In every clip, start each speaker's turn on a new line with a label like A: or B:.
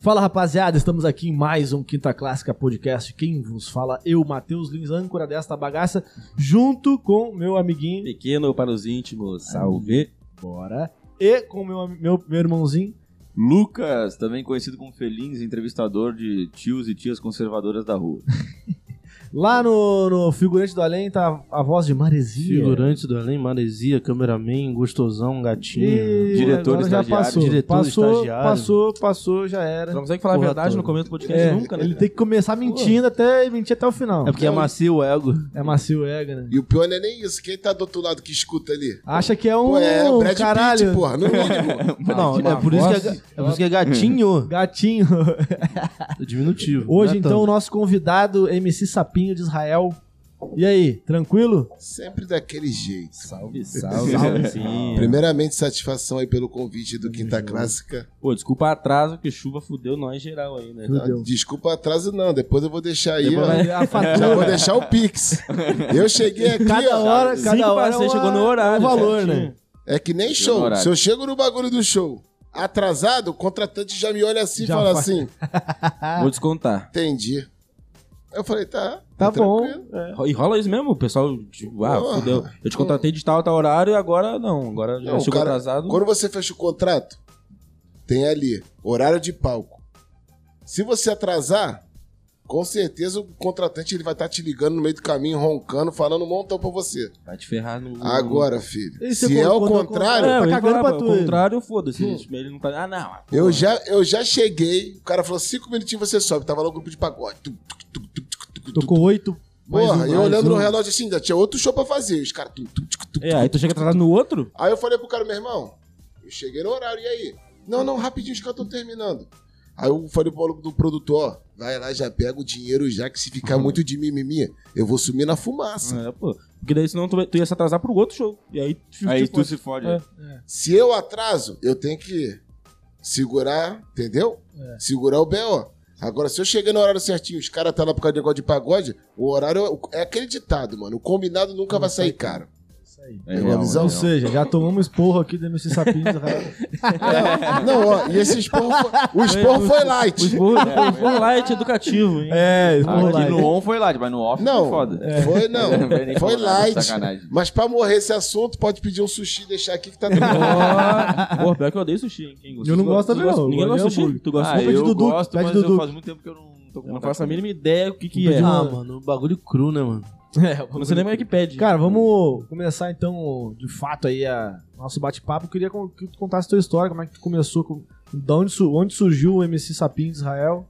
A: Fala rapaziada, estamos aqui em mais um Quinta Clássica Podcast. Quem vos fala? Eu, Matheus Lins, âncora desta bagaça, junto com meu amiguinho.
B: Pequeno para os íntimos, salve.
A: Bora. E com meu, am- meu, meu irmãozinho.
B: Lucas, também conhecido como Felins, entrevistador de tios e tias conservadoras da rua.
A: Lá no, no Figurante do Além tá a voz de Maresia.
C: Figurante do Além, Maresia, cameraman, gostosão, um gatinho.
A: E
B: Diretor
A: agora já
B: estagiário.
A: passou.
C: Diretor
A: passou,
C: estagiário.
A: passou, passou, já
D: Você
A: era.
D: não consegue falar
C: Porra
D: a verdade
C: toda.
D: no começo do podcast
A: É,
D: nunca, né?
A: ele tem que começar mentindo até mentir até o final.
C: É porque é macio o ego.
A: É macio ego, né?
E: E o pior não é nem isso. Quem tá do outro lado que escuta ali?
A: Acha que é um
E: Pô, é o Brad
A: caralho.
E: Pitt, porra. No mínimo.
C: Não,
D: uma
C: é por, isso que é,
D: voz-
C: ga- é por isso que é gatinho.
A: Gatinho.
C: Diminutivo.
A: Hoje,
C: não é
A: então, o nosso convidado, MC Sapinho de Israel. E aí, tranquilo?
E: Sempre daquele jeito.
B: Salve,
A: Salve,
D: É.
B: sim.
E: Primeiramente, satisfação aí pelo convite do Quinta Clássica.
D: Pô, desculpa o atraso, que chuva fudeu nós geral aí, né?
A: Meu Deus.
E: Desculpa o atraso, não. Depois eu vou deixar aí.
D: Depois
E: ó.
D: vai-
A: A
E: Já vou
A: fatura.
E: deixar o Pix. Eu cheguei aqui,
A: Cada
E: ó.
A: hora,
D: Cinco
A: cada hora.
D: pra
A: é
D: seis,
A: uma-
D: chegou no horário,
A: é um valor, né?
E: É que nem
B: Chegou no
E: show.
B: horário.
E: Se eu chego no bagulho do show atrasado, o contratante já me olha assim e
A: Já
E: fala
A: faz.
E: assim:
C: Ah.
D: Vou descontar.
E: entendi. Eu falei, tá.
A: Tá bom.
E: tranquilo.
D: E rola isso mesmo, o pessoal, tipo, ah,
E: Porra.
D: fudeu. Eu te contratei de tal, tal horário, e agora não. Agora já
E: Não, o
D: chegou
E: cara-
D: atrasado.
E: Quando você fecha o contrato, tem ali horário de palco. Se você atrasar, com certeza o contratante ele vai estar te ligando no meio do caminho, roncando, falando um montão pra você.
D: Vai te ferrar no...
E: Agora, filho,
A: Uhum. E se
E: se é
A: quando-
E: o
A: quando-
E: contrário,
A: Tá
D: É, tá
A: cagando
D: cagando
A: pra
D: pra
A: tudo.
D: Ao contrário, foda-se. Ele não tá... Ah, não.
E: eu, já, eu já cheguei, o cara falou, cinco minutinhos você sobe, tava lá o grupo de pagode. Tum, tum, tum, tum, tum, tum, tum.
A: Tocou oito. mais
E: Porra,
A: um,
E: eu
A: mais
E: olhando
A: um.
E: no relógio assim, ainda tinha outro show pra fazer, os caras... tum, tum, tum, tum,
D: É, aí tu chega atrasado no outro?
E: Aí eu falei pro cara, meu irmão, eu cheguei no horário, e aí? Não, não, rapidinho, os caras estão terminando. Aí eu falei pro maluco do produtor, ó, vai lá, já pega o dinheiro já, que se ficar muito de mimimi, eu vou sumir na fumaça.
D: É, pô. Porque daí senão tu, tu ia se atrasar pro outro show. E aí tu...
B: Aí
D: tipo,
B: tu se fode.
D: É.
E: Se eu atraso, eu tenho que segurar, entendeu? Segurar o B.O. Agora, se eu cheguei no horário certinho, os caras tá lá por causa de negócio de pagode, o horário é é acreditado, mano. O combinado nunca vai sair caro.
A: Isso aí.
B: É
E: Pegou a
B: real,
E: visão?
A: Ou
B: é real.
A: seja, já tomamos esporro aqui do MC Sapinho de Israel.
E: Não, ó, e esse esporro foi, o esporro foi light.
D: O esborro foi um light educativo, hein?
A: É, esporro
B: Ah, Aqui
A: lá.
B: no on foi lá, mas no off
E: Não,
B: foi foda.
E: foi não.
B: vai nem
E: foi
B: falar nada,
E: light.
B: sacanagem.
E: Mas pra morrer esse assunto, pode pedir um sushi e deixar aqui que tá tranquilo.
D: Ó, Porra, pior que eu odeio sushi, hein? Quem gosta?
A: Eu não
D: Tu
A: gosto
D: gosta?
A: também,
D: Tu
A: não.
D: gosta? Ninguém
A: Eu
D: gosta de
A: odeio
D: sushi? Tu gosta?
B: Ah,
A: Vamos pedir
B: eu
A: do Duque,
B: gosto,
A: pede
B: mas
A: do
B: eu
A: Duque.
B: faz muito tempo que eu não tô com
D: Eu não
B: vontade
D: faço a
B: de
D: mínima ideia o que que
A: Tipo
D: é.
C: tanto. Ah,
D: Ah,
C: mano, bagulho cru, né, mano?
A: É,
D: Não sei nem como é que pede.
A: Cara, vamos começar então, de fato, aí, a nosso bate-papo. Eu queria con- que tu contasse a tua história, como é que tu começou, com- da onde, su- onde surgiu o MC Sapinho de Israel,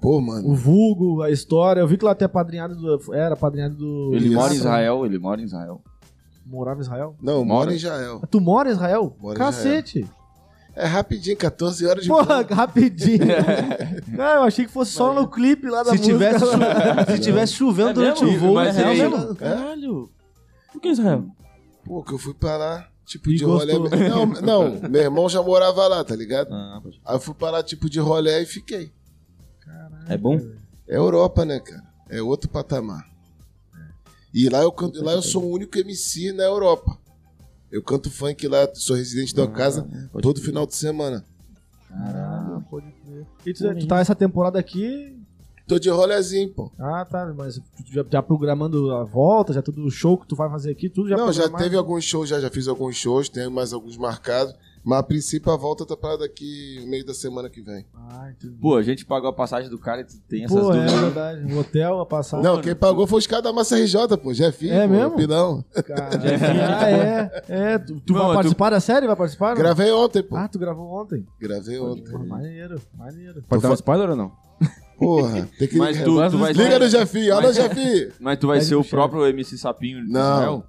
E: Pô, mano.
A: o vulgo, a história. Eu vi que lá até padrinhado do, era padrinhado do...
B: Ele
E: Isso.
B: mora em Israel, ele mora em Israel.
A: Morava em Israel?
E: Não, eu
B: Mora?
E: moro em Israel.
A: Tu mora em Israel?
E: Moro em
A: Cacete!
E: É rapidinho, 14 horas de
A: Porra, rapidinho. Cara, eu achei que fosse só no clipe lá da
C: Se
A: música.
C: tivesse, chu- se tivesse chovendo
D: É
C: durante
D: mesmo?
C: o voo,
B: Mas
C: é real
B: aí-
C: mesmo?
D: Caralho. Por que Israel?
E: Pô, que eu fui pra lá, tipo,
A: E
E: de rolê.
A: gostou.
E: Não, não, meu irmão já morava lá, tá ligado?
D: Ah, pode-
E: Aí eu fui pra lá, tipo, de rolê e fiquei.
D: é bom?
E: É Europa, né, cara? É outro patamar. E lá eu, canto, lá eu sou o único MC na Europa. Eu canto funk lá, sou residente
B: Ah,
E: da casa todo final de semana.
A: Ah, pode crer. E tu, tu tá essa temporada aqui...
E: Tô de rolezinho, pô.
A: Ah, tá, mas tu já, já programando a volta, já tudo o show que tu vai fazer aqui, tudo já né?
E: não, já
A: programado?
E: teve alguns shows, já, já fiz alguns shows, tenho mais alguns marcados. Mas a princípio a volta tá para daqui no meio da semana que vem.
A: Ah, entendi.
B: Pô, a gente pagou a passagem do cara e tu tem essas
A: Pô, é
B: dúvidas.
A: verdade. O hotel, a passagem.
E: não, quem pagou foi os caras da Massa RJ, pô. Jefinho,
A: Tá né? É
E: pô,
A: mesmo?
E: Pilão.
A: cara. Ah, é. É, tu, tu
B: Não,
A: vai
B: tu-
A: participar da série? Vai participar? não?
E: Gravei ontem, pô.
A: Ah, tu gravou ontem.
E: Gravei ontem.
A: Pô, maneiro, maneiro.
D: Pode
E: Tô
D: dar um spoiler ou não?
E: Porra, tem que
B: Mas tu, tu vai
E: Liga no
B: ser,
E: Jefinho, olha o Jefinho.
B: mas tu vai
A: Pede
B: ser o
A: pro chefe.
B: próprio MC Sapinho de Israel?
E: Não.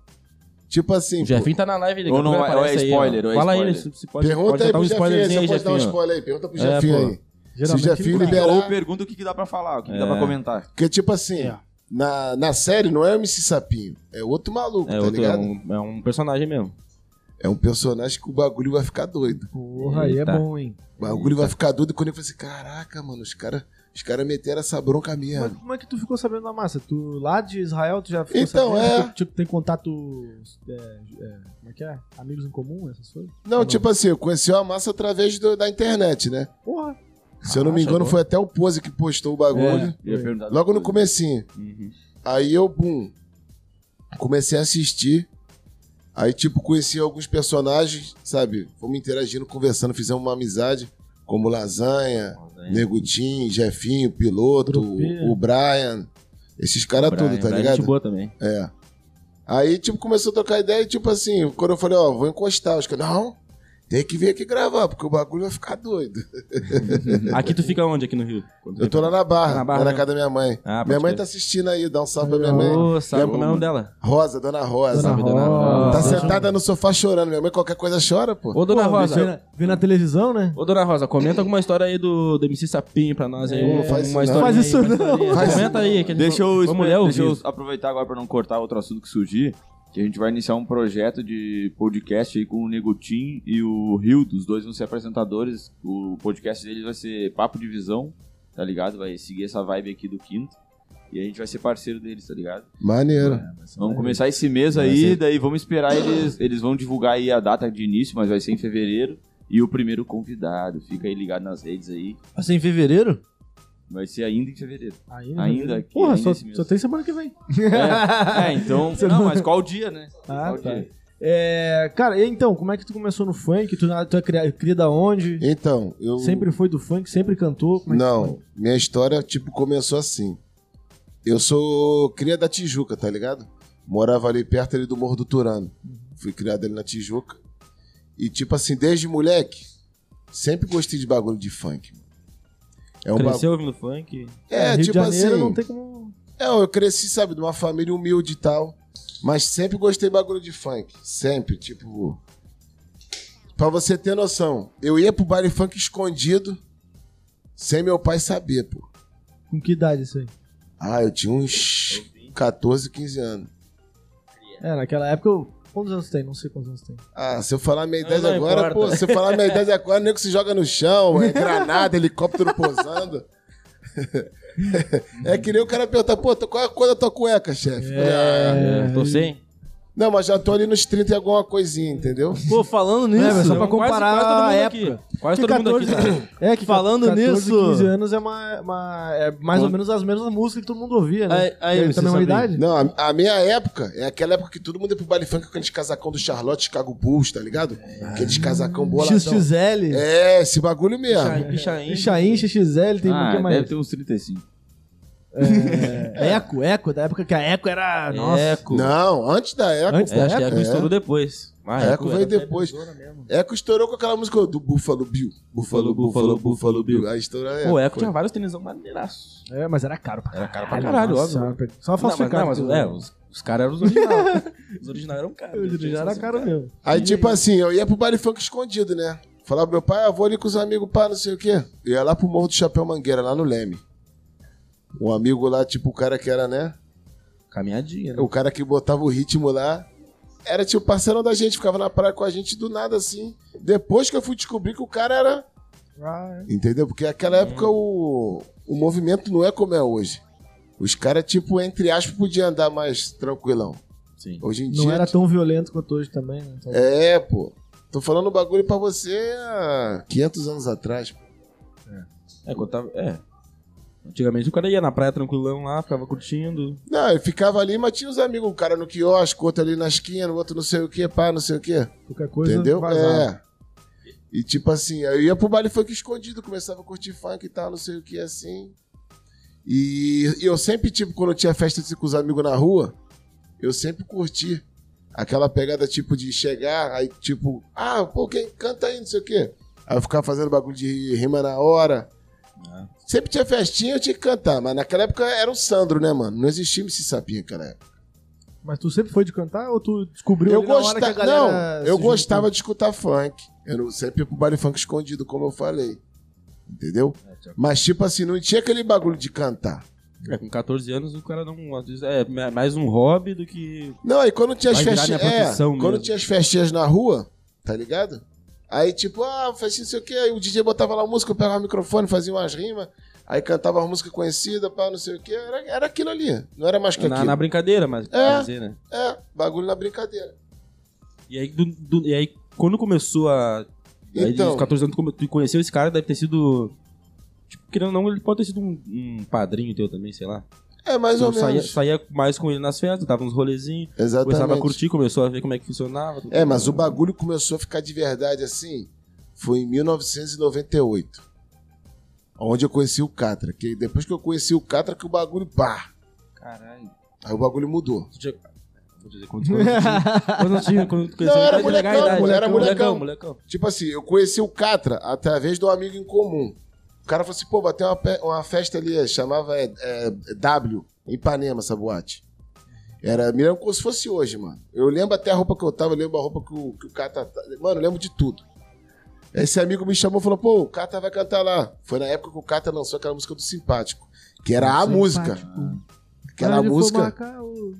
E: Tipo assim,
D: O
E: pô,
D: Jefinho tá na live dele.
B: Ou não
D: como
B: é-
D: ele aparece
B: ou é
D: aí, ó.
B: spoiler, ou é
D: Fala aí,
B: spoiler.
D: se se pode
E: pergunta
D: pode
E: aí
D: dar
E: pro
D: um
E: Jefinho, aí,
D: spoilerzinho
E: você
D: aí,
E: pode dar um
D: Jefinho.
E: spoiler aí. Pergunta pro
D: É,
E: Jefinho
D: pô.
E: aí. Se o
A: Geralmente
E: Jefinho
A: ele-
E: liberar...
B: Ou pergunta o que, que dá pra falar, o que, que dá pra comentar.
E: Porque, tipo assim,
C: É.
E: na, na série não é o MC Sapinho, é outro maluco,
D: É,
E: tá
D: outro, é,
E: ligado?
D: um, é um personagem mesmo.
E: É um personagem que o bagulho vai ficar doido.
A: Porra, aí é
D: Eita.
A: bom, hein?
E: O bagulho vai ficar doido quando eu falei assim: caraca, mano, os caras os cara meteram essa bronca
A: Mas
E: mesmo.
A: como é que tu ficou sabendo da massa? Tu lá de Israel, tu já ficou
E: Então,
A: sabendo?
E: é.
A: Tu, tipo, tem contato. é, é, como é que é? Amigos em comum, essas coisas?
E: Não,
A: Não.
E: tipo assim, eu conheci a massa através do- da internet, né?
A: Porra!
E: Se eu não
D: Ah,
E: me engano,
D: chegou.
E: foi até o Pose que postou o bagulho.
B: É, ia perguntar
E: Logo no
B: depois.
E: comecinho.
B: Uhum.
E: Aí eu, bum, comecei a assistir. Aí, tipo, conheci alguns personagens, sabe? Fomos interagindo, conversando, fizemos uma amizade. Como Lasanha,
B: É.
E: Negutim, Jefinho, Piloto,
A: Tropia.
E: o, o Brian. Esses caras
B: Brian, tipo,
E: tudo, tá
B: Brian,
E: ligado?
B: Gente boa também.
E: É. Aí, tipo, começou a trocar ideia e, tipo assim, quando eu falei, ó, vou encostar, os caras, não, tem que vir aqui gravar, porque o bagulho vai ficar doido.
D: Aqui tu fica onde, aqui no Rio?
E: Eu tô lá na barra,
D: Tá
E: lá
D: na
E: na,
D: Barra mesmo.
E: casa da minha mãe.
D: Ah, pode
E: minha mãe
D: crer.
E: tá assistindo aí, dá um salve pra minha mãe.
D: Ô, sabe como é o nome dela?
E: Rosa, dona Rosa.
A: Dona
D: Rosa.
A: Rosa.
E: Tá sentada no sofá chorando. Minha mãe qualquer coisa chora, pô.
D: Ô, Dona
A: Pô, Vê
D: Rosa.
A: na, vê na televisão, né?
D: Ô, Dona Rosa, comenta alguma história aí do, do MC Sapinho pra nós aí.
E: Ô,
D: uma
E: faz isso
D: historinha
E: não.
A: Faz
D: aí,
A: isso
D: uma
A: não.
D: historinha.
E: Faz
D: Comenta
E: isso
D: aí. Que
B: Deixa eu,
D: Vamos
B: espe-
D: ler o
B: deixa eu
D: vídeo.
B: aproveitar agora pra não cortar outro assunto que surgir, que a gente vai iniciar um projeto de podcast aí com o Negotim e o Rildo, os dois vão ser apresentadores. O podcast deles vai ser Papo de Visão, tá ligado? Vai seguir essa vibe aqui do quinto. E a gente vai ser parceiro deles, tá ligado?
E: Maneiro.
B: Vamos começar esse mês aí, daí vamos esperar eles. Eles vão divulgar aí a data de início, mas vai ser em fevereiro. E o primeiro convidado, fica aí ligado nas redes aí.
C: Vai ser em fevereiro?
B: Vai ser ainda em fevereiro.
A: Ainda?
B: Ainda aqui,
A: né? Porra,
B: ainda
A: só,
B: esse mês.
A: só tem semana que vem.
B: É, é, então. Não, mas qual o dia, né?
A: Ah,
B: qual o
A: tá.
B: dia?
A: É, cara, e então, como é que tu começou no funk? Tu, tu é cria- criada onde?
E: Então, eu.
A: Sempre foi do funk? Sempre cantou? Como é que
E: Não, minha história, tipo, começou assim. Eu sou cria da Tijuca, tá ligado? Morava ali perto ali do Morro do Turano.
A: Uhum.
E: Fui criado ali na Tijuca. E, tipo assim, desde moleque, sempre gostei de bagulho de funk. mano. É um bagulho.
D: Cresceu ouvindo funk.
E: É,
A: Rio
E: tipo
A: de Janeiro
E: assim.
A: não tem como.
E: É, eu cresci, sabe, de uma família humilde e tal. Mas sempre gostei de bagulho de funk. Sempre, tipo. Pra você ter noção, eu ia pro baile funk escondido, sem meu pai saber, pô.
A: Com que idade isso aí?
E: Ah, eu tinha uns 14, 15 anos.
A: É, naquela época eu. Quantos anos tem? Não sei quantos anos tem.
E: Ah, se eu falar minha
D: Não,
E: idade
D: não
E: agora,
D: importa.
E: pô, se eu falar minha idade agora, o nego se joga no chão, é granada, helicóptero posando. é que nem o cara perguntar, pô, tu- qual é a cor da tua cueca, chefe? Ah,
D: É, tô sem.
E: Não, mas já tô ali nos 30 e alguma coisinha, entendeu?
C: Pô, falando
A: É, mas
C: nisso.
A: só pra comparar
D: quase,
A: a
D: quase todo mundo Aqui. Quase todo mundo aqui. tá?
A: É que
C: Falando
A: 14,
C: nisso-
A: 15 anos é, uma, uma- é mais ou menos as mesmas músicas que todo mundo ouvia, né?
C: Aí- aí,
A: é,
C: você
A: também uma
C: sabe?
A: idade?
E: Não, a, a minha época é aquela época que todo mundo ia pro baile funk com aqueles casacão do Charlotte Chicago Bulls, tá ligado?
D: Ah,
E: Aqueles casacão boladão.
A: XXL.
E: É, esse bagulho mesmo.
D: Pichain.
A: Xain, XXL, tem
B: ah,
A: o que mais?
B: deve ter uns 35.
A: É, Eco, Eco, da época que a Eco
D: É.
A: era. Nossa.
D: Eco.
E: Não, antes da época.
A: Antes
D: É,
A: da
D: acho que
A: Eco?
D: Eco estourou depois. Ah,
E: A Eco
D: era
E: veio depois. Eco estourou com aquela música do Buffalo Bill. Buffalo, Buffalo, Buffalo Bill. Aí estourou a
D: O
E: Eco.
D: Eco tinha vários tenisão maneiraço.
A: É, mas era caro pra caralho. Era caro
D: pra caralho,
A: Só
D: Não, mas,
A: falsificado.
D: não, mas é, os, os caras eram os originais. os originais eram caros.
A: Eu diria, já era caro mesmo.
E: Aí, tipo assim, eu ia pro baile funk escondido, né? Falava pro meu pai, ah, vou ali com os amigos, pá, não sei o quê. Eu ia lá pro Morro do Chapéu Mangueira, lá no Leme. Um amigo lá, tipo, o cara que era, né?
D: Caminhadinha, né?
E: O cara que botava o ritmo lá. Era tipo parceirão da gente, ficava na praia com a gente do nada assim. Depois que eu fui descobrir que o cara era.
A: Ah, é.
E: Entendeu? Porque naquela época o, o movimento não é como é hoje. Os caras, tipo, entre aspas, podiam andar mais tranquilão.
D: Sim.
E: Hoje em
A: Não
E: dia.
A: era tão violento quanto hoje também, né? Então,
E: É, pô. Tô falando um bagulho pra você há 500 anos atrás. pô.
D: É, quando tava- é. Antigamente o cara ia na praia tranquilão lá, ficava curtindo.
E: Não, eu ficava ali, mas tinha os amigos. Um cara no quiosque, outro ali na esquina, o outro não sei o que, pá, não sei o que.
A: Qualquer coisa.
E: Entendeu?
A: vazava.
E: É. E tipo assim, eu ia pro baile funk escondido, começava a curtir funk e tal, não sei o que, assim. E, e eu sempre, tipo, quando eu tinha festa assim, com os amigos na rua, eu sempre curti aquela pegada, tipo, de chegar, aí, tipo, ah, pô, quem canta aí, não sei o quê. Aí eu ficava fazendo bagulho de rima na hora.
D: Ah.
E: Sempre tinha festinha, eu tinha que cantar, mas naquela época era o Sandro, né, mano? Não existia esse sapinho naquela época.
A: Mas tu sempre foi de cantar ou tu descobriu
E: Eu
A: ali na hora que a
E: gostava,
A: galera
E: não,
A: se
E: eu
A: juntou?
E: gostava de escutar funk. Eu não- sempre ia pro baile funk escondido, como eu falei. Entendeu? Mas tipo assim, não tinha aquele bagulho de cantar.
D: É, com 14 anos o cara não. às vezes, É ma- mais um hobby do que.
E: Não, aí quando tinha as
D: Vai virar
E: festinhas,
D: minha
E: é,
D: profissão
E: quando
D: mesmo.
E: tinha as festinhas na rua, tá ligado? Aí tipo, ah, festinha não sei o quê, aí o DJ botava lá a música, eu pegava o microfone, fazia umas rimas, aí cantava uma música conhecida, pá, não sei o quê, era, era aquilo ali. Não era mais que
D: Na,
E: aquilo.
D: na brincadeira, mas. quer dizer, né?
E: É, bagulho na brincadeira.
D: E aí, do- do- e aí, quando começou a. Aí,
E: Então.
D: dos 14 anos, tu come- tu conheceu esse cara, deve ter sido tipo, querendo ou não, ele pode ter sido um, um padrinho teu também, sei lá.
E: É mais
D: Então,
E: ou
D: saía,
E: menos.
D: saía mais com ele nas festas, dava uns rolezinhos, começava a
E: Exatamente.
D: curtir, começou a ver como é que funcionava. tudo.
E: É, mas o bagulho começou a ficar de verdade assim. Foi em 1998. Onde eu conheci o Catra. Que depois que eu conheci o Catra, que o bagulho pá.
B: Caralho.
E: Aí o bagulho mudou.
D: Tu tinha- Vou dizer quantos anos eu tinha. Quando eu tinha, quando eu
E: Não, era
D: eu tinha
E: molecão,
D: idade.
E: pô, era molecão.
D: molecão. molecão.
E: Tipo assim, eu conheci o Catra através de um amigo em comum. O cara falou assim, pô, bateu uma, pe- uma festa ali, chamava é, é, W, em Ipanema, essa boate. Era, me lembro como se fosse hoje, mano. Eu lembro até a roupa que eu tava, eu lembro a roupa que o, que o Catra... tá- Mano, eu lembro de tudo. Esse amigo me chamou e falou, pô, o Catra vai cantar lá. Foi na época que o Catra lançou aquela música do Simpático, que era a música.
A: Ah,
E: Aquela música...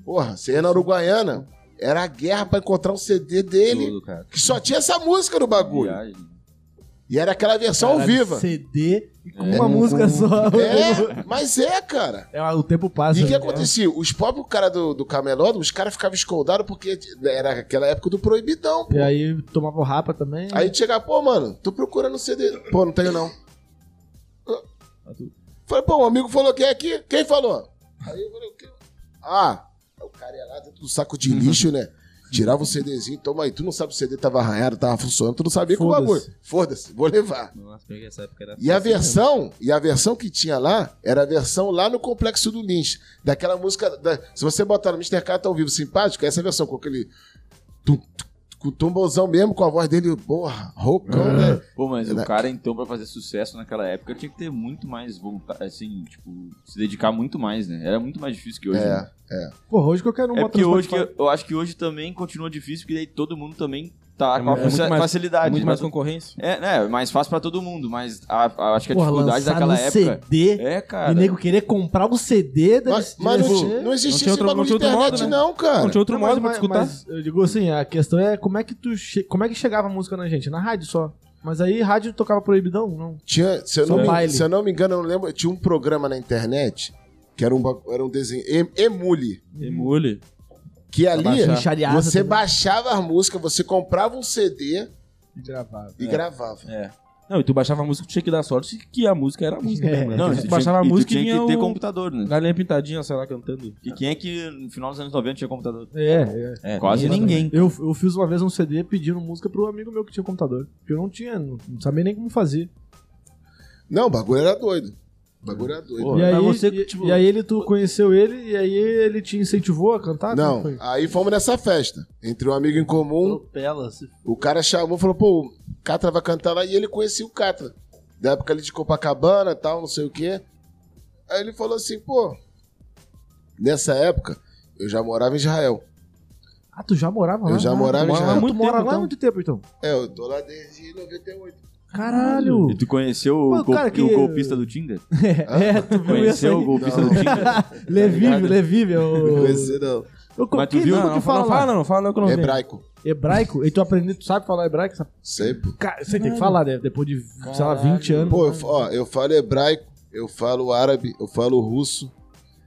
E: Porra, você ia na Uruguaiana, era a guerra pra encontrar um CD dele,
D: Tudo, cara.
E: que só tinha essa música no bagulho.
B: Viagem.
E: E era aquela versão ao vivo.
A: CD e com
B: É.
A: uma música só.
E: um- É, mas é, cara.
A: É, o tempo passa.
E: E o que
A: né?
E: acontecia? Os próprios caras do, do Camelódromo, os caras ficavam escoldados porque era aquela época do proibidão, pô.
A: E aí tomava o rapa também.
E: Aí chegava, pô, mano, tô procurando CD. Pô, não tenho não. Falei, pô, um amigo falou que é aqui. Quem falou? Aí eu falei, o quê? Ah, o cara ia lá dentro do saco de lixo, né? Tirava o CDzinho, toma aí. Tu não sabe se o CD tava arranhado, tava funcionando, tu não sabia que o
A: Foda-se.
E: bagulho. Foda-se, vou levar.
D: Nossa, peguei essa época. Era
E: E a versão, e a versão que tinha lá, era a versão lá no Complexo do Lins. Daquela música. da- se você botar no Mr. Catra ao vivo simpático, essa é a versão com aquele. tum, tum, com o tumbozão mesmo, com a voz dele, porra, roucão,
D: É,
E: né?
B: Pô, mas
E: Era-
B: o cara, então, pra fazer sucesso naquela época, tinha que ter muito mais vontade, assim, tipo, se dedicar muito mais, né? Era muito mais difícil que hoje.
E: É.
B: né?
A: Porra, hoje qualquer um
B: É
A: bota
B: porque
A: no
B: hoje,
A: Spotify.
B: que eu acho que hoje também continua difícil, porque daí todo mundo também tá
D: É
B: com a
D: muito- é muito mais-
B: facilidade.
D: muito mais
B: Mas-
D: concorrência.
B: É, né? Mais fácil pra todo mundo, mas a- a- acho que a
A: Porra,
B: dificuldade
A: lançar
B: daquela
A: no
B: época.
A: CD
B: É, cara.
A: e nego querer comprar o CD da
E: Mas, mas não, ti- não
D: Não
E: existia
D: tinha
E: esse
D: outro- não
E: bagulho de
D: tinha outro
E: internet,
D: modo, né?
E: não,
D: Não
E: cara.
D: tinha outro modo pra
A: mas-
D: escutar.
A: mas eu digo assim, a questão é como é que tu che- como é que chegava a música na gente? Na rádio só. Mas aí rádio tocava proibidão? Não.
E: Tinha, se, eu
A: Só
E: não me,
A: baile.
E: se eu não me engano, eu não lembro. Tinha um programa na internet que era um, ba- era um desenho. em- Emule.
D: Emule.
E: Que ali
D: baixar.
A: Enxariada
E: você
A: também.
E: baixava as músicas, você comprava um CD
A: Gravava.
E: e
D: É.
E: gravava.
D: É. Não, e tu baixava a música, tu tinha que dar sorte que a música era a música.
A: É.
D: né, moleque?
B: Não,
D: tu
B: você
D: baixava a
B: tinha, e tu
D: música e
B: tinha
D: vinha
B: que ter
D: o-
B: computador, né?
D: Galinha pintadinha, sei lá, cantando.
B: E quem é que no final dos anos 90 tinha computador?
A: É, é.
D: É,
B: Quase ninguém.
A: Eu, eu fiz uma vez um CD pedindo música pro amigo meu que tinha computador. Que eu não tinha, não, não sabia nem como fazer.
E: Não, o bagulho era doido. O bagulho era doido.
D: Pô,
A: e,
D: mas
A: aí,
D: você,
A: e-
D: tipo-
A: e aí ele tu conheceu ele e aí ele te incentivou a cantar?
E: não,
A: Como Ah, foi?
E: aí fomos nessa festa. Entre um amigo em comum,
C: Atropela, se
E: o cara chamou e falou, pô, o Catra vai cantar lá. E ele conhecia o Catra. Da época ali de Copacabana e tal, não sei o quê. Aí ele falou assim, pô... Nessa época, eu já morava em Israel.
A: Ah, tu já morava lá?
E: Eu já
A: Ah,
E: morava em
A: tu
E: Israel.
A: mora-
D: Muito
A: tu mora lá
D: tempo,
A: há
D: então.
A: muito tempo, então.
E: É, eu tô lá desde 98.
A: Caralho!
B: E tu conheceu o,
A: Pô,
B: gol-
A: cara, que-
B: o golpista do Tinder?
E: Ah,
A: É, tu viu isso aí?
B: Conheceu o golpista do Tinder?
A: Levível, Levível.
E: Não
A: o-
E: conheci, não.
A: o co-
B: Mas tu
A: que
B: viu?
A: língua
D: Não,
A: que
D: não, fala, não fala, não, fala não que eu não
C: É
D: vi.
E: Hebraico.
A: Hebraico? E tu aprendeu, tu sabe falar hebraico? Sabe?
E: Sempre.
A: Cara, você tem que falar, né? Depois de, sei lá, 20 anos.
E: Pô, eu, fa- ó, eu falo hebraico, eu falo árabe, eu falo russo,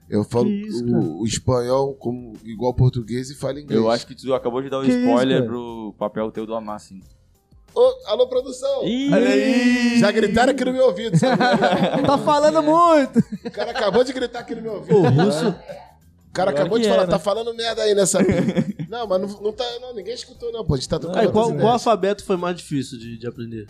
E: eu falo
A: Que isso, cara?
E: o, o espanhol como, igual português e falo inglês.
B: Eu acho que tu acabou de dar um
A: Que isso,
B: spoiler
A: cara?
B: pro papel teu do Amassa, hein?
E: Ô, alô, produção!
D: Ih,
E: Já gritaram aqui no meu ouvido, sabe?
A: tá
E: é.
A: falando muito!
E: o cara acabou de gritar aqui no meu ouvido.
C: o russo,
E: O cara
D: Pior
E: acabou de
D: que é,
E: falar,
D: né?
E: tá falando merda aí nessa. não, mas não, não tá. Não, ninguém escutou, não, pô. A gente tá trocando.
C: Aí, qual,
E: outras
D: né?
C: qual
E: ideias.
C: alfabeto foi mais difícil de, de aprender?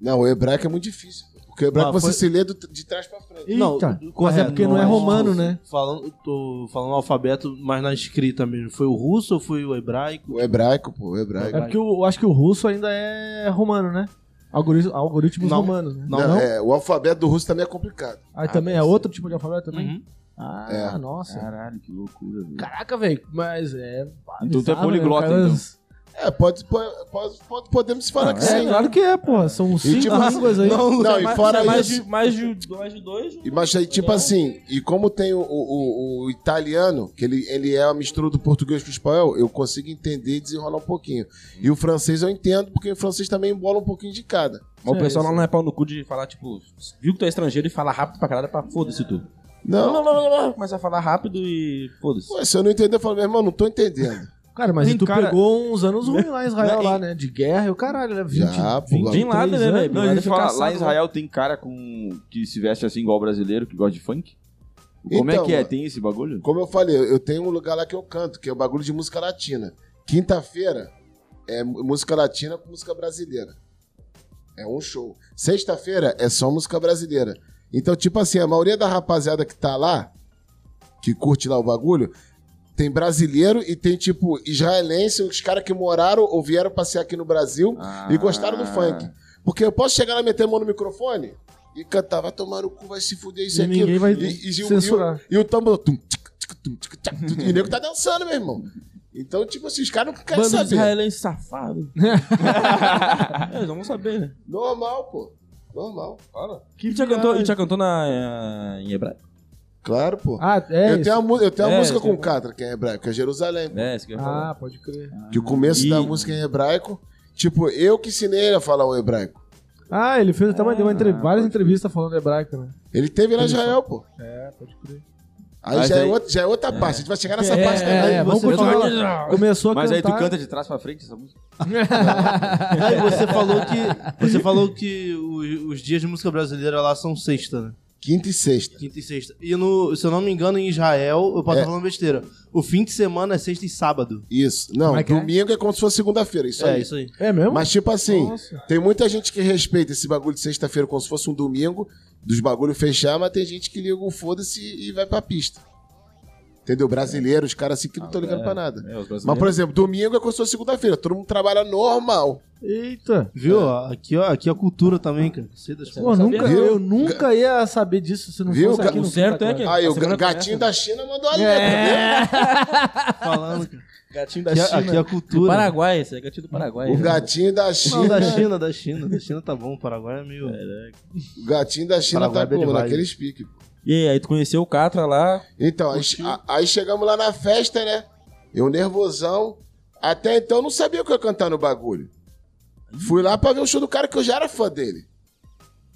E: Não, o hebraico é muito difícil. pô. Porque o hebraico
C: Ah,
E: você
C: foi-
E: se lê do- de trás pra frente.
A: Eita, mas é porque não, é
C: mas,
A: romano,
C: tipo,
A: né?
C: Falando, tô falando alfabeto, mas na escrita mesmo. Foi o russo ou foi o hebraico?
E: O hebraico, pô, o hebraico.
A: É porque eu, eu acho que o russo ainda é romano, né? Algoritmo, algoritmos
C: Não.
A: romanos, né?
C: Não, não?
E: É, o alfabeto do russo também é complicado.
A: Aí também é outro tipo de alfabeto também?
C: Uhum.
A: Ah,
E: É.
A: nossa.
B: Caralho, que loucura, velho.
A: Caraca, velho, mas é.
B: Então tu é
A: bizarro,
B: poliglota,
A: né?
B: então.
E: É, pode, pode, pode- pode- podemos falar que
A: É,
E: sim.
A: claro que é, porra. São cinco
E: tipo,
A: línguas aí.
E: Não,
D: Não,
E: e
D: mas-
E: fora
D: mas mais
E: isso-
D: de- um, mais de dois de dois. né?
E: E mas aí, tipo assim, e como tem o, o- o- o italiano, que ele, ele é uma mistura do português com o espanhol, eu consigo entender e desenrolar um pouquinho. E o francês eu entendo, porque o francês também embola um pouquinho de cada.
D: Mas o
A: É,
D: pessoal
A: isso.
D: lá não é pau no cu de falar, tipo, viu que tu é estrangeiro e fala rápido pra caralho pra foda-se tudo.
E: Não,
D: não, não, não, não. Começa a falar rápido e foda-se.
E: Ué, se eu não entender, eu falo, meu irmão, não tô entendendo.
A: Cara, mas
D: Tem
A: e tu
D: cara-
A: pegou uns anos ruins lá em Israel,
D: Não,
A: lá, né? De guerra e o caralho, né? 20,
E: Já, pô,
A: 20
E: Bin
D: Laden, né, velho?
B: Não, a gente
D: Bin Laden foi
B: fala,
D: caçado,
B: lá em
D: né?
B: Israel tem cara com que se veste assim igual brasileiro, que gosta de funk? Como é
E: Então,
B: que é?
E: mano.
B: Tem esse bagulho?
E: Como eu falei, eu tenho um lugar lá que eu canto, que é o bagulho de música latina. Quinta-feira é mu- música latina com música brasileira. É um show. Sexta-feira é só música brasileira. Então, tipo assim, a maioria da rapaziada que tá lá, que curte lá o bagulho, tem brasileiro e tem, tipo, israelense, os caras que moraram ou vieram passear aqui no Brasil e gostaram do
B: Ah.
E: funk. Porque eu posso chegar lá e meter a mão no microfone e cantar, vai tomar no cu, vai se fuder isso
A: E
E: aqui. é
A: ninguém vai
E: e, o-
A: censurar.
E: E o, e o tambor. Tum, tic, tic, tum, tic, tac, tum, e o nego tá dançando, meu irmão. Então, tipo assim, os caras não querem
D: Bando de
E: saber.
D: israelense safado. Eles não vão saber, né?
E: Normal, pô. Normal. Fala.
D: E já cantou, e já cantou na, eh, em hebraico?
E: Claro, pô.
A: Ah, é
E: eu,
A: isso.
E: tenho a, mu- eu tenho a
D: É,
E: música
D: isso
E: com
D: é
E: o Catra, que é hebraico, que é Jerusalém.
D: É, isso que eu ia falar.
A: Ah, pode crer.
E: Que o começo
D: E-
E: da música é em hebraico. Tipo, eu que ensinei ele a falar o hebraico.
A: Ah, ele fez até uma, deu uma entre-
B: Ah,
A: várias
B: pode
A: entrevistas falando hebraico, né?
E: Ele teve lá em Israel, pô.
A: É, pode crer.
E: Aí,
B: Mas
E: já,
B: aí-
E: É outra, já é outra parte. A gente vai chegar nessa
D: É,
E: parte também.
A: É,
D: Aí
A: vamos
D: você-
A: continuar. lá. Começou a
B: Mas aí
A: cantar.
B: tu canta de trás pra frente essa música?
C: Aí você falou que, você falou que os, os dias de música brasileira lá são sexta, né?
E: Quinta e sexta.
C: Quinta e sexta. E no, se eu não me engano, em Israel, eu posso
E: É.
C: estar falando besteira. O fim de semana é sexta e sábado.
E: Isso. Não,
A: Como é que é?
E: domingo é? como se fosse segunda-feira, isso
C: é,
E: aí.
C: isso aí.
A: É mesmo?
E: Mas tipo assim,
A: Nossa.
E: tem muita gente que respeita esse bagulho de sexta-feira como se fosse um domingo, dos bagulho fechar, mas tem gente que liga o foda-se e vai pra pista. Entendeu? Brasileiro, os caras assim que não estão ligando pra nada.
D: É, os
E: Mas, por
D: brasileiros.
E: exemplo, domingo é como se fosse segunda-feira, todo mundo trabalha normal.
A: Eita.
C: Viu? Aqui, ó, aqui é a cultura também, cara. tá Sei das
A: Pô,
C: coisas.
A: nunca,
E: Viu?
A: eu nunca ia saber disso se não
E: Viu?
A: fosse aqui
E: O
A: no
D: certo
A: Quinta
D: é que-
A: Clara.
E: Aí,
D: a
E: o
D: semana
E: gatinho
D: começa. É.
E: da China mandou a
D: Ah,
E: letra, né?
C: falando, cara.
D: gatinho da
C: Aqui, a- aqui
D: É
C: é
D: China.
C: a
D: Do
C: cultura.
D: Paraguai, esse é gatinho do Paraguai.
E: O
D: né?
E: gatinho da
C: Não,
E: China.
C: da China, da China. Da China tá bom, o Paraguai é meio...
E: O gatinho da China tá
C: Paraguai é bem
E: como?
C: demais.
E: Naquele pique.
D: E aí, aí tu conheceu o Catra lá.
E: Então, aí, a- aí chegamos lá na festa, né? Eu nervosão. Até então eu não sabia o que eu ia cantar no bagulho. Fui lá pra ver o show do cara que eu já era fã dele.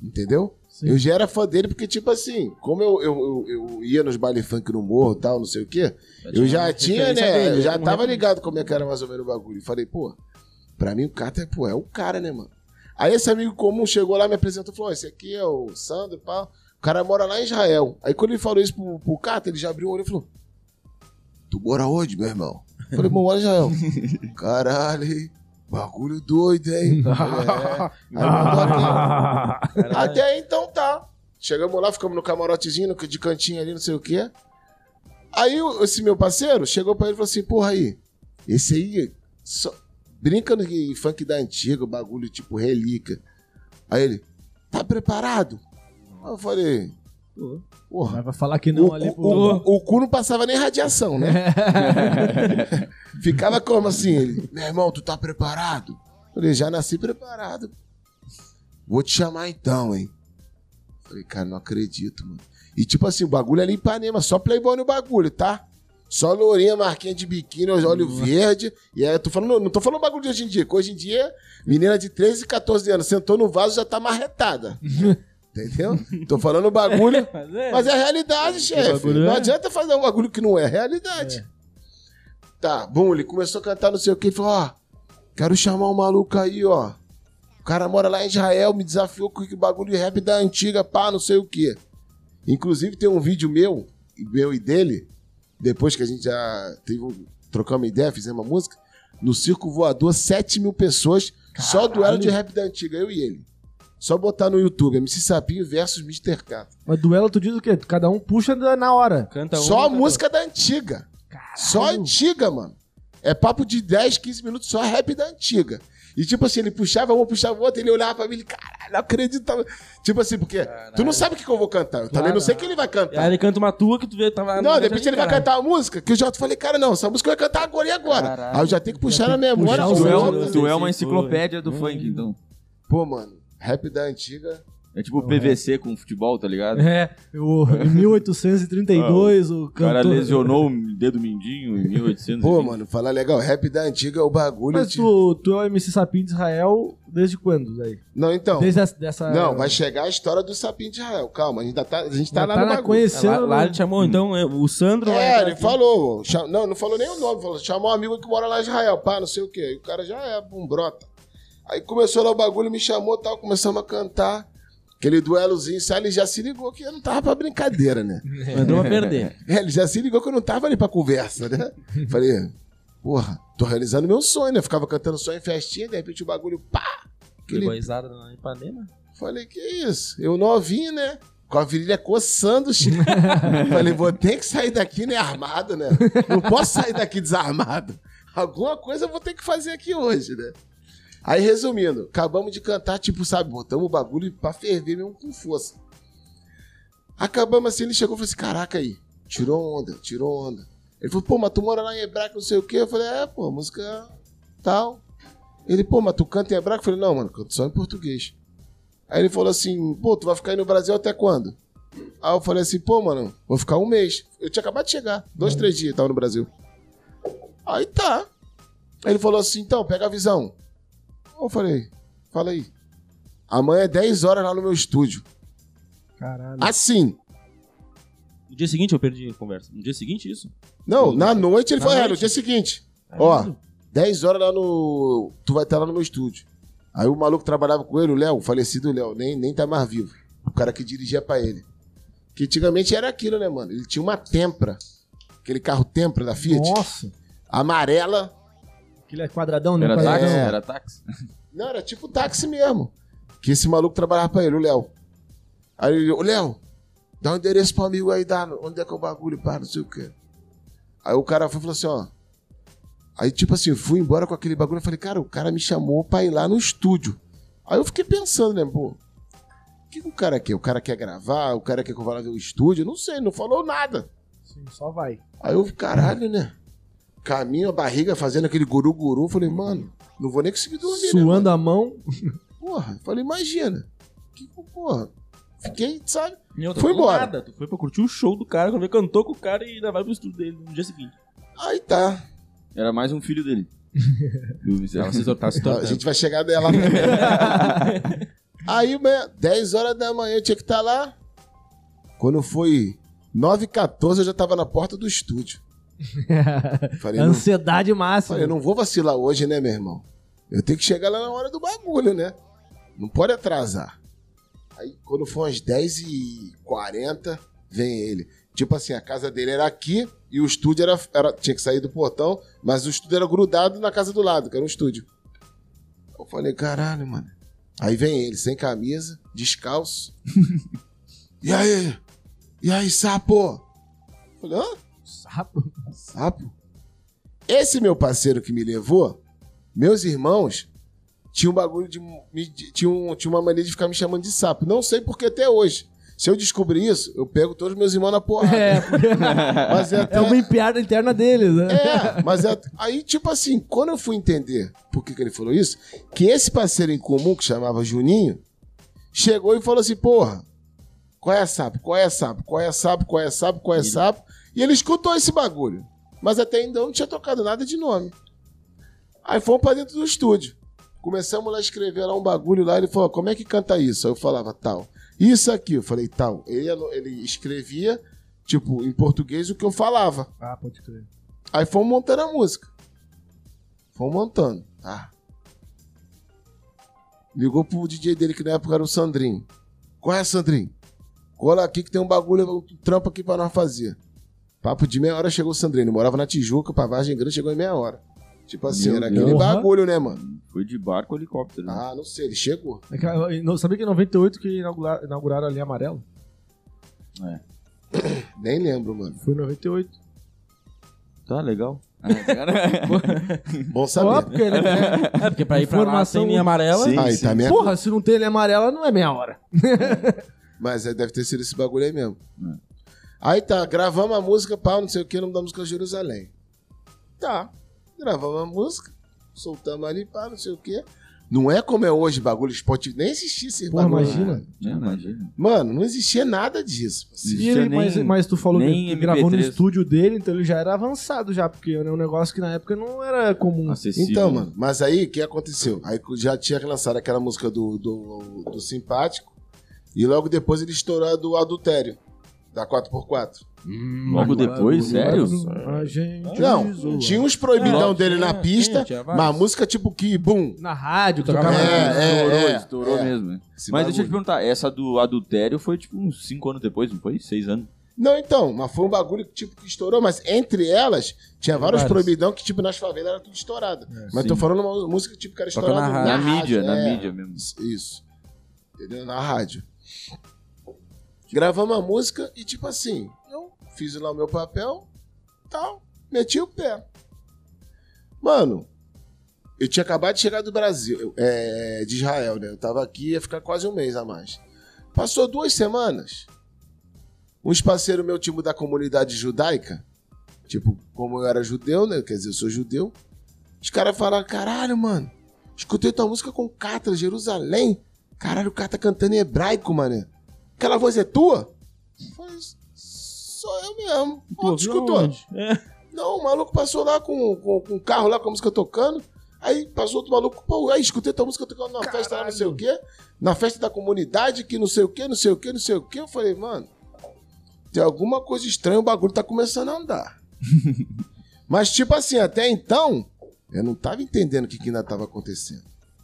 E: Entendeu?
A: Sim.
E: Eu já era fã dele porque, tipo assim, como eu, eu, eu, eu ia nos baile funk no morro e tal, não sei o quê, eu já tinha,
D: referência
E: né?
D: dele,
E: Eu já
D: como
E: tava
D: referência.
E: ligado como é que era mais ou menos o bagulho. E falei, pô, pra mim o Cata é, pô, é o cara, né, mano? Aí esse amigo comum chegou lá, me apresentou, falou, ó, esse aqui é o Sandro, pá. O cara mora lá em Israel. Aí quando ele falou isso pro, pro Cata, ele já abriu o olho e falou, tu mora onde, meu irmão? Eu falei, bom, mora em Israel. Caralho, hein? Bagulho doido, hein? É. Aí mandou aqui. Até aí, então tá. Chegamos lá, ficamos no camarotezinho, no- de cantinho ali, não sei o quê. Aí o- esse meu parceiro chegou pra ele e falou assim: Porra aí, esse aí só brinca no em funk da antiga, o bagulho tipo relíquia. Aí ele, tá preparado? Aí eu falei, porra.
A: Mas vai falar que
E: O,
A: não ali
E: cu-
A: pro...
E: o- o cu não passava nem radiação, né? Ficava como assim? Ele, meu irmão, tu tá preparado? Eu Falei, já nasci preparado. Vou te chamar então, hein? Falei, cara, não acredito, mano. E tipo assim, o bagulho é ali em Ipanema, só playboy no bagulho, tá? Só lourinha, marquinha de biquíni, olho verde. E aí eu tô falando, não tô falando bagulho de hoje em dia, que hoje em dia, menina de 13, 14 anos, sentou no vaso já tá marretada. Entendeu? Tô falando bagulho.
D: Mas é.
E: Mas é a realidade, chefe.
D: bagulho
E: Não
D: é?
E: adianta fazer um bagulho que não é realidade. Tá, bom, ele começou a cantar não sei o que, falou, ó, quero chamar um maluco aí, ó. O cara mora lá em Israel, me desafiou com o bagulho de rap da antiga, pá, não sei o que. Inclusive tem um vídeo meu, meu e dele, depois que a gente já teve um, trocamos ideia, fizemos uma música, no Circo Voador, 7 mil pessoas, só duelo de rap da antiga, eu e ele. Só botar no YouTube, MC Sapinho versus Mr. K.
A: Mas duelo tu diz o quê? Cada um puxa da- na hora.
D: Canta um,
E: Só a
D: canta
E: música da antiga. Só a antiga, mano. É papo de 10, 15 minutos, só rap da antiga. E tipo assim, ele puxava uma, puxava outra, ele olhava pra mim, ele, caralho, não acredito. Tipo assim, porque tu não sabe o que, que eu vou cantar. Eu também não sei o que ele vai
D: outra. Aí
E: cantar.
D: ele canta uma tua que tu vê, tava...
E: Não, de repente ele vai cantar a música, que eu já falei, cara, não, essa música eu ia cantar agora e agora.
D: Caralho.
E: Aí eu já tenho que puxar na memória.
A: puxar
E: pô,
A: os
B: Tu é,
E: outra.
D: outros.
B: um- tu é uma enciclopédia do funk, então.
E: Pô, mano, rap da antiga.
B: É tipo PVC com futebol, tá ligado?
A: É, o, em 1832 o
B: O cara
A: cantor...
B: lesionou o dedo mindinho em 1800.
E: Pô, mano, falar legal, rap da antiga é o bagulho.
A: Mas
E: de-
A: tu, tu é o MC Sapinho de Israel, Desde quando? Daí?
E: Não, então.
A: Desde essa, dessa.
E: Não, vai chegar a história do sapinho de Israel. Calma, a gente, ainda tá, a gente
A: Tá,
E: tá lá no
A: na
E: bagulho.
A: conhecendo.
D: É, lá, lá ele chamou, então, é, o Sandro. vai
E: É,
D: entrar
E: ele
D: aqui.
E: falou. cha- Não, não falou nem o nome. Falou, chamou um amigo que mora lá em Israel, pá, não sei o quê. Aí o cara já é bumbrota. Aí começou lá o bagulho, me chamou tal, começamos a cantar. Aquele duelozinho, sabe? Ele já se ligou que eu não tava pra brincadeira, né?
D: Entrou pra perder.
E: É, ele já se ligou que eu não tava ali pra conversa, né? Falei, porra, tô realizando meu sonho, né? Ficava cantando só em festinha, de repente o bagulho, pá! Aquele
D: Pegou a risada na Ipanema.
E: Falei, que isso? Eu novinho, né? Com a virilha coçando, Chico. Falei, vou ter que sair daqui, né? Armado, né? Não posso sair daqui desarmado. Alguma coisa eu vou ter que fazer aqui hoje, né? Aí, resumindo, acabamos de cantar, tipo, sabe, botamos o bagulho pra ferver mesmo com força. Acabamos assim, ele chegou e falou assim: caraca aí, tirou onda, tirou onda. Ele falou, pô, mas tu mora lá em hebraico, não sei o quê. Eu falei, é, pô, música tal. Ele, pô, mas tu canta em hebraico? Eu falei, não, mano, canto só em português. Aí ele falou assim, pô, tu vai ficar aí no Brasil até quando? Aí eu falei assim, pô, mano, vou ficar um mês. Eu tinha acabado de chegar, dois, três dias eu tava no Brasil. Aí tá. Aí ele falou assim, então, pega a visão. Eu falei, fala aí. Amanhã é 10 horas lá no meu estúdio.
A: Caralho.
E: Assim.
D: No dia seguinte eu perdi a conversa. No dia seguinte, isso?
E: Não, na noite ele
D: Uhum. Na
E: falou, é, no
D: noite?
E: dia seguinte.
D: É
E: Ó.
D: mesmo?
E: 10 horas lá no. Tu vai estar lá no meu estúdio. Aí o maluco que trabalhava com ele, o Léo, o falecido Léo, nem, nem tá mais vivo. O cara que dirigia pra ele. Que antigamente era aquilo, né, mano? Ele tinha uma Tempra. Aquele carro Tempra da Fiat.
A: Nossa.
E: Amarela.
A: Aquele é quadradão, né?
B: Era
A: Quadradão.
B: táxi,
E: É.
B: era táxi.
E: Não, era tipo táxi mesmo. Que esse maluco trabalhava pra ele, o Léo. Aí ele, ô Léo, dá um endereço pro amigo aí, dá. Onde é que é o bagulho, pá, não sei o quê. Aí o cara foi e falou assim, ó. Aí, tipo assim, eu fui embora com aquele bagulho. Eu falei, cara, o cara me chamou pra ir lá no estúdio. Aí eu fiquei pensando, né, pô. O que, que o cara quer? O cara quer gravar? O cara quer que eu vá lá ver o estúdio? Eu Não sei, não falou nada.
A: Sim, só vai.
E: Aí eu, caralho, né? Caminho, a barriga fazendo aquele guru-guru. Falei, mano, não vou nem conseguir dormir, né, mano?
A: Suando a mão.
E: Porra, eu falei, imagina. Que porra. Fiquei, sabe?
D: E outra,
E: Foi
D: do
E: embora.
D: Nada. Tu foi pra curtir o show do cara, quando ele cantou com o cara e ainda vai pro estúdio dele no dia seguinte.
E: Aí tá.
B: Era mais um filho dele. Do
D: Ela
B: miserável.
D: se tá se É,
E: A gente vai chegar dela também. Aí, né, 10 horas da manhã eu tinha que estar lá. Quando foi 9 h 14 eu já tava na porta do estúdio. Falei, não,
A: Ansiedade máxima.
E: falei, não vou vacilar hoje, né, meu irmão? Eu tenho que chegar lá na hora do bagulho, né? Não pode atrasar. Aí, quando for às 10h40, vem ele. Tipo assim, a casa dele era aqui e o estúdio era, era- tinha que sair do portão, mas o estúdio era grudado na casa do lado, que era um estúdio. Eu falei, caralho, mano. Aí vem ele, sem camisa, descalço. e aí? E aí, sapo? Eu falei, hã?
A: Sapo.
E: Sapo? Esse meu parceiro que me levou, meus irmãos, tinha um bagulho de. me- de- tinha, um- tinha uma mania de ficar me chamando de sapo. Não sei por que até hoje. Se eu descobrir isso, eu pego todos meus irmãos na porrada.
A: É,
E: Mas é até.
A: é uma piada interna deles, né?
E: É, mas é- aí, tipo assim, quando eu fui entender por que, que ele falou isso, que esse parceiro em comum, que chamava Juninho, chegou e falou assim: porra, qual é sapo, qual é sapo, qual é sapo, qual é sapo, qual é sapo. E ele escutou esse bagulho. Mas até então não tinha tocado nada de nome. Aí fomos pra dentro do estúdio. Começamos lá a escrever lá um bagulho lá. Ele falou: como é que canta isso? Aí eu falava: tal. Isso aqui. Eu falei: tal. Ele, ele escrevia, tipo, em português o que eu falava.
A: Ah, pode crer.
E: Aí fomos montando a música. Fomos montando. Ah. Ligou pro DJ dele, que na época era o Sandrinho. Qual é, Sandrinho? Cola aqui que tem um bagulho, um trampo aqui pra nós fazer. Papo de meia hora chegou o Sandrinho. Ele morava na Tijuca, pra Vargem Grande, chegou em meia hora. Tipo assim,
B: Meu
E: era
B: Deus.
E: aquele
A: Porra.
E: bagulho, né, mano?
B: Foi de barco ou helicóptero. né?
E: Ah, não sei, ele chegou.
A: É que, ah, no- Sabia que em 98 que inauguraram, inauguraram ali amarelo?
E: Nem lembro, mano.
A: Foi em 98.
B: Tá, legal.
E: Bom
A: Ó,
E: saber.
A: Tá porque ele é...
D: É, porque pra ir pra lá
A: Informação-
D: sem linha amarela. é,
B: Sim.
E: Aí, tá minha...
A: Porra, se não tem ele amarela, não é meia hora.
E: Mas aí deve ter sido esse bagulho aí mesmo. Aí tá, gravamos a música, pau, não sei o que, o nome da música é Jerusalém. Tá, gravamos a música, soltamos ali, pau, não sei o que. Não é como é hoje, bagulho esportivo. Nem existia esse
A: Porra,
E: bagulho.
A: imagina.
B: É, imagina.
E: Mano, não existia nada disso.
A: E ele-
B: Existia nem-
A: mas, mas tu falou que
B: nem
A: ele gravou no
B: MP3.
A: estúdio dele, então ele já era avançado já, porque era um negócio que na época não era comum.
B: Acessível.
E: Então, mano, mas aí o que aconteceu? Aí já tinha lançado aquela música do, do, do Simpático e logo depois ele estourou a do Adultério, da 4x4.
B: Hum, Logo depois, sério?
A: A
D: Ah,
A: gente
E: Não,
A: zoa.
E: tinha uns proibidão dele na pista,
D: É, tinha
E: mas a
D: vários.
E: música tipo que, bum.
A: Na rádio,
D: Tocava
A: um tocava.
E: É, é,
B: estourou,
E: é,
B: estourou
E: é.
B: mesmo. né?
E: Esse
B: Mas deixa eu te
E: bagulho.
B: perguntar, essa do adultério foi tipo uns 5 anos depois, não foi? 6 anos?
E: Não, então, mas foi um bagulho que tipo que estourou, mas entre elas tinha vários
D: vários.
E: proibidão que tipo nas favelas era tudo estourado. mas
B: sim.
E: tô falando uma música que tipo que era
D: Toca
E: estourada
D: na
E: na,
D: rádio.
B: Na
E: rádio,
B: mídia, na
E: é.
B: mídia mesmo.
E: Isso. Entendeu? Na rádio. Gravamos a música e, tipo assim, eu fiz lá o meu papel, tal, meti o pé. Mano, eu tinha acabado de chegar do Brasil, eu- é, de Israel, né? Eu tava aqui, ia ficar quase um mês a mais. Passou duas semanas, uns parceiros meu, tipo, da comunidade judaica, tipo, como eu era judeu, né? Quer dizer, eu sou judeu. Os caras falaram, caralho, mano, Escutei tua música com o Catra, Jerusalém. Caralho, o cara tá cantando em hebraico, mané. Aquela voz é tua? Eu Falei, sou eu mesmo. Pô, tu escutou?
D: É.
E: Não, o maluco passou lá com, com, com o carro lá com a música tocando. Aí passou outro maluco, pô, aí escutei tua música tocando numa festa lá, não sei o quê. Na festa da comunidade, que não sei o quê, não sei o quê, não sei o quê. Eu falei, mano, tem alguma coisa estranha, o bagulho tá começando a andar. Mas, tipo assim, até então, eu não tava entendendo o que, que ainda tava acontecendo.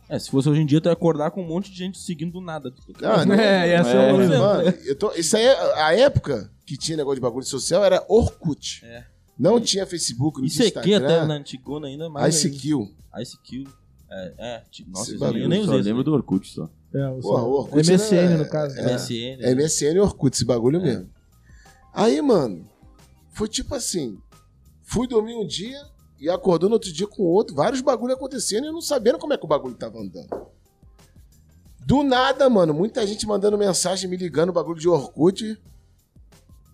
D: É, se fosse hoje em dia, tu ia acordar com um monte de gente seguindo do nada.
E: Ah, não.
A: É, essa é,
B: É.
A: uma
D: Não.
E: Mano, eu tô- isso aí, é- a época que tinha negócio de bagulho social era Orkut.
D: É.
E: Não tinha Facebook, não
D: Isso é né?
E: tinha
D: aqui até na
E: Instagram.
D: antigona ainda mais.
E: Ice Kill.
D: ainda. Ice Kill. É, é. tipo, Nossa,
E: Esse
D: isso aí
E: bagulho
D: eu nem
B: só
D: usei.
B: lembro do Orkut só.
A: É, o-
E: Porra, o Orkut
A: MSN,
E: era-
A: no caso.
E: é.
D: MSN.
E: É MSN e Orkut, esse bagulho mesmo. Aí, mano, foi tipo assim: fui dormir um dia e acordou no outro dia com outro, vários bagulho acontecendo e eu não sabendo como é que o bagulho tava andando. Do nada, mano, muita gente mandando mensagem, me ligando, bagulho de Orkut.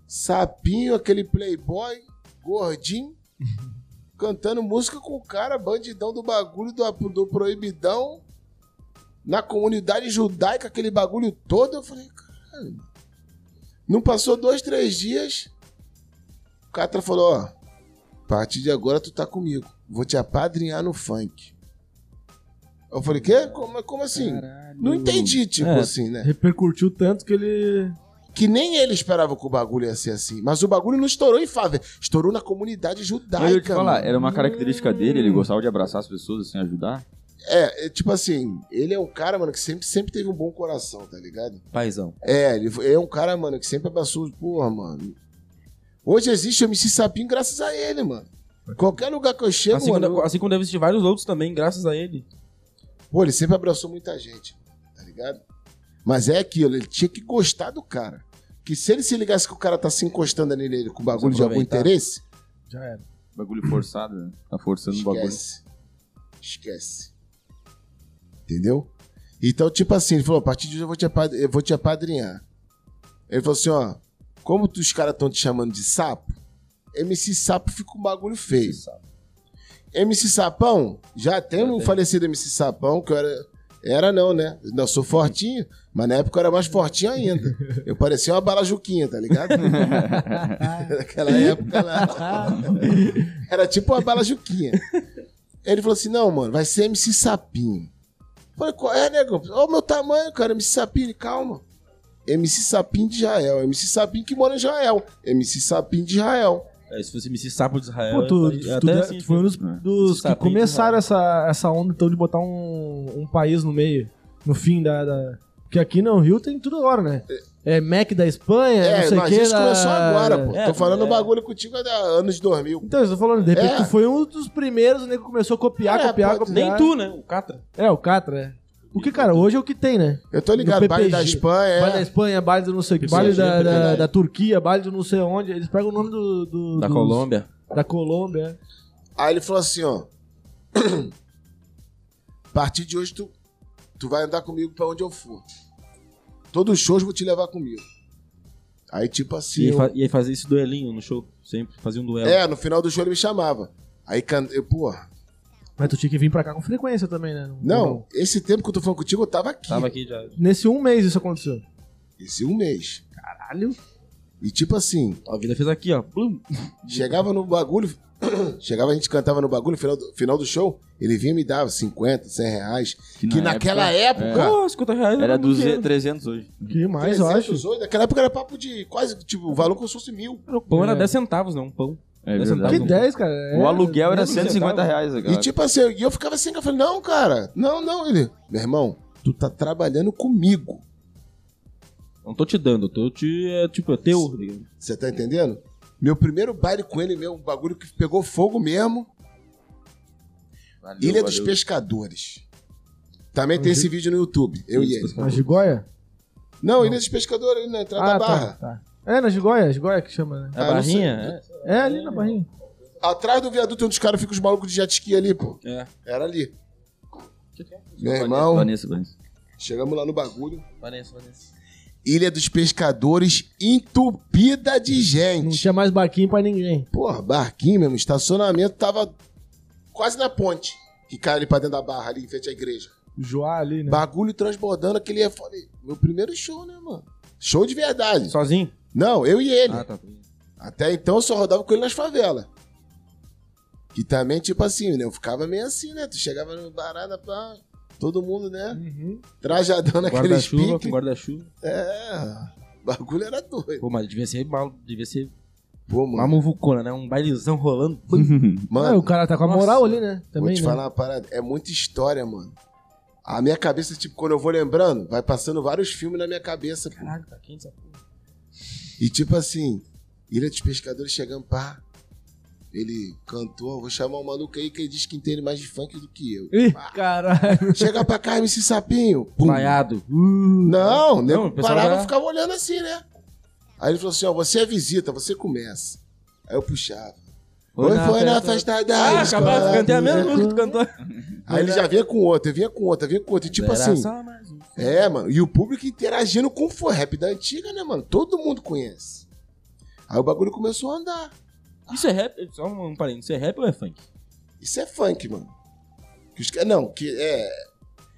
E: Sapinho, aquele playboy, gordinho, cantando música com o cara, bandidão do bagulho, do, do proibidão, na comunidade judaica, aquele bagulho todo. Eu falei, caralho. Não passou dois, três dias, o Catra falou, ó, a partir de agora tu tá comigo, vou te apadrinhar no funk. Eu falei, quê? Como, como assim? Não entendi, tipo
D: É.
E: assim, né?
A: Repercutiu tanto que ele.
E: Que nem ele esperava que o bagulho ia ser assim. Mas o bagulho não estourou em favela. Estourou na comunidade judaica.
B: Mas eu ia te falar, é
E: mano.
B: era uma característica dele, ele gostava de abraçar as pessoas, assim, ajudar.
E: É, é, tipo assim, ele é um cara, mano, que sempre, sempre teve um bom coração, tá ligado?
D: Paizão.
E: É, ele foi- é um cara, mano, que sempre abraçou. Porra, mano. Hoje existe o MC Sapinho graças a ele, mano. Qualquer lugar que eu chego,
D: Assim,
E: mano.
D: como, assim como deve existir vários outros também, graças a ele.
E: Pô, ele sempre abraçou muita gente, tá ligado? Mas é aquilo, ele tinha que gostar do cara. Que se ele se ligasse que o cara tá se encostando nele ele, com bagulho de algum
D: aproveitar.
E: interesse,
A: Já era.
B: Bagulho forçado, né? Tá forçando
E: um
B: o bagulho.
E: Esquece. Esquece. Entendeu? Então, tipo assim, ele falou: a partir de hoje eu vou te, apad- eu vou te apadrinhar. Ele falou assim: ó, como tu- os caras estão te chamando de sapo, MC Sapo fica um bagulho feio. MC Sapão, já tem um falecido MC Sapão, que eu era. Era não, né? Não, eu sou fortinho, mas na época eu era mais fortinho ainda. Eu parecia uma balajuquinha, tá ligado? Naquela época
A: Ah,
E: lá. Era tipo uma balajuquinha. Ele falou assim: não, mano, vai ser MC Sapinho. Eu Falei, qual é, negão? Olha o meu tamanho, cara, MC Sapinho, Ele, calma. MC Sapinho de Israel, MC Sapinho que mora em Israel, MC Sapinho de Israel.
D: É, se fosse MC Sapo de
E: É,
D: Israel.
A: Pô, tu,
D: eu-
A: tu-
D: até
A: tu-
D: assim,
A: tu foi um dos,
E: tipo,
B: né?
A: dos
D: Esses
A: que
D: sapinhos,
A: começaram
D: né?
A: essa, essa onda então de botar um, um país no meio, no fim da. da... Porque aqui no Rio tem tudo agora, né? É Mac da Espanha,
E: É,
A: não sei o
E: mas
A: que.
E: isso começou agora, pô.
D: É,
E: Tô falando
D: é.
E: o bagulho contigo há anos 2000.
A: Então, eu tô falando, de repente
E: É.
A: tu foi um dos primeiros, o nego começou a copiar,
E: É,
A: copiar,
E: pode-
A: copiar.
D: Nem tu, né? O Catra.
A: É, o Catra, é. Porque, cara, hoje é o que tem, né?
E: Eu tô ligado,
A: No
E: baile da
A: PPG.
E: Espanha. é.
A: Baile da Espanha, baile do não sei o que, baile
D: é
A: da, da, da Turquia, baile do não sei onde. Eles pegam o nome do. do-
D: Da
A: Um dos-
D: Colômbia.
A: Da Colômbia.
E: Aí ele falou assim, ó. A partir de hoje, tu, tu vai andar comigo pra onde eu for. Todos os shows eu vou te levar comigo. Aí, tipo assim.
D: E aí,
E: eu-
D: fa- e aí fazia esse duelinho no show. Sempre fazia um duelo.
E: É, no final do show ele me chamava. Aí, can- eu, pô,
A: Mas tu tinha que vir pra cá com frequência também, né?
E: Não, esse tempo que eu tô falando contigo, eu tava aqui.
D: Uhum. Tava aqui já.
A: Nesse um mês isso aconteceu.
E: Esse um mês.
A: Caralho.
E: E tipo assim,
D: A vida fez aqui, ó. Plum.
A: Ah.
E: chegava no bagulho, chegava, a gente cantava no bagulho, final do, final do show, ele vinha e me dava 50, 100 reais. Que, naquela época,
A: É.
D: Pô, 50 reais.
B: Era
D: muito
B: 200,
D: dinheiro.
B: 300 hoje.
A: Que mais, eu acho.
E: 308, naquela época era papo de quase, tipo, o valor como se fosse mil.
D: Pão era
A: É.
D: 10 centavos, não. Pão.
B: É
D: Dez
B: verdade.
A: Que
D: Não.
A: 10, cara. É,
B: O aluguel era
A: não,
B: 150 reais agora.
E: E tipo assim, eu- e eu ficava assim, eu falei, não, cara, não, não, ele, meu irmão, tu tá trabalhando comigo,
D: Não tô te dando, tô te. É, tipo, é teu. tá ligado?
E: você tá entendendo? Meu primeiro baile com ele, meu um bagulho que pegou fogo mesmo,
B: Valeu,
E: Ilha
B: valeu.
E: dos Pescadores. Também tem esse vídeo no YouTube, eu e ele.
A: Na Jigoia?
E: Não, Ilha dos Pescadores, ali na entrada da barra.
A: tá, tá. É, na Jigoia, Jigoia que chama, né?
D: A
E: Ah, não sei.
D: barrinha?
A: É, ali na barrinha.
E: Atrás do viaduto onde os caras ficam os malucos de jet ski ali, pô.
D: É. é.
E: Era ali. Meu
B: Vanessa,
E: irmão,
B: Vanessa, Vanessa.
E: chegamos lá no bagulho.
D: Vanessa, Vanessa.
E: Ilha dos Pescadores entupida de
A: Não
E: gente.
A: tinha mais barquinho pra ninguém.
E: Porra, barquinho mesmo, estacionamento tava quase na ponte. Que cai ali pra dentro da barra, ali em frente à igreja.
A: Joá ali, né?
E: Bagulho transbordando, aquele... eu Falei, meu primeiro show, né, mano? Show de verdade.
D: Sozinho?
E: Não, eu e ele.
D: Ah, tá.
E: Até então eu só rodava com ele nas favelas. Que também, tipo assim, né? Eu ficava meio assim, né? Tu chegava no barada, pá, todo mundo, né?
A: Uhum.
E: Trajadão naqueles
D: Guarda-chuva com
E: piques.
D: guarda-chuva.
E: É, o bagulho era doido.
D: Pô, mas devia ser mal. Devia ser
E: Pô,
D: uma
E: mano,
D: muvucona, né? Um bailezão rolando.
A: Ah,
E: mano
A: o cara tá com a moral
D: Nossa.
A: ali, né?
E: vou
A: Também,
E: te
A: né?
E: falar uma parada. É muita história, mano. A minha cabeça, tipo, quando eu vou lembrando, vai passando vários filmes na minha cabeça. pô.
D: Caraca, tá quente essa porra.
E: E tipo assim, Ilha dos Pescadores chegando, pá. Ele cantou, vou chamar um maluco aí que ele diz que entende mais de funk do que eu.
A: Ih, caralho.
E: Chega pra cá, MC Sapinho. Pum.
D: Vaiado. Uh.
E: Não,
D: ah. Não,
E: não
D: o
E: eu
D: pessoal
E: parava
D: já-
E: e ficava olhando assim, né? Aí ele falou assim: ó, você é visita, você começa. Aí eu puxava. Oi, foi na festa da
D: Ah,
E: escola.
D: acabou. Cantei a mesma música que tu cantou.
E: Aí ele já vinha com outra, vinha com outra, vinha com outra. E tipo
D: Era
E: assim.
D: só mais um.
E: É, mano. E o público interagindo com o for rap da antiga, né, mano? Todo mundo conhece. Aí o bagulho começou a andar.
D: Isso é rap, só um um parênteses, isso é rap ou é funk?
E: Isso é funk, mano. Que os ca- Não, que é.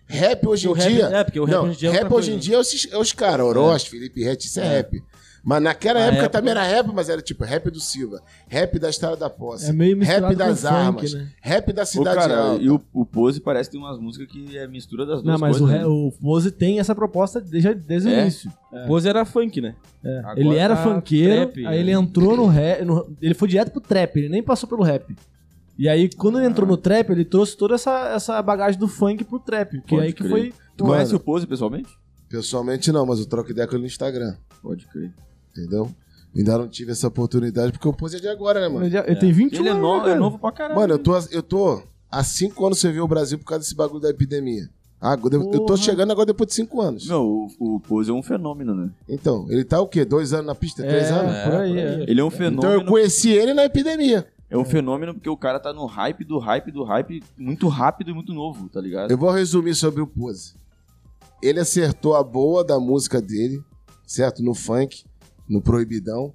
E: Rap hoje
D: Porque o
E: em
D: rap-
E: dia.
D: é, porque o rap
E: não,
D: hoje em dia é
E: Rap
D: outra
E: hoje em
D: coisa.
E: dia é os, é os caras, Oroz, Felipe Rett, isso é,
D: É.
E: rap. Mas naquela
D: Na
E: época,
D: época-
E: também era rap, mas era tipo rap do Silva, rap da Estrada da Posse,
A: É meio misturado
E: rap
A: com
E: das
A: funk,
E: armas,
A: né?
E: rap da
B: Ô,
E: Cidade
B: cara,
E: Alta.
B: e o, o Pose parece que tem umas músicas que é mistura das duas
A: Não, mas o,
B: coisas.
A: re- o Pose tem essa proposta desde, desde o
B: É?
A: início.
D: Pose era funk, né?
A: É.
D: Agora
A: Ele era
D: tá
A: funkeiro,
D: trap,
A: aí
D: né?
A: ele entrou no rap. no- ele foi direto pro trap, ele nem passou pelo rap. E aí, quando ele entrou no trap, ele trouxe toda essa, essa bagagem do funk pro trap. Que
B: Pode
A: aí que
B: crer.
A: foi.
B: Tu
E: Mano.
B: conhece o Pose pessoalmente?
E: Pessoalmente não, mas eu troco ideia com ele no Instagram,
B: Pode crer.
E: entendeu? Ainda não tive essa oportunidade, porque o Pose é de agora, né, mano?
A: Ele, ele tem 21
B: Ele é,
A: anos.
B: no-
A: né, cara?
B: é novo pra caralho.
E: Mano, eu tô, eu tô há cinco anos sem ver o Brasil por causa desse bagulho da epidemia. Ah, agora eu, eu tô
A: Porra.
E: chegando agora depois de cinco anos.
B: Não, o, o Pose é um fenômeno, né?
E: Então, ele tá o quê? Dois anos na pista? Três
A: É,
E: anos?
A: por aí. é.
B: Ele é um
E: Então
B: fenômeno.
E: eu conheci ele na epidemia.
B: É um fenômeno porque o cara tá no hype do hype do hype muito rápido e muito novo, tá ligado?
E: Eu vou resumir sobre o Pose. Ele acertou a boa da música dele, certo? No funk, no proibidão,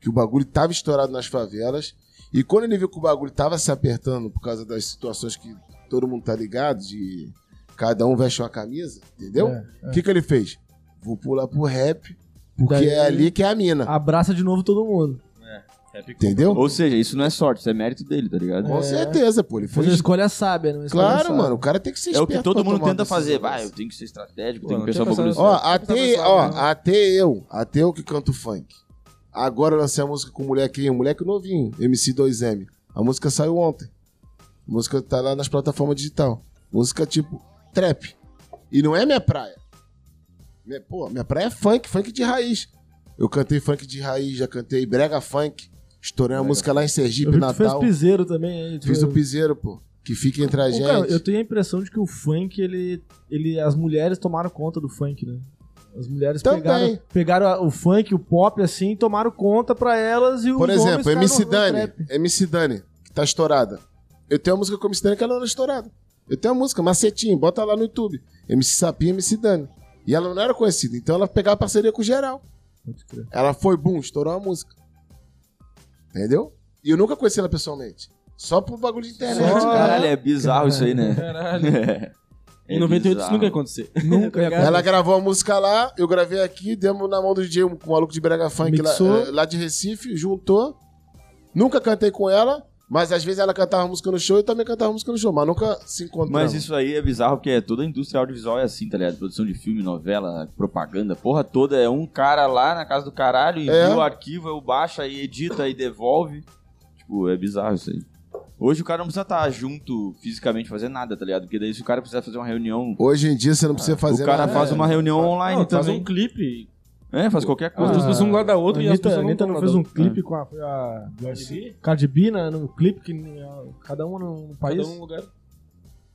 E: que o bagulho tava estourado nas favelas. E quando ele viu que o bagulho tava se apertando por causa das situações que todo mundo tá ligado, de cada um veste uma camisa, entendeu? O
A: É, é.
E: que que ele fez? Vou pular pro rap, porque
A: Daí-
E: é ali que é a mina,
A: Abraça de novo todo mundo.
B: Ah,
E: entendeu?
B: Ou seja, isso não é sorte, isso é mérito dele, tá ligado?
E: Com certeza, pô. Ele
A: Foi uma
E: foi...
A: escolha sábia, né? Uma escolha
E: Claro,
A: sábia.
E: mano, o cara tem que ser
B: É o
E: esperto
B: que todo
E: pra
B: mundo
E: tomar
B: tenta fazer.
E: decisão
B: Vai,
E: dessa.
B: eu tenho que ser estratégico,
D: Pô,
B: tenho que
D: não
B: pensar um
D: tinha
B: pouco no
D: pensado
E: Ó,
D: Certo.
E: até,
D: Pensava só,
E: ó,
D: né?
E: até eu, até eu que canto funk. Agora eu lancei a música com o moleque, um moleque novinho, MC2M. A música saiu ontem. A música tá lá nas plataformas digital. Música tipo trap. E não é minha praia. Minha, pô, minha praia é funk, funk de raiz. Eu cantei funk de raiz, já cantei brega funk. Estourei a música lá em
A: Eu
E: Sergipe,
A: vi que tu fez
E: Natal.
A: piseiro também. aí, tu
E: Fiz
A: foi-
E: o piseiro, pô. Que fica entre a
A: Pô,
E: gente.
A: cara, eu tenho a impressão de que o funk, ele, ele. As mulheres tomaram conta do funk, né? As mulheres
E: Também.
A: pegaram, pegaram a- o funk, o pop, assim, e tomaram conta pra elas e o.
E: Por exemplo, MC Dani.
A: Dani.
E: MC Dani, que tá estourada. Eu tenho uma música com MC Dani que ela não é estourada. Eu tenho a música, Macetinho, bota lá no YouTube. MC Sapinho, MC Dani. E ela não era conhecida, então ela pegava parceria com geral. Ela foi, boom, estourou a música. Entendeu? E eu nunca conheci ela pessoalmente. Só pro bagulho de internet,
A: Só-
E: cara.
B: Caralho, é bizarro isso aí, né?
D: Caralho.
B: É.
D: Em 98 isso
B: bizarro.
D: nunca é ia acontecer.
A: Nunca ia acontecer.
E: Ela gravou a música lá, eu gravei aqui, demos na mão do DJ, um um maluco de Brega Funk lá,
A: Mixou.
E: eh, lá de Recife, juntou. Nunca cantei com ela, mas às vezes ela cantava música no show e eu também cantava música no show, mas nunca se encontramos.
B: Mas isso aí é bizarro porque é toda a indústria audiovisual é assim, tá ligado? Produção de filme, novela, propaganda, porra toda. É um cara lá na casa do caralho, envia
E: É.
B: o arquivo, eu baixa e edita e devolve. Tipo, é bizarro isso aí. Hoje o cara não precisa estar junto fisicamente fazer nada, tá ligado? Porque daí se o cara precisar fazer uma reunião.
E: Hoje em dia você não precisa fazer
B: Ah, o cara
E: nada.
B: faz uma reunião online
D: é. Não, faz
B: também.
D: um clipe.
B: É, faz qualquer
D: As
A: Ah,
B: coisa.
D: duas pessoas um do lado da outra e as
A: Anitta,
D: pessoas não
A: Anitta
D: tão
A: não
D: do
A: fez
D: lado
A: um
D: da outra.
A: clipe com a, foi a Cardi B né, no clipe que eh, cada um no, no país.
D: Cada um lugar.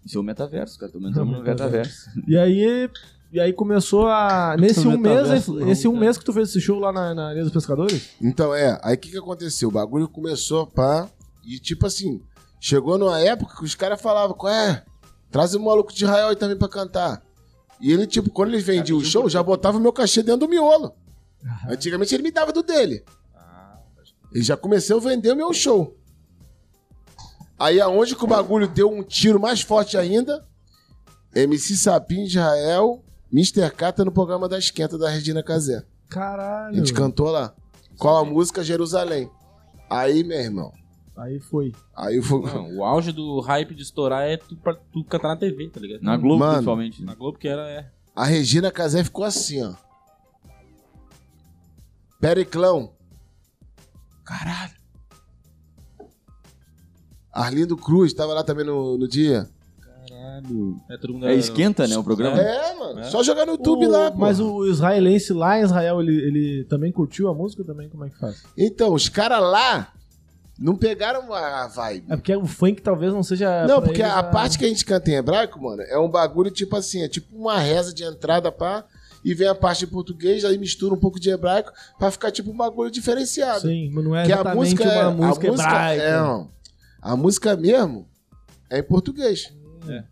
B: Isso é o metaverso, cara. Também entrando no metaverso.
A: E aí e aí começou
E: Tá
A: a nesse um mês,
D: Metaverso, não,
A: esse um
D: cara.
A: mês que tu fez esse show lá na, na Ilha dos Pescadores?
E: Então é, aí o que, que aconteceu? O bagulho começou, pá, e tipo assim, chegou numa época que os caras falavam, qual é? Traz o maluco de Israel aí também pra cantar. E ele, tipo, quando ele vendia o show, já botava o meu cachê dentro do miolo. Antigamente ele me dava do dele. Ele já começou a vender o meu show. Aí aonde que o bagulho deu um tiro mais forte ainda? MC Sapim de Israel, Mr. Cata no programa da Esquenta da Regina Casé. A
A: Caralho.
E: gente cantou lá. Qual a música? Jerusalém. Aí, meu irmão.
A: Aí foi.
E: Aí foi.
D: Não, o auge do hype de estourar é tu, pra, tu cantar na TV, tá ligado?
B: Na Globo,
E: Mano.
B: principalmente. né?
D: Na Globo que era, é.
E: A Regina Casé ficou assim, ó. Periclão. Caralho. Arlindo Cruz tava lá também no, no dia.
D: é, todo mundo
B: É
D: era-
B: esquenta, né? O programa.
E: É, mano. Só jogar no YouTube
A: O-
E: lá, pô.
A: Mas o israelense lá em Israel, ele, ele também curtiu a música também? Como é que faz?
E: Então, os caras lá não pegaram a vibe.
A: É porque o funk talvez não seja.
E: Não,
A: Ah, pra
E: porque
A: eles é
E: a parte que a gente canta em hebraico, mano, é um bagulho tipo assim, é tipo uma reza de entrada pá, e vem a parte em português, aí mistura um pouco de hebraico pra ficar tipo um bagulho diferenciado.
A: Sim, mas não é
E: que a
A: exatamente
E: música,
A: uma
E: é- a
A: música,
E: música
A: hebraica.
E: é, ó, a música mesmo é em português.
D: É.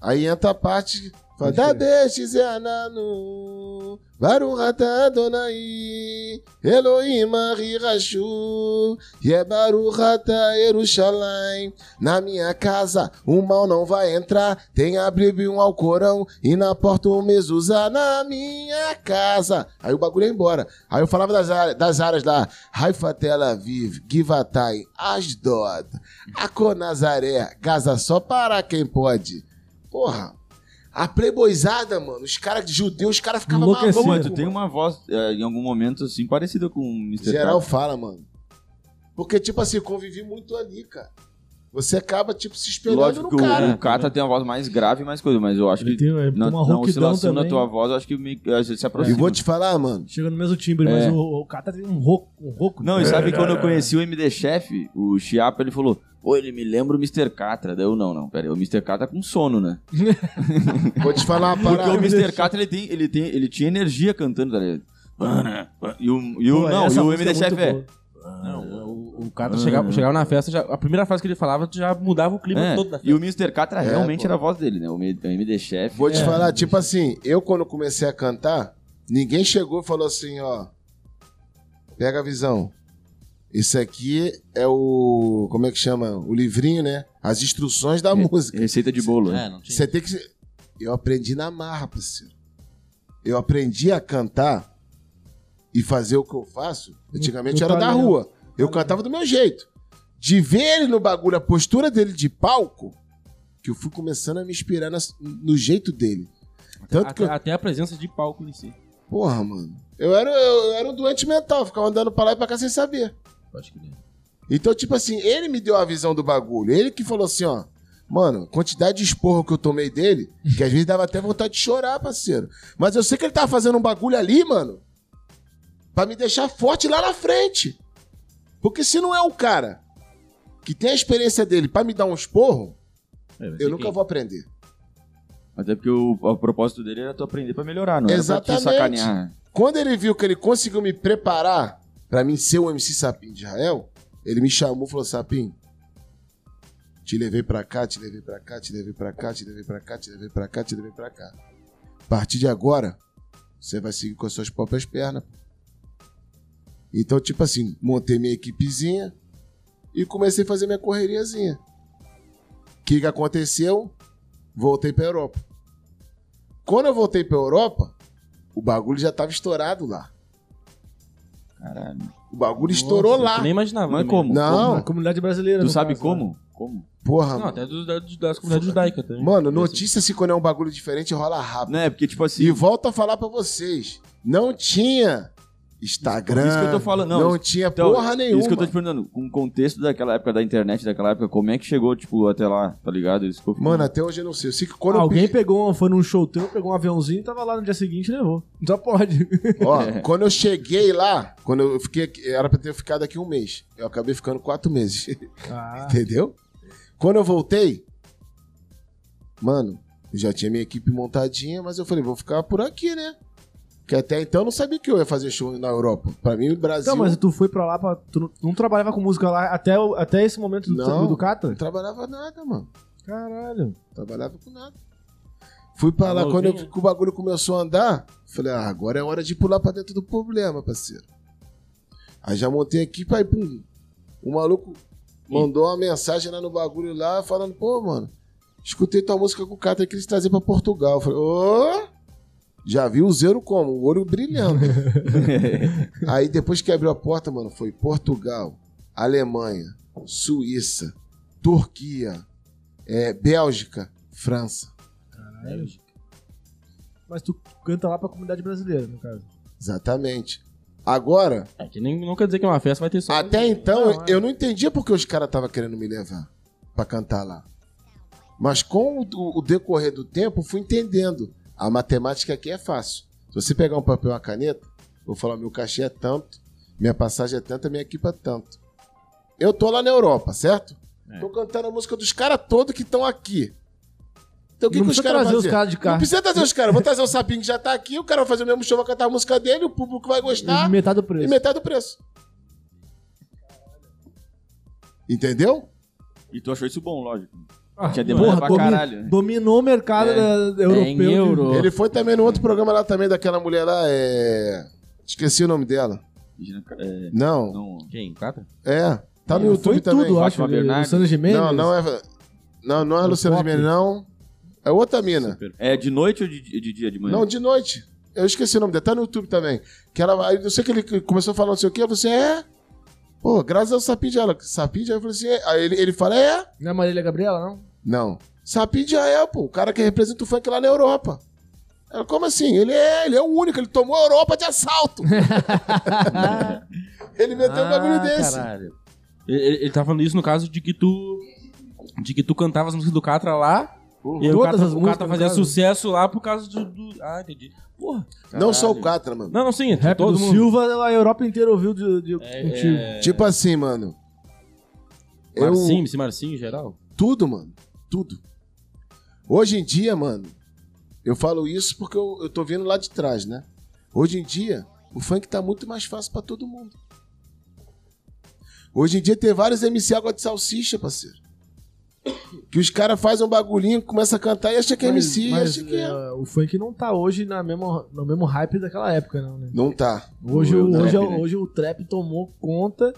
E: Aí entra a parte fala,
A: Pode crer.
E: da destes e ananu, Baruch Adonai, Elohim Arirashu, Yebaruchata Yerushalayim. Na minha casa o mal não vai entrar, tem a Bíblia e um Alcorão, e na porta o mezuzá na minha casa. Aí o bagulho ia embora. Aí eu falava das áreas, das áreas lá, Haifa Tel Aviv, Givatai, Asdod, Aco Nazaré, Gaza só para quem pode. Porra, a playboyzada, mano, os caras judeus, os caras ficavam
A: Enlouquecido.
E: malucos.
B: Pô, mas é, tu
E: mano.
B: tem uma voz eh, em algum momento assim parecida com o Mr.
E: Geral fala, mano. Porque, tipo assim, eu convivi muito ali, cara. Você acaba, tipo, se espelhando
B: Lógico que
E: no cara.
B: o, o Kata tem uma voz mais grave e mais coisa, mas eu acho
A: Ele
B: que
A: tem é,
B: na,
A: uma
B: na
A: rouquidão
B: oscilação
A: também.
B: da tua voz, eu acho que meio que às vezes se
E: E
B: aproxima.
E: vou te falar, mano.
A: Chega no mesmo timbre, mas
B: É.
A: o, o Kata tem um rouco. Um rouco
B: Não, e
E: É.
B: sabe quando eu conheci o MD Chef, o Chiapa, ele falou, pô, ele me lembra o Mr. Catra. Daí eu, não, não, pera aí, o Mr. Catra tá com sono, né?
E: Vou te falar uma
B: Porque o
E: parada.
B: Mr. Catra, ele, tem, ele, tem, ele tinha energia cantando, tá ligado? E o, e o,
A: Pô,
B: não, e
A: essa
B: o
A: música
B: MD Chef
A: muito
B: é,
A: boa.
D: Não, o, o cara chegava, chegava na festa, já, a primeira frase que ele falava tu já mudava o clima
B: é,
D: todo da
B: E
D: festa.
B: o Mr. Catra
E: É,
B: realmente
E: pô.
B: era a voz dele, né? O MD Chef.
E: Vou te
A: É,
E: falar, tipo assim, eu quando comecei a cantar, ninguém chegou e falou assim, ó. Pega a visão. Isso aqui é o. Como é que chama? O livrinho, né? As instruções da
B: Re-
E: música.
B: Receita de bolo. né?
D: É, não tinha.
E: Você tem que. Eu aprendi na marra, parceiro. Eu aprendi a cantar e fazer o que eu faço. Antigamente
A: no
E: era da
A: talento.
E: rua. Eu cantava do meu jeito. De ver ele no bagulho, a postura dele de palco, que eu fui começando a me inspirar nas- no jeito dele. Tanto que
D: até,
E: eu,
D: até a presença de palco em si.
E: Porra, mano. Eu era, eu era um doente mental, ficava andando pra lá e pra cá sem saber.
D: Pode crer.
E: Então, tipo assim, ele me deu a visão do bagulho. Ele que falou assim, ó. Mano, quantidade de esporro que eu tomei dele, que às vezes dava até vontade de chorar, parceiro. Mas eu sei que ele tava fazendo um bagulho ali, mano, pra me deixar forte lá na frente. Porque se não é o cara que tem a experiência dele pra me dar um esporro,
D: É,
E: eu nunca vou aprender.
B: Até é porque o, o propósito dele era tu aprender pra melhorar, não
E: Exatamente.
B: era pra te sacanear.
E: Quando ele viu que ele conseguiu me preparar pra mim ser o MC Sapim de Israel, ele me chamou e falou: Sapim, te levei pra cá, te levei pra cá, te levei pra cá, te levei pra cá, te levei pra cá, te levei pra cá. A partir de agora, você vai seguir com as suas próprias pernas. Então, tipo assim, montei minha equipezinha, e comecei a fazer minha correriazinha. O que, que aconteceu? Voltei pra Europa. Quando eu voltei pra Europa, o bagulho já tava estourado lá.
B: Caralho.
E: O bagulho estourou lá.
D: Eu nem imaginava.
B: Mas
D: também.
B: como?
E: Não.
A: A comunidade brasileira.
B: Tu
A: no
B: sabe
A: caso, né?
B: como? Como?
E: Porra,
D: Não,
E: mano.
D: até dos- das, das comunidades judaicas também.
E: Mano, notícia se quando é um bagulho diferente rola rápido.
B: Né, porque tipo assim,
E: E volto a falar pra vocês, não tinha Instagram.
B: Isso que eu tô falando, não, isso-
E: tinha
B: então,
E: porra nenhuma.
B: Isso que eu tô te perguntando, com o contexto daquela época da internet, daquela época, como é que chegou, tipo, até lá, tá ligado? Isso que eu fico-
E: Mano, até hoje eu não sei. Eu sei que quando
A: Alguém
E: eu pe-
A: pegou, foi num show teu, pegou um aviãozinho e tava lá no dia seguinte e levou. Já pode.
E: Ó,
B: É.
E: quando eu cheguei lá, quando eu fiquei, aqui- era pra ter ficado aqui um mês. Eu acabei ficando quatro meses.
A: Ah,
E: Entendeu? Quando eu voltei, mano, eu já tinha minha equipe montadinha, mas eu falei, vou ficar por aqui, né? Porque até então eu não sabia que eu ia fazer show na Europa. Pra mim, o Brasil.
A: então, mas tu foi pra lá, pra, tu não, tu não trabalhava com música lá até, o- até esse momento
E: Não.
A: do, do Cata?
E: não trabalhava nada, mano.
A: Caralho.
E: Trabalhava com nada. Fui pra lá,
D: Alô,
E: quando eu
D: Vinha?
E: vi que o bagulho começou a andar, falei, ah, agora é hora de pular pra dentro do problema, parceiro. Aí já montei aqui, pai, pum. O maluco mandou uma mensagem lá no bagulho lá, falando, pô, mano, escutei tua música com o Catra que eles traziam pra Portugal. Eu falei, ô! Já vi o zero como? O olho brilhando. Aí depois que abriu a porta, mano, foi Portugal, Alemanha, Suíça, Turquia, é, Bélgica, França.
A: Mas tu canta lá pra comunidade brasileira, no caso.
E: Exatamente. Agora,
D: É que nem, não quer dizer que é uma festa, vai ter só.
E: até então,
A: Não, é.
E: eu não entendia porque os caras estavam querendo me levar pra cantar lá. Mas com o, o decorrer do tempo, fui entendendo. A matemática aqui é fácil. Se você pegar um papel e uma caneta, vou falar: meu cachê é tanto, minha passagem é tanta, minha equipa é tanto. Eu tô lá na Europa, certo?
A: É.
E: Tô cantando a música dos caras todos que estão aqui. Então o que,
A: não
E: que os
A: precisa
E: caras
A: trazer os
E: fazer?
A: caras de
E: Não
A: carro.
E: precisa trazer os caras. Vou trazer o Sapinho que já tá aqui, o cara vai fazer o mesmo show, vai cantar a música dele, o público vai gostar
A: Metade do
E: e
A: preço.
E: metade do preço. Entendeu?
B: E tu achou isso bom, lógico.
A: Ah,
B: Tinha demanda é pra
A: domi-
B: caralho. né?
A: Dominou o mercado
B: É.
A: da- europeu.
D: É, em
A: de-
D: euro.
E: né? Ele foi também no outro programa lá também daquela mulher lá, é. Esqueci o nome dela.
B: Imagina, é,
E: Não,
B: não...
D: Quem? Cata?
E: é. Tá no
A: Ele
E: YouTube
A: foi
E: também.
A: tudo, eu acho.
B: Fátima
A: ele-
B: Bernardes.
A: Luciano Gimenez.
E: não, não é. Não, não é a Luciana
A: pop.
E: Gimenez, não. É outra mina.
B: É de noite ou de, de dia de manhã?
D: É.
E: Não, de noite. Eu esqueci o nome dela, tá no YouTube também. Que ela, aí não sei que ele começou a falar não sei o que, você é. Pô, graças ao Sapindia, ela. Sapindia, eu falei assim, é. Aí ele, ele fala, é.
A: Não é Marília Gabriela, não?
E: Não. Sapindia é, pô, o cara que representa o funk lá na Europa. Ela, como assim? Ele é, ele é o único, ele tomou a Europa de assalto.
B: Ah.
E: ele meteu um bagulho desse.
D: Ah, Caralho. Ele, ele- ele tá falando isso no caso de que tu. De que tu cantava as músicas do Catra lá. E aí o
A: Todas
D: Catra,
A: as
D: o
A: músicas,
D: Catra
A: no
D: fazia
A: caso.
D: sucesso lá por causa do. do- Ah, entendi. Porra.
E: Não só o Catra, mano.
D: Não, não, sim.
A: Rap
D: todo
A: do
D: mundo.
A: Silva, a Europa inteira ouviu de, de
D: É,
A: contigo.
D: é,
E: Tipo assim, mano. Eu,
D: Marcinho, esse Marcinho em geral.
E: tudo, mano. Tudo. Hoje em dia, mano, eu falo isso porque eu, eu tô vendo lá de trás, né? Hoje em dia, o funk tá muito mais fácil pra todo mundo. Hoje em dia tem vários MC água de salsicha, parceiro. Que os caras fazem um bagulhinho, começa a cantar e acha que é
A: Mas-
E: MC,
A: mas,
E: acha que é.
A: é, O funk não tá hoje na mesma, no mesmo hype daquela época, não, né?
E: Não tá.
A: Hoje, é
B: O
A: o,
B: trap,
A: hoje,
B: né?
A: hoje o trap tomou conta.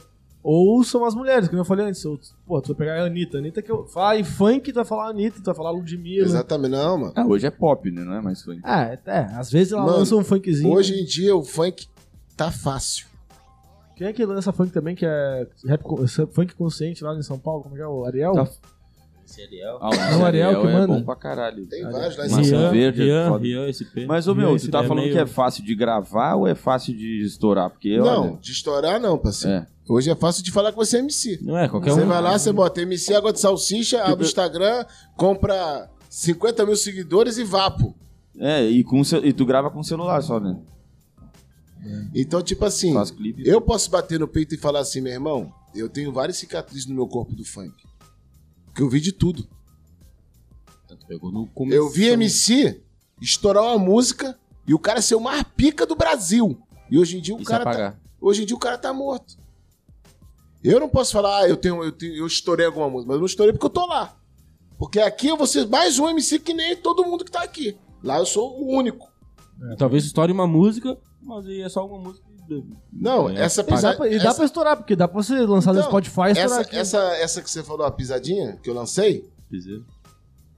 A: Ou são as mulheres, como eu falei antes. Ou, pô, tu vai pegar a Anitta. Anitta que eu. Falar em funk, tu vai falar Anitta, tu vai falar Ludmilla.
E: Exatamente, não, mano.
B: Ah, hoje é pop, né? Não é mais funk.
A: Ah, é, é, às vezes ela
E: Mano,
A: lança um funkzinho.
E: Hoje em dia o funk tá fácil.
A: Quem é que lança funk também, que é rap co- funk consciente lá em São Paulo? Como é que é? O Ariel?
B: Tá.
D: Serial.
B: Ah,
A: É o Ariel que
B: é
A: manda.
B: bom pra caralho.
E: Tem vários lá em São
B: Maçã
D: Rian,
E: Paulo.
B: verde é
D: Rian,
B: foda.
D: Rian, SP.
B: Mas, ô meu,
D: Rian,
B: tu tá
D: SP,
B: falando
D: meio-
B: que é fácil de gravar ou é fácil de estourar? Porque,
E: Não,
B: olha,
E: de estourar não, parceiro.
B: É.
E: Hoje é fácil de falar que você é MC.
D: Não é, qualquer
E: Você
D: um.
E: vai lá, você bota MC Água de Salsicha, abre o Instagram, compra 50 mil seguidores e vapo.
B: É, e, com, ce- e tu grava com celular só, né?
E: Então, tipo assim,
B: Faz clipe.
E: eu posso bater no peito e falar assim, meu irmão, eu tenho várias cicatrizes no meu corpo do funk. Porque eu vi de tudo.
D: Tu pegou no começo.
E: Eu vi MC estourar uma música e o cara ser o mais pica do Brasil. E hoje em dia o
D: E se
E: cara tá,
D: apagar.
E: hoje em dia o cara tá morto. Eu não posso falar, ah, eu tenho, eu tenho- eu estourei alguma música, mas eu não estourei porque eu tô lá. Porque aqui eu vou ser mais um MC que nem todo mundo que tá aqui. Lá eu sou o único.
D: E Talvez estoure uma música, mas aí é só uma música. e
E: Não,
D: É.
E: essa
A: E dá,
E: pisada.
A: pra, e dá pra estourar, porque dá pra você lançar no
E: Então,
A: Spotify e estourar
E: Essa,
A: aqui.
E: essa, essa que você falou, a pisadinha que eu lancei,
D: Piseiro.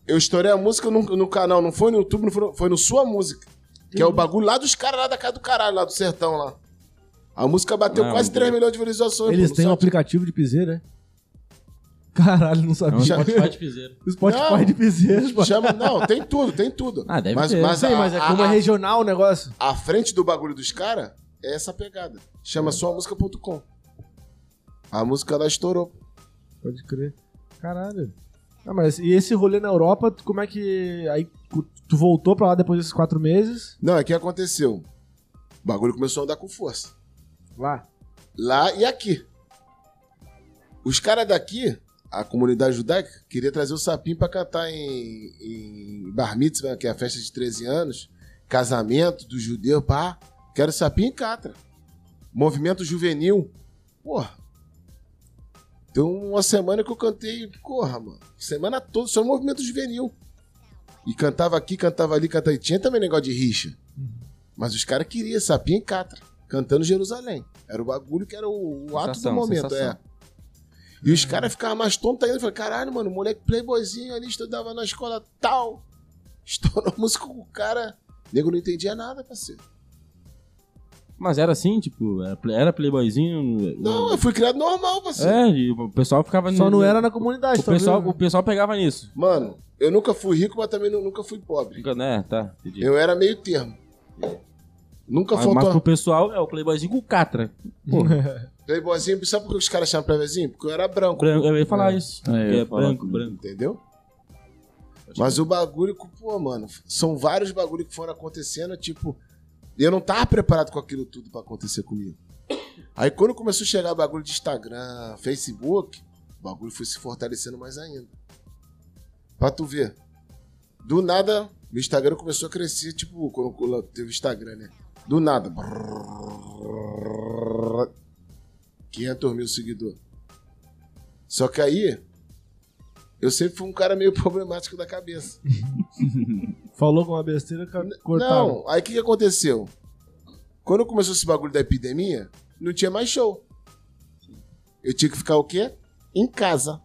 E: eu estourei a música no, no canal, não foi no YouTube, não foi, no- foi no Sua Música. Que é o bagulho lá dos caras lá da casa do caralho, lá do sertão lá. A música bateu
D: Não,
E: quase
D: não.
E: 3 milhões de visualizações.
A: é um Eles
E: pô,
A: têm um
E: no site.
A: aplicativo de piseira, é? Caralho, não
D: É um
A: sabia.
D: Spotify de piseiro.
A: Spotify
E: Não.
A: de piseira, mano.
E: Chama, não, tem tudo, tem tudo.
D: Ah, deve
E: mas,
D: ter.
E: Mas,
A: Sei,
E: a,
A: mas é
E: a-
A: como é
E: a-
A: regional o negócio.
E: a frente do bagulho dos caras é essa pegada. Chama suamusica.com. A música lá estourou.
A: Pode crer. Caralho. Ah, mas e esse rolê na Europa, tu- como é que. Aí cu- tu voltou pra lá depois desses quatro meses?
E: Não, é que aconteceu. O bagulho começou a andar com força.
A: Lá.
E: lá e aqui. Os caras daqui, a comunidade judaica, queria trazer o sapinho pra cantar em, em Bar Mitzvah, que é a festa de 13 anos, casamento do judeu, pá. Quero sapinho e catra. Movimento juvenil. Porra. Tem uma semana que eu cantei, porra, mano. Semana toda, só movimento juvenil. E cantava aqui, cantava ali, cantava. E tinha também negócio de rixa.
D: Uhum.
E: Mas os caras queriam sapinho e catra, cantando Jerusalém. Era o bagulho que era o, o ato do
D: Sensação,
E: momento,
D: sensação.
E: é. E os caras ficavam mais tontos ainda. Eu Falei, caralho, mano, moleque playboyzinho ali, estudava na escola tal. Estourou música com o cara. Nego não entendia nada, parceiro.
D: Mas era assim, tipo, era play- era playboyzinho.
E: Não, eu fui criado normal, parceiro.
D: É, e o pessoal ficava.
A: Só
D: ne-
A: não era na comunidade, tá
D: O pessoal,
A: vendo?
D: o
E: né?
D: pessoal pegava nisso.
E: Mano, eu nunca fui rico, mas também nu- nunca fui pobre.
D: Fica, né, tá. Entendi.
E: Eu era meio termo. Nunca
D: Mas, mas pro
E: faltou.
D: pessoal é o playboyzinho com catra.
E: Playboyzinho, sabe por que os caras chamam playboyzinho? Porque eu era branco.
D: Branco, eu ia falar isso.
B: É, eu ia
D: porque é
B: falar
D: branco,
B: também.
D: branco.
E: Entendeu? Mas o bagulho, que, pô, mano, são vários bagulhos que foram acontecendo, tipo, eu não tava preparado com aquilo tudo pra acontecer comigo. Aí quando começou a chegar bagulho de Instagram, Facebook, o bagulho foi se fortalecendo mais ainda. Pra tu ver. Do nada, meu Instagram começou a crescer, tipo, quando teve o Instagram, né? Do nada. 500 mil seguidores. Só que aí, eu sempre fui um cara meio problemático da cabeça.
A: Falou com uma besteira, ca- cortaram.
E: Não, aí o que, que aconteceu? Quando começou esse bagulho da epidemia, não tinha mais show. Eu tinha que ficar o quê? Em casa.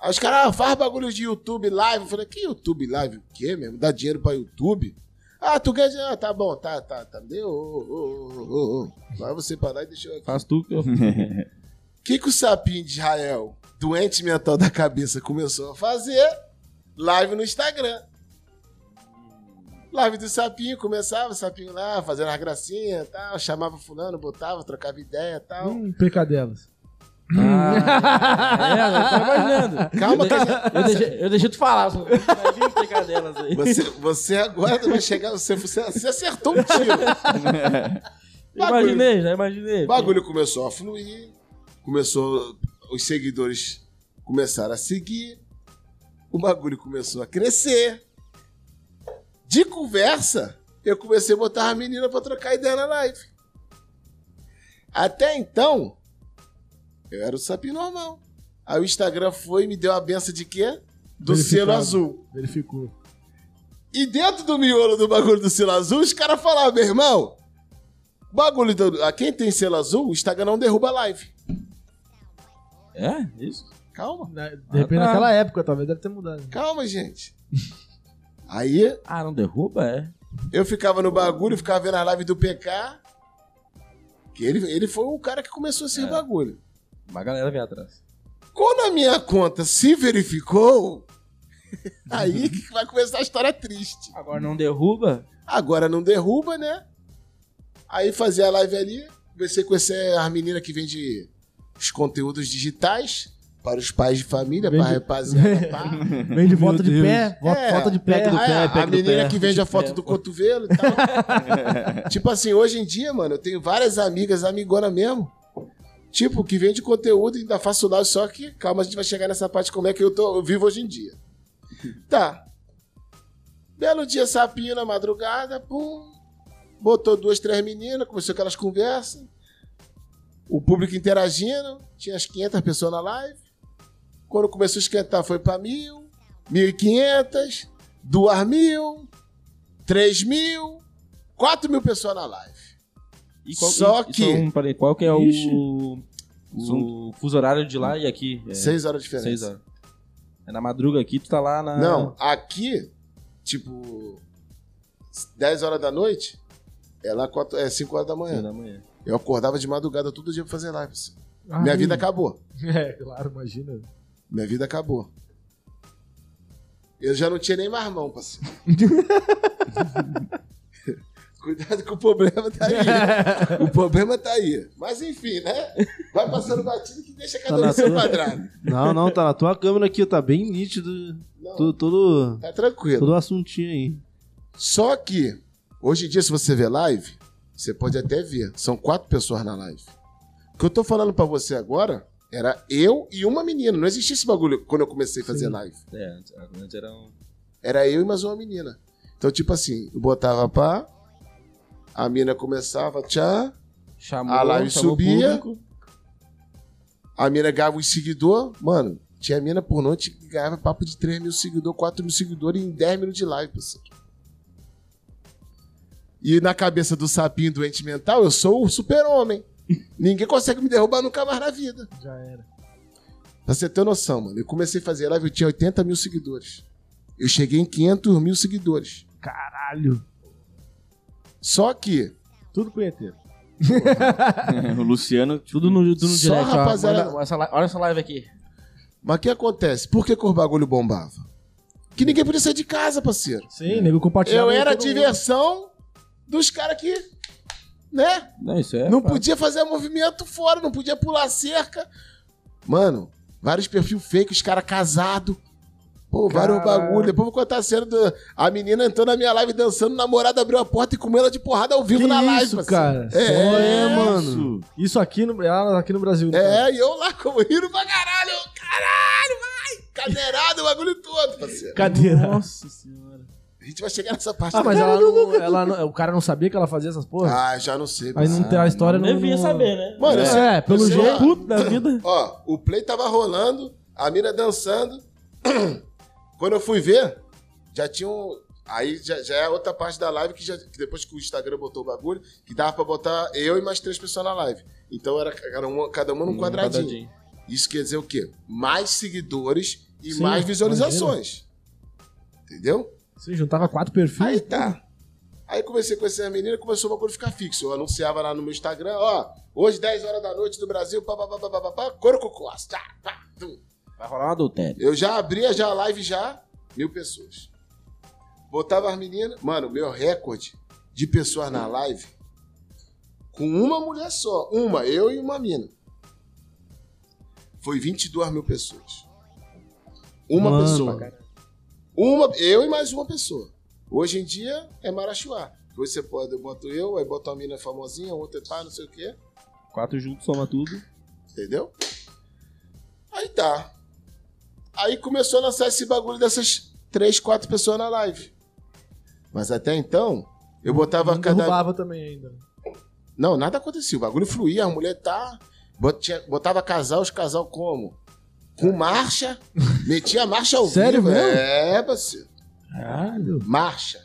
E: Aí os caras, ah, faz bagulho de YouTube live. Eu falei, que YouTube live? O quê mesmo? Dá dinheiro pra YouTube? Ah, tu quer dinheiro? Ah, tá bom, tá, tá, tá. Deu, ô, ô, ô, ô, ô, ô. Vai você pra lá e deixa eu aqui.
D: Faz tu que eu.
E: O que, que o sapinho de Israel, doente mental da cabeça, começou a fazer? Live no Instagram. Live do sapinho, começava o sapinho lá, fazendo as gracinhas e tal, chamava fulano, botava, trocava ideia e tal.
A: Hum, pecadelas.
D: Ah, é, eu tava imaginando.
E: Calma que a gente-
D: Eu deixei, eu deixei tu falar. só- Imagina pegar delas aí.
E: você, você agora vai chegar, você, você, você acertou um tiro.
D: Imaginei, já imaginei.
E: O bagulho começou a fluir, começou, os seguidores começaram a seguir, o bagulho começou a crescer. De conversa, eu comecei a botar a menina pra trocar ideia na live. Até então, eu era o sapinho normal. Aí o Instagram foi e me deu a benção de quê? Do
A: Verificado.
E: selo azul.
A: Verificou.
E: E dentro do miolo do bagulho do selo azul, os caras falaram, meu irmão, bagulho do... a quem tem selo azul, o Instagram não derruba a live.
D: É, isso.
E: Calma,
A: Na- De repente
D: tá.
A: naquela época, talvez deve ter mudado.
E: calma, gente. Aí
D: Ah, não derruba? É.
E: eu ficava no bagulho, ficava vendo a live do PK, que ele, ele foi o cara que começou esse bagulho.
D: Uma galera vem atrás.
E: Quando a minha conta se verificou, aí que vai começar a história triste.
D: Agora não derruba?
E: Agora não derruba, né? Aí fazia a live ali, comecei com essa as meninas que vende os conteúdos digitais para os pais de família, para
A: Vende-
E: pra rapaziada. pá.
A: Vem de foto de
D: Deus.
A: pé, vo-
E: É,
A: foto de pé.
E: a- a,
D: pé, pé do
E: menina
D: pé.
E: que vende a foto do cotovelo e tal. tipo assim, hoje em dia, mano, eu tenho várias amigas, amigona mesmo. Tipo, que vende conteúdo e ainda faço live, só que, calma, a gente vai chegar nessa parte como é que eu, tô, eu vivo hoje em dia. Tá. Belo dia, sapinho na madrugada, pum. Botou duas, três meninas, começou aquelas conversas. O público interagindo, tinha as 500 pessoas na live. Quando começou a esquentar, foi pra mil, 1.500, 2 mil, 3 mil, 4 mil pessoas na live.
D: E qual
E: Só
D: e
E: que-
D: um, peraí, qual que é
E: Ixi.
D: o, o fuso horário de lá e aqui? É
E: Seis horas de diferença.
D: seis horas. É na madruga aqui, tu tá lá na...
E: Não, aqui, tipo, 10 horas da noite, é lá 4, é 5 horas da
D: seis
E: manhã.
D: da manhã.
E: Eu acordava de madrugada todo dia pra fazer live. assim.
A: Ah,
E: Minha vida acabou.
A: É, claro, imagina.
E: Minha vida acabou. Eu já não tinha nem mais mão, parceiro. Cuidado que o problema tá aí. O problema tá aí. Mas enfim, né? Vai passando batido que deixa cada um no seu quadrado.
C: Não, não, tá na tua câmera aqui, tá bem nítido.
E: Não,
C: Todo, todo,
E: tá tranquilo.
C: todo assuntinho aí.
E: Só que, hoje em dia, se você vê live, você pode até ver. São quatro pessoas na live. O que eu tô falando pra você agora era eu e uma menina. Não existia esse bagulho quando eu comecei a fazer live.
D: É, antes- antes era um...
E: Era eu e mais uma menina. Então, tipo assim, eu botava pá, a mina começava tchá,
D: Chamou,
E: A live
A: é
D: chamou o
E: Ah subia.
D: público.
E: a mina ganhava os seguidor. Mano, tinha mina por noite que ganhava papo de 3 mil seguidor, 4 mil seguidores em 10 minutos de live, parceiro. E na cabeça do sapinho doente mental, eu sou o super-homem. Ninguém consegue me derrubar nunca mais na vida.
A: Já era.
E: Pra você ter noção, mano. Eu comecei a fazer live, eu tinha 80 mil seguidores. Eu cheguei em 500 mil seguidores.
A: Caralho.
E: Só que
A: Tudo punheteiro.
B: o Luciano, tipo,
D: Tudo no, tudo no
E: Só,
D: direct, ó.
E: rapaziada-
D: Manda- essa li- olha essa live aqui.
E: Mas o que acontece? Por que, que o bagulho bombava? Que ninguém podia sair de casa, parceiro.
A: Sim, nego compartilhava.
E: Eu era a
A: todo mundo.
E: diversão dos caras que. Né?
D: Não, isso é...
E: não
D: fácil.
E: podia fazer movimento fora, não podia pular cerca. Mano, vários perfil fake, os caras casados. Pô, vários
A: Caralho.
E: bagulho. Depois eu vou contar a cena do, a menina entrou na minha live dançando, o namorado abriu a porta e comeu ela de porrada ao vivo
A: Que
E: na live.
A: isso,
E: parceiro.
A: cara? Só
E: É,
A: é,
E: mano.
A: mano. Isso aqui no, ah, aqui no Brasil. né, cara?
E: É, e eu lá como rindo pra caralho. Eu, Caralho, vai! Cadeirada, o bagulho todo, parceiro.
A: Cadeira.
D: Nossa senhora.
E: A gente vai chegar nessa parte.
A: Ah, mas
E: também.
A: ela não, ela não- o cara não sabia que ela fazia essas porra?
E: Ah, já não sei.
A: Aí
E: mas-
A: não tem a história não.
D: Devia
A: não-
D: saber, né?
E: Mano, eu sei-
A: É, pelo
E: eu sei lá.
A: jeito.
D: Puto da vida.
E: Ó, o play tava rolando, a mina dançando. Quando eu fui ver, já tinha um... Aí já, já é outra parte da live que, já, que depois que o Instagram botou o bagulho, que dava pra botar eu e mais três pessoas na live. Então era cada uma, cada uma num quadradinho. Isso quer dizer o quê? Mais seguidores e
A: Sim,
E: mais visualizações. Entendeu?
A: Você juntava quatro perfis.
E: Aí tá. Aí comecei a conhecer a menina, começou o bagulho ficar fixo. Eu anunciava lá no meu Instagram, ó, hoje 10 horas da noite do Brasil, papapá, Coroco Costa. Tá, pá, tum.
D: Vai rolar um adultério.
E: Eu já abria já a live já, mil pessoas. Botava as meninas, mano, meu recorde de pessoas na live com uma mulher só, uma, eu e uma mina. Foi 22 mil pessoas. Uma
C: Mano,
E: pessoa. Uma, eu e mais uma pessoa. Hoje em dia é Marachuá. Você pode, eu boto eu, aí boto uma mina famosinha, outra é pá, não sei o quê.
D: Quatro juntos, soma tudo.
E: Entendeu? Aí tá. Aí começou a lançar esse bagulho dessas três, quatro pessoas na live. Mas até então, eu botava
A: não
E: cada.
A: derrubava também ainda.
E: Não, nada acontecia. O bagulho fluía, a mulher tá. bot- tinha- Botava casal, os casal como? Com marcha. Metia a marcha ao
A: Sério
E: vivo.
A: mesmo?
E: É, parceiro.
A: Caralho.
E: Marcha.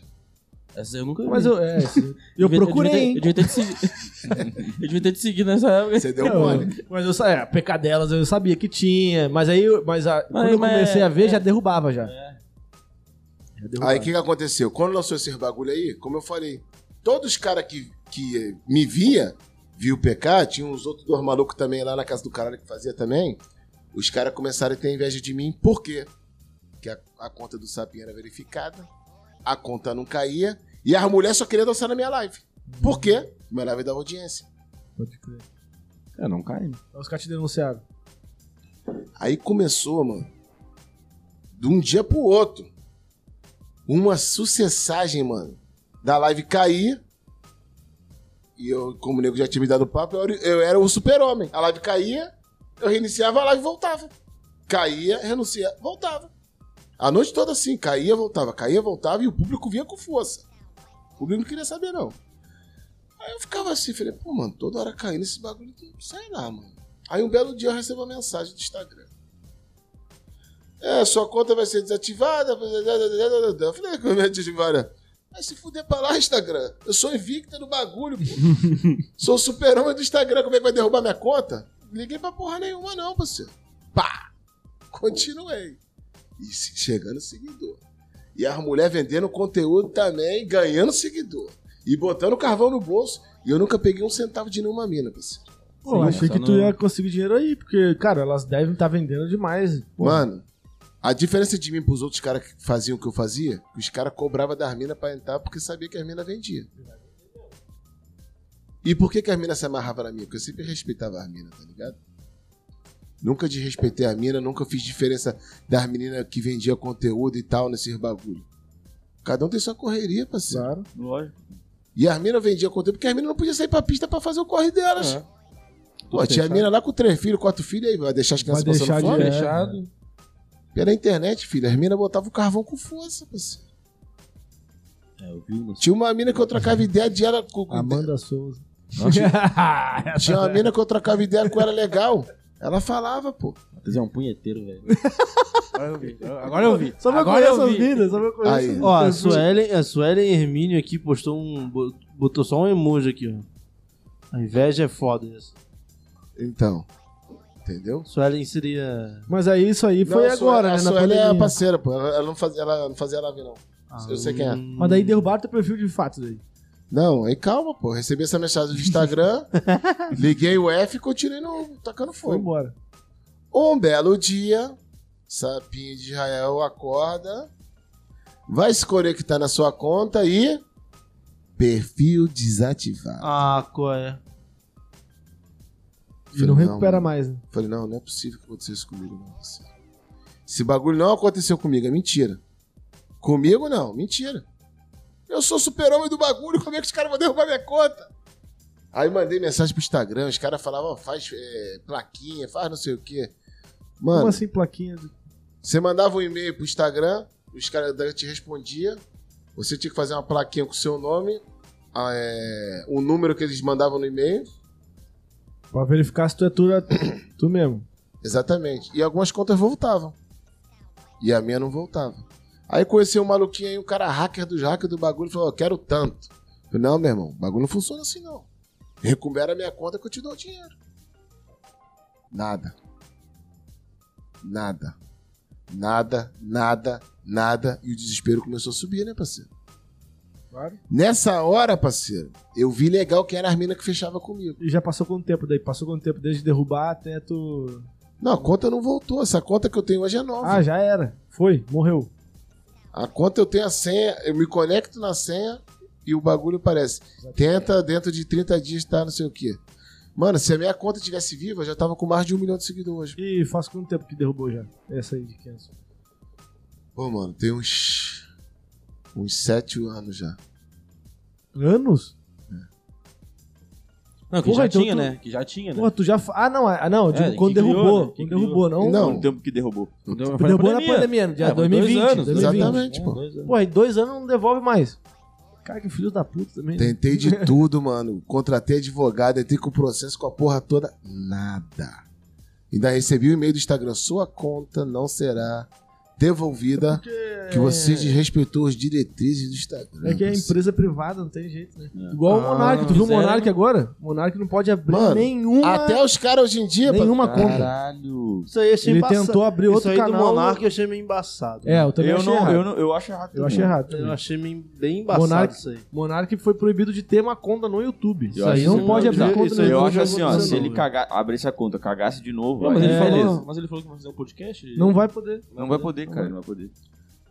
D: Essa eu nunca
A: Mas
D: vi.
A: eu, é, sim. eu
D: devia-
A: procurei, hein?
D: Eu devia ter, eu devia ter te seguido. eu devia ter te seguido nessa época.
E: Você deu
A: Não,
E: mole.
A: mas eu sabia, pecadelas eu sabia que tinha, mas aí eu- mas a- quando eu
D: mas-
A: comecei a ver já derrubava já. Já derrubava.
E: Aí o que, que aconteceu? Quando lançou esse bagulho aí, como eu falei, todos os caras que, que eh, me via, viu o PK, tinha uns outros dois malucos também lá na casa do caralho que fazia também. Os caras começaram a ter inveja de mim, por quê? Porque a, a conta do Sapinho era verificada, a conta não caía, e as mulheres só queriam dançar na minha live. Por quê? Minha live da audiência.
A: Pode crer. Aí
D: É, não cai. né?
A: Os caras te denunciaram.
E: Aí começou, mano, de um dia pro outro, uma sucessagem, mano, da live cair. E eu, como o nego já tinha me dado papo, eu, era- eu era o super-homem. A live caía, eu reiniciava a live e voltava. Caía, renuncia, voltava. A noite toda assim, caía, voltava, caía, voltava, e o público vinha com força. O público não queria saber, não. Aí eu ficava assim, falei, pô, mano, toda hora caindo esse bagulho, sei lá, mano. Aí um belo dia eu recebo uma mensagem do Instagram. É, sua conta vai ser desativada. blá, blá, blá, blá, blá, blá. Eu falei, como é desativada? Vai se fuder pra lá, Instagram. Eu sou invicto no bagulho, pô. sou o super-homem do Instagram. Como é que vai derrubar minha conta? Liguei pra porra nenhuma, não, parceiro. Pá! Continuei. E se- chegando seguidor. E as mulheres vendendo conteúdo também, ganhando seguidor. E botando carvão no bolso. E eu nunca peguei um centavo de nenhuma mina, parceiro.
A: Pô, eu
D: Sim,
A: achei
D: só
A: que tu
D: não-
A: ia conseguir dinheiro aí, porque, cara, elas devem estar vendendo demais. Pô,
E: Mano, a diferença de mim pros outros caras que faziam o que eu fazia, os caras cobravam das minas pra entrar porque sabia que as minas vendiam. E por que, que as minas se amarravam na minha? Porque eu sempre respeitava as minas, tá ligado? Nunca desrespeitei a mina, nunca fiz diferença das meninas que vendiam conteúdo e tal nesses bagulho. Cada um tem sua correria, parceiro.
A: claro.
B: Lógico.
E: E as minas vendiam conteúdo porque as minas não podiam sair pra pista pra fazer o corre delas.
D: É.
E: Pô, tinha mina lá com três filhos, quatro filhos, aí vai deixar as
A: Vai
E: crianças passando
A: deixar de
E: fome?
D: fome,
A: é,
D: fechado.
E: Pela internet, filho, as minas botavam o carvão com força, parceiro.
D: É, eu vi uma.
E: Tinha uma mina que eu trocava ideia de ela com. com-
A: Amanda Souza.
E: Tinha uma mina que eu trocava ideia com ela legal. Ela falava, pô.
D: Matheus é um punheteiro, velho.
A: Agora eu vi. Só pra
D: Agora eu
A: conhecer as
D: vi.
A: minas, só pra
E: Aí.
A: conhecer.
C: Ó, a Suelen, a Suelen Hermínio aqui postou um. bo- botou só um emoji aqui, ó. A inveja é foda isso.
E: Então. Entendeu?
C: Suelen seria.
A: Mas aí isso aí foi
E: Não, a Sue-
A: agora,
E: a
A: né?
E: Sueli,
A: Na
E: é a
A: pandemia. Ah,
E: parceira, pô. Ela, ela não fazia, ela não fazia live, não. Eu sei quem é.
C: Hum,
A: Mas daí derrubaram teu perfil de fato daí.
E: Não, aí calma, pô. Recebi essa mensagem do Instagram, liguei o F e continuei no, tacando
A: Foi
E: fogo.
A: embora.
E: Um belo dia, Sapinho de Israel acorda, vai se conectar na sua conta e. Perfil desativado.
C: Ah, qual é?
A: E não
E: Falei,
A: recupera
E: mano.
A: mais, né?
E: Falei, não, não é possível que aconteceu isso comigo, não. parceiro. Esse bagulho não aconteceu comigo, é mentira. Comigo não, mentira. Eu sou super-homem do bagulho, como é que os caras vão derrubar minha conta? Aí mandei mensagem pro Instagram, os caras falavam, ó, faz é, plaquinha, faz não sei o quê. Mano,
A: Como assim, plaquinha? de-
E: Você mandava um e-mail pro Instagram, os caras da- te respondiam. Você tinha que fazer uma plaquinha com o seu nome, a- é, o número que eles mandavam no e-mail.
A: Pra verificar se tu é tu, tu mesmo.
E: Exatamente. E algumas contas voltavam. E a minha não voltava. Aí conheci um maluquinho aí, um cara hacker dos hackers do bagulho, falou: Eu quero tanto. Eu falei, não, meu irmão, o bagulho não funciona assim não. Recupera a minha conta que eu te dou o dinheiro. Nada. Nada. Nada, nada, nada. E o desespero começou a subir, né, parceiro?
A: Claro.
E: Nessa hora, parceiro, eu vi legal quem era as minas que fechava comigo.
A: E já passou quanto tempo daí? Passou quanto tempo? Desde derrubar até tu.
E: Não, a conta não voltou. Essa conta que eu tenho hoje é nova.
A: Ah, já era. Foi, morreu.
E: A conta eu tenho a senha, eu me conecto na senha e o bagulho aparece. Tenta dentro de 30 dias tá não sei o quê. Mano, se a minha conta tivesse viva, eu já tava com mais de um milhão de seguidores.
A: E faz quanto tempo que derrubou já? Essa aí de 500.
E: Pô, mano, tem uns. uns 7 anos já.
A: Anos?
D: Não, que
A: Porra,
D: já
A: então
D: tinha,
A: tu-
D: né? Que já tinha, né?
A: Porra, tu já. fa- Ah, não, ah, não, eu digo,
D: É,
A: quando
D: que criou,
A: derrubou.
D: né? Que
A: Quando
D: criou.
A: derrubou, não.
E: Não.
B: Quanto tempo que derrubou?
D: Deu- foi
A: Derrubou na pandemia, no dia
D: É, foi dois
A: 2020.
D: anos, né? É,
A: 2020.
E: Exatamente, pô.
D: dois anos.
A: Pô, em dois anos não devolve mais. Cara, que filho da puta também. né?
E: Tentei de tudo, mano. Contratei advogado, entrei com o processo com a porra toda. Nada. Ainda recebi o e-mail do Instagram. Sua conta não será devolvida que você desrespeitou as diretrizes do Instagram.
A: É que é
E: parceiro.
A: empresa privada, não tem jeito, né? Igual o Monark,
D: Ah,
A: tu viu o
D: fizeram.
A: Monark agora? O Monark não pode abrir
E: Mano,
A: nenhuma,
E: Até os caras hoje em dia,
A: nenhuma conta.
B: Caralho.
C: Isso aí achei
A: Ele
C: embaçado.
A: tentou abrir outro
C: Isso aí do
A: canal.
C: Monark eu achei meio embaçado. né?
A: É, eu também
B: Eu,
A: achei
B: não,
A: errado.
B: eu
A: Eu,
B: não, eu acho errado. também.
A: achei errado.
C: Eu
A: também.
C: achei meio- bem embaçado
A: Monark-
C: isso aí.
A: Monark foi proibido de ter uma conta no YouTube. Isso
B: acho
A: aí não
B: que
A: pode
B: é
A: abrir
B: bizarro.
A: conta
C: Isso
A: no
C: aí
A: YouTube.
B: Eu
C: Não,
B: acho
C: não
B: assim, ó,
C: aconteceu,
B: se ele
C: não.
B: cagar, abrisse a conta, cagasse de novo,
D: Não, mas,
B: aí
D: ele
B: beleza.
D: falou, mas ele falou que vai fazer um podcast.
A: Não vai poder.
B: Não vai poder, cara, não vai poder.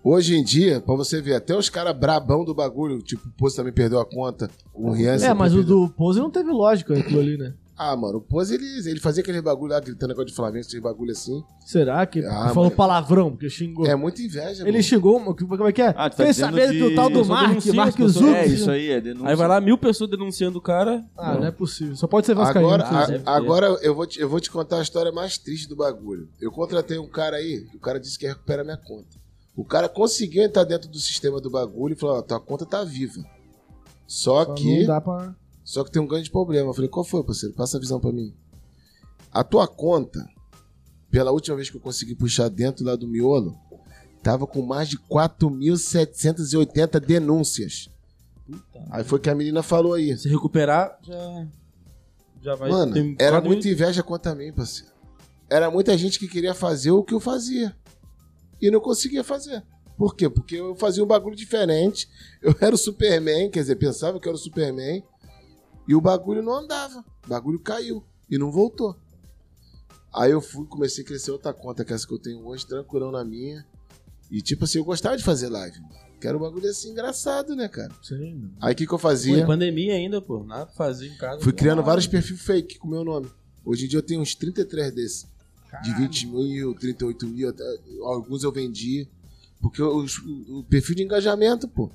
E: Hoje em dia, pra você ver, até os caras brabão do bagulho, tipo, o Pose também perdeu a conta, o Rian...
A: É,
E: sempre
A: mas o
E: perdeu.
A: do Pose não teve lógica aquilo ali, né?
E: Ah, mano, o Pose, ele, ele fazia aquele bagulho lá, gritando negócio de Flamengo, esse bagulho assim.
A: Será que
E: Ah,
A: ele falou
E: mas-
A: palavrão, porque xingou.
E: É muita inveja,
A: ele
E: mano.
A: xingou, como como é que é?
B: Ah, tu tá
A: Fez
B: dizendo
A: saber
B: de-
A: do tal do
B: Eu
D: só
A: Mark,
D: denuncio
A: Mark
D: as pessoas.
A: Zuckerberg.
B: É, isso aí, é denúncia.
D: Aí vai lá mil pessoas denunciando o cara.
A: Ah, não é possível. Só pode ser vascaíno.
E: Agora,
A: não sei
E: a-
A: se-
D: deve ter.
E: agora eu, vou te, eu vou te contar a história mais triste do bagulho. Eu contratei um cara aí, o cara disse que ia recuperar minha conta. O cara conseguiu entrar dentro do sistema do bagulho e falou, ó, tua conta tá viva. Só
A: Só
E: que...
A: Não dá pra...
E: Só que tem um grande problema. Eu falei, qual foi, parceiro? Passa a visão pra mim. A tua conta, pela última vez que eu consegui puxar dentro lá do miolo, Tava com mais de 4.780 denúncias. Aí foi que a menina falou aí.
D: Se recuperar, já. Já vai.
E: Mano,
D: tem
E: era
D: quatro-
E: muita inveja contra mim, parceiro. Era muita gente que queria fazer o que eu fazia. E não conseguia fazer. Por quê? Porque eu fazia um bagulho diferente. Eu era o Superman, quer dizer, pensava que eu era o Superman. E o bagulho não andava. O bagulho caiu. E não voltou. Aí eu fui, comecei a crescer outra conta, que é essa que eu tenho hoje, tranquilão na minha. E tipo assim, eu gostava de fazer live. Que era um bagulho assim engraçado, né, cara?
A: Sim, mano.
E: Aí o que, que eu
D: Pô, em
E: fazia?
D: pandemia ainda, pô. Nada pra fazer em casa.
E: Fui
D: pô.
E: criando
D: Ah,
E: vários perfis fake com meu nome. Hoje em dia eu tenho uns 33 desses. De 20 mil, 38 mil, até- alguns eu vendi. Porque os- o, o perfil de engajamento, pô.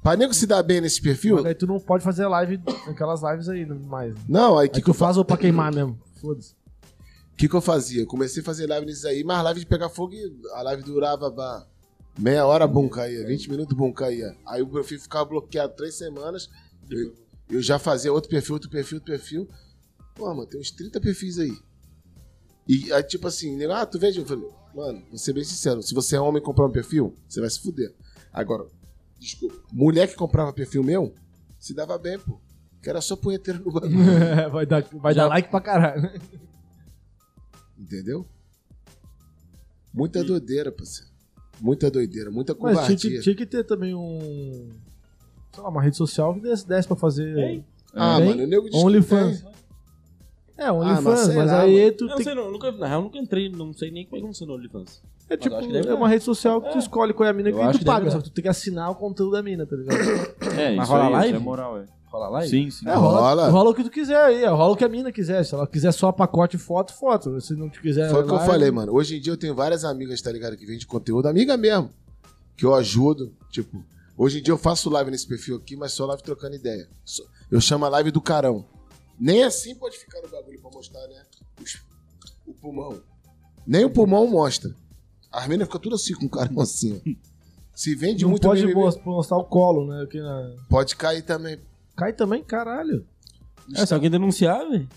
E: Pra nego se dar bem nesse perfil.
A: Mas aí tu não pode fazer live, aquelas lives aí mais. né?
E: Não, aí o
A: Aí
E: que, que,
A: tu
E: eu fa-
A: faz ou pra queimar mesmo. Foda-se.
E: que, que eu fazia? Eu comecei a fazer live nesses aí, mas live de pegar fogo, e a live durava bah, meia hora, bum, caía. 20 minutos, bum, caía. Aí o perfil ficava bloqueado três semanas. Eu, eu já fazia outro perfil, outro perfil, outro perfil. Pô, mano, tem uns 30 perfis aí. E aí, tipo assim, nego, ah, tu vende? Eu falei, mano, vou ser bem sincero, se você é homem e comprar um perfil, você vai se fuder. Agora, desculpa, mulher que comprava perfil meu, se dava bem, pô. Que era só punheteiro no bagulho,
A: vai dar, vai
D: Já-
A: dar like pra caralho.
E: entendeu? Muita doideira, parceiro. Muita doideira, muita
A: Mas tinha que,
E: covardia.
A: tinha que ter também um. Sei lá, uma rede social que desse, desse pra fazer.
D: É,
E: Ah,
A: Tem?
E: mano, o nego diz que
A: OnlyFans.
E: tem.
A: É,
E: Ah, mas
A: OnlyFans,
E: sei
A: mas
E: lá,
A: aí
D: né? Eu
A: tu
D: não
A: tem
D: sei, não, nunca, na real, nunca entrei, não sei nem como é que funciona o OnlyFans.
A: É tipo,
D: acho que deve
A: é uma rede social que tu
D: É.
A: escolhe qual é a mina
D: Eu
A: que aí tu
D: acho que
A: paga,
D: deve
A: só que tu tem que assinar o conteúdo da mina, tá ligado?
B: É,
D: Mas
B: isso
D: rola
B: aí,
D: live?
B: isso é moral, é.
D: Rola lá?
B: Sim, sim.
A: É, rola,
E: Rola.
A: rola. o que tu quiser aí, ó, rola o que a mina quiser. Se ela quiser só pacote foto, foto. Se não te quiser. é,
E: Foi o que eu
A: live,
E: falei, mano. Hoje em dia eu tenho várias amigas, tá ligado? Que vende conteúdo, amiga mesmo. Que eu ajudo. Tipo, hoje em dia eu faço live nesse perfil aqui, mas só live trocando ideia. Só- Eu chamo a live do carão. Nem assim pode ficar no bagulho pra mostrar, né? os- o pulmão. Nem o pulmão mostra. As meninas ficam tudo assim com o carão assim, ó. Se vende
A: Não
E: muito
A: pode
E: mimimi,
A: mos- mostrar o colo, né? aqui na-
E: pode cair também.
A: Cai também, caralho.
D: É, se alguém denunciar, velho.
A: Puta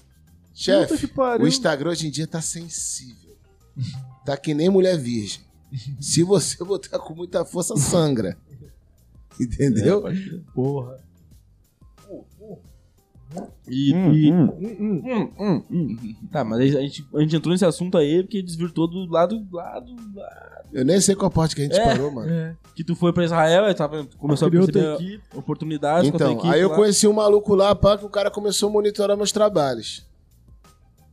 A: que
E: Chefe,
A: pariu.
E: o Instagram hoje em dia tá sensível. Tá que nem mulher virgem. Se você botar com muita força, sangra. Entendeu?
A: Porra.
D: E. e- Hum, hum. Tá, mas aí a gente, a gente entrou nesse assunto aí porque desvirtuou do lado, lado, lado.
E: Eu nem sei qual parte que a gente
D: É.
E: parou, mano.
A: É.
D: Que tu foi pra Israel, aí tava, começou a
A: Criou
D: perceber
A: tua equipe.
D: oportunidades com a tua
E: Então,
D: equipe
E: aí eu
D: lá.
E: conheci um maluco lá, pá, que o cara começou a monitorar meus trabalhos.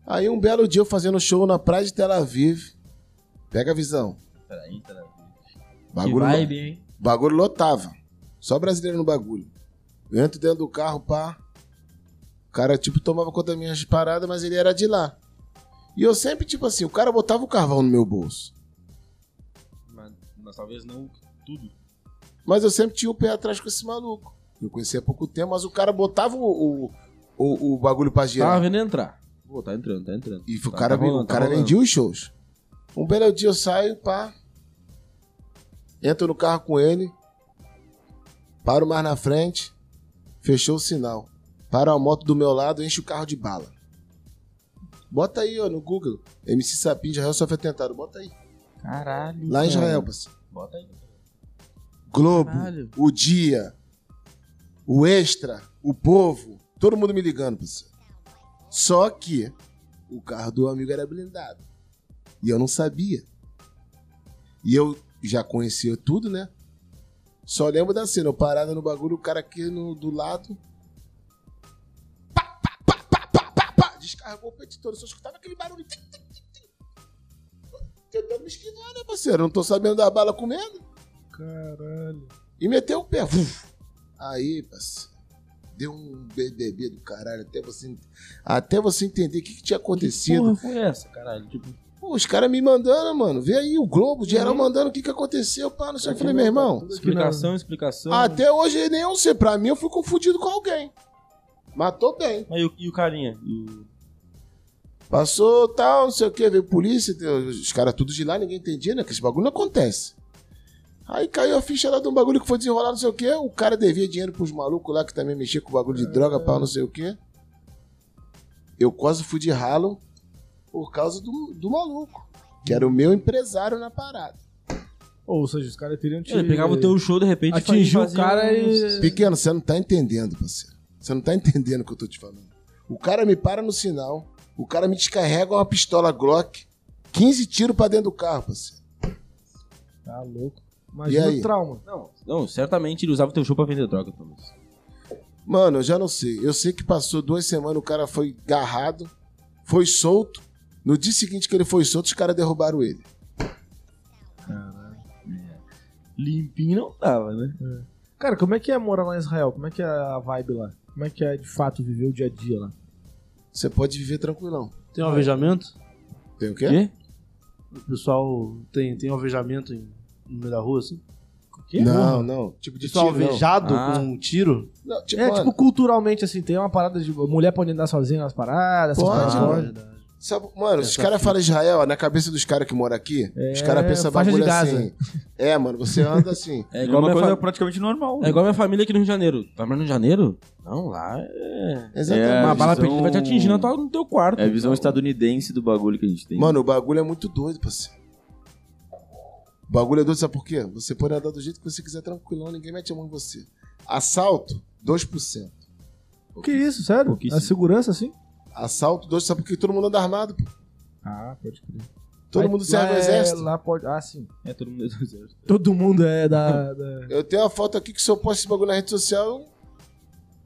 E: Aí um belo dia eu fazendo show na praia de Tel Aviv. Pega a visão.
D: Peraí, peraí. Que
E: Bagulho,
D: vibe, hein?
E: bagulho lotava. Só brasileiro no bagulho. Eu entro dentro do carro, pá. O cara, tipo, tomava conta das minhas paradas, mas ele era de lá. E eu sempre, tipo assim, o cara botava o carvão no meu bolso.
D: Mas, mas talvez não tudo.
E: Mas eu sempre tinha o pé atrás com esse maluco. Eu conhecia há pouco tempo, mas o cara botava o, o, o, o bagulho pra girar.
D: Tava Tá vendo entrar. Pô, tá entrando, tá entrando.
E: É. E o
D: Tá-
E: cara,
D: tá rolando,
E: o
D: tá
E: cara é
D: rolando.
E: vendia os shows. Um belo dia eu saio, pá. Entro no carro com ele. Paro mais na frente. Fechou o sinal. Para a moto do meu lado, enche o carro de bala. Bota aí, ó, no Google. MC Sapim de Israel sofre atentado. Bota aí.
D: Caralho.
E: Lá
D: cara.
E: em Israel, parceiro.
D: Bota aí.
E: Globo,
D: Caralho.
E: o Dia, o Extra, o Povo. Todo mundo me ligando, parceiro. Só que o carro do amigo era blindado. E eu não sabia. E eu já conhecia tudo, né? Só lembro da cena, eu parada no bagulho, o cara aqui no- do lado. Pá, pá, pá, pá, pá, pá, pá, descarregou o petitor, só escutava aquele barulho. Tim, tim, tim, tim. Tentando me esquivar, né, parceiro? Eu não tô sabendo da bala comendo.
A: Caralho.
E: E meteu o pé. Vuf. Aí, parceiro, deu um BBB do caralho até você, até você entender o que, que tinha acontecido.
D: Porra, foi essa, caralho. Tipo,
E: Pô, os caras me mandando, mano. Vê aí o Globo, geral mandando o que, que aconteceu, pá, não sei. o que. Eu falei, meu
D: tá.
E: irmão, Ah,
A: Tudo aqui
D: explicação, explicação.
E: até hoje nem eu sei. Pra mim, eu fui confundido com alguém. Matou bem.
D: Mas e o, e o carinha? E o-
E: Passou tal, não sei o que, veio polícia, deu- os caras tudo de lá, ninguém entendia, né? Que esse bagulho não acontece. Aí caiu a ficha lá de um bagulho que foi desenrolado, não sei o que. O cara devia dinheiro pros malucos lá que também mexia com bagulho de droga, pau, não sei o que. Eu quase fui de ralo por causa do, do maluco. que era o meu empresário na parada.
A: Ou seja, os caras teriam te...
D: Ele pegava o teu show, de repente,
A: Atingiu o
D: fazia
A: cara
D: um-
A: e...
E: Pequeno, você não tá entendendo, parceiro. Você não tá entendendo o que eu tô te falando. O cara me para no sinal, o cara me descarrega uma pistola Glock, 15 tiros pra dentro do carro, parceiro.
A: Tá louco. Imagina
E: E aí?
A: o trauma.
D: Não, certamente ele usava o teu show pra vender droga, Thomas.
E: Mano, eu já não sei. Eu sei que passou duas semanas, o cara foi garrado, foi solto. No dia seguinte que ele foi solto, os caras derrubaram ele.
D: Limpinho não tava, né?
A: Cara, como é que é morar lá em Israel? Como é que é a vibe lá? Como é que é, de fato, viver o dia a dia lá?
E: Você pode viver tranquilão.
C: Tem um alvejamento?
E: Tem o quê?
D: Quê?
C: O pessoal tem, tem um alvejamento em- no meio da rua, assim?
E: Não, não. Tipo
C: O
E: de
C: pessoal
E: tiro, não.
C: alvejado
D: Ah.
C: com um tiro?
E: Não, tipo,
A: É,
E: mano,
A: tipo, culturalmente, assim, tem uma parada de mulher pode andar sozinha nas paradas,
D: Ah,
A: essas
E: Pode,
A: paradas.
E: mano.
C: é verdade.
E: Sabe, mano, os caras falam Israel, ó, na cabeça dos caras que moram aqui, os caras pensam
A: faixa de
E: bagulho
A: Gaza.
E: assim. É, mano, você anda assim.
D: É
B: É
D: igual,
B: uma
D: minha
B: coisa
D: fa-
B: praticamente normal.
D: é igual minha família aqui no Rio de Janeiro. Tá morando no Rio de Janeiro? Não, lá é...
E: Exatamente.
D: Uma bala
B: visão-
D: perdida vai te atingir na tua- no teu quarto.
B: É a visão
D: Então,
B: estadunidense do bagulho que a gente tem.
E: Mano, o bagulho é muito doido, parceiro. O bagulho é doido, sabe por quê? Você pode andar do jeito que você quiser, tranquilão, ninguém mete a mão em você. Assalto, 2%.
A: Que isso, sério?
B: Pouquíssimo.
A: A segurança, assim?
E: Assalto, 2%, sabe por quê? Todo mundo anda armado, pô.
A: Ah, pode crer.
E: Todo mundo serve
A: lá
E: ao
A: é-
E: exército.
A: Lá pode... Ah, sim.
D: É, todo mundo é do exército.
A: Todo mundo é da... da-
E: Eu tenho uma foto aqui que se eu posto esse bagulho na rede social, eu-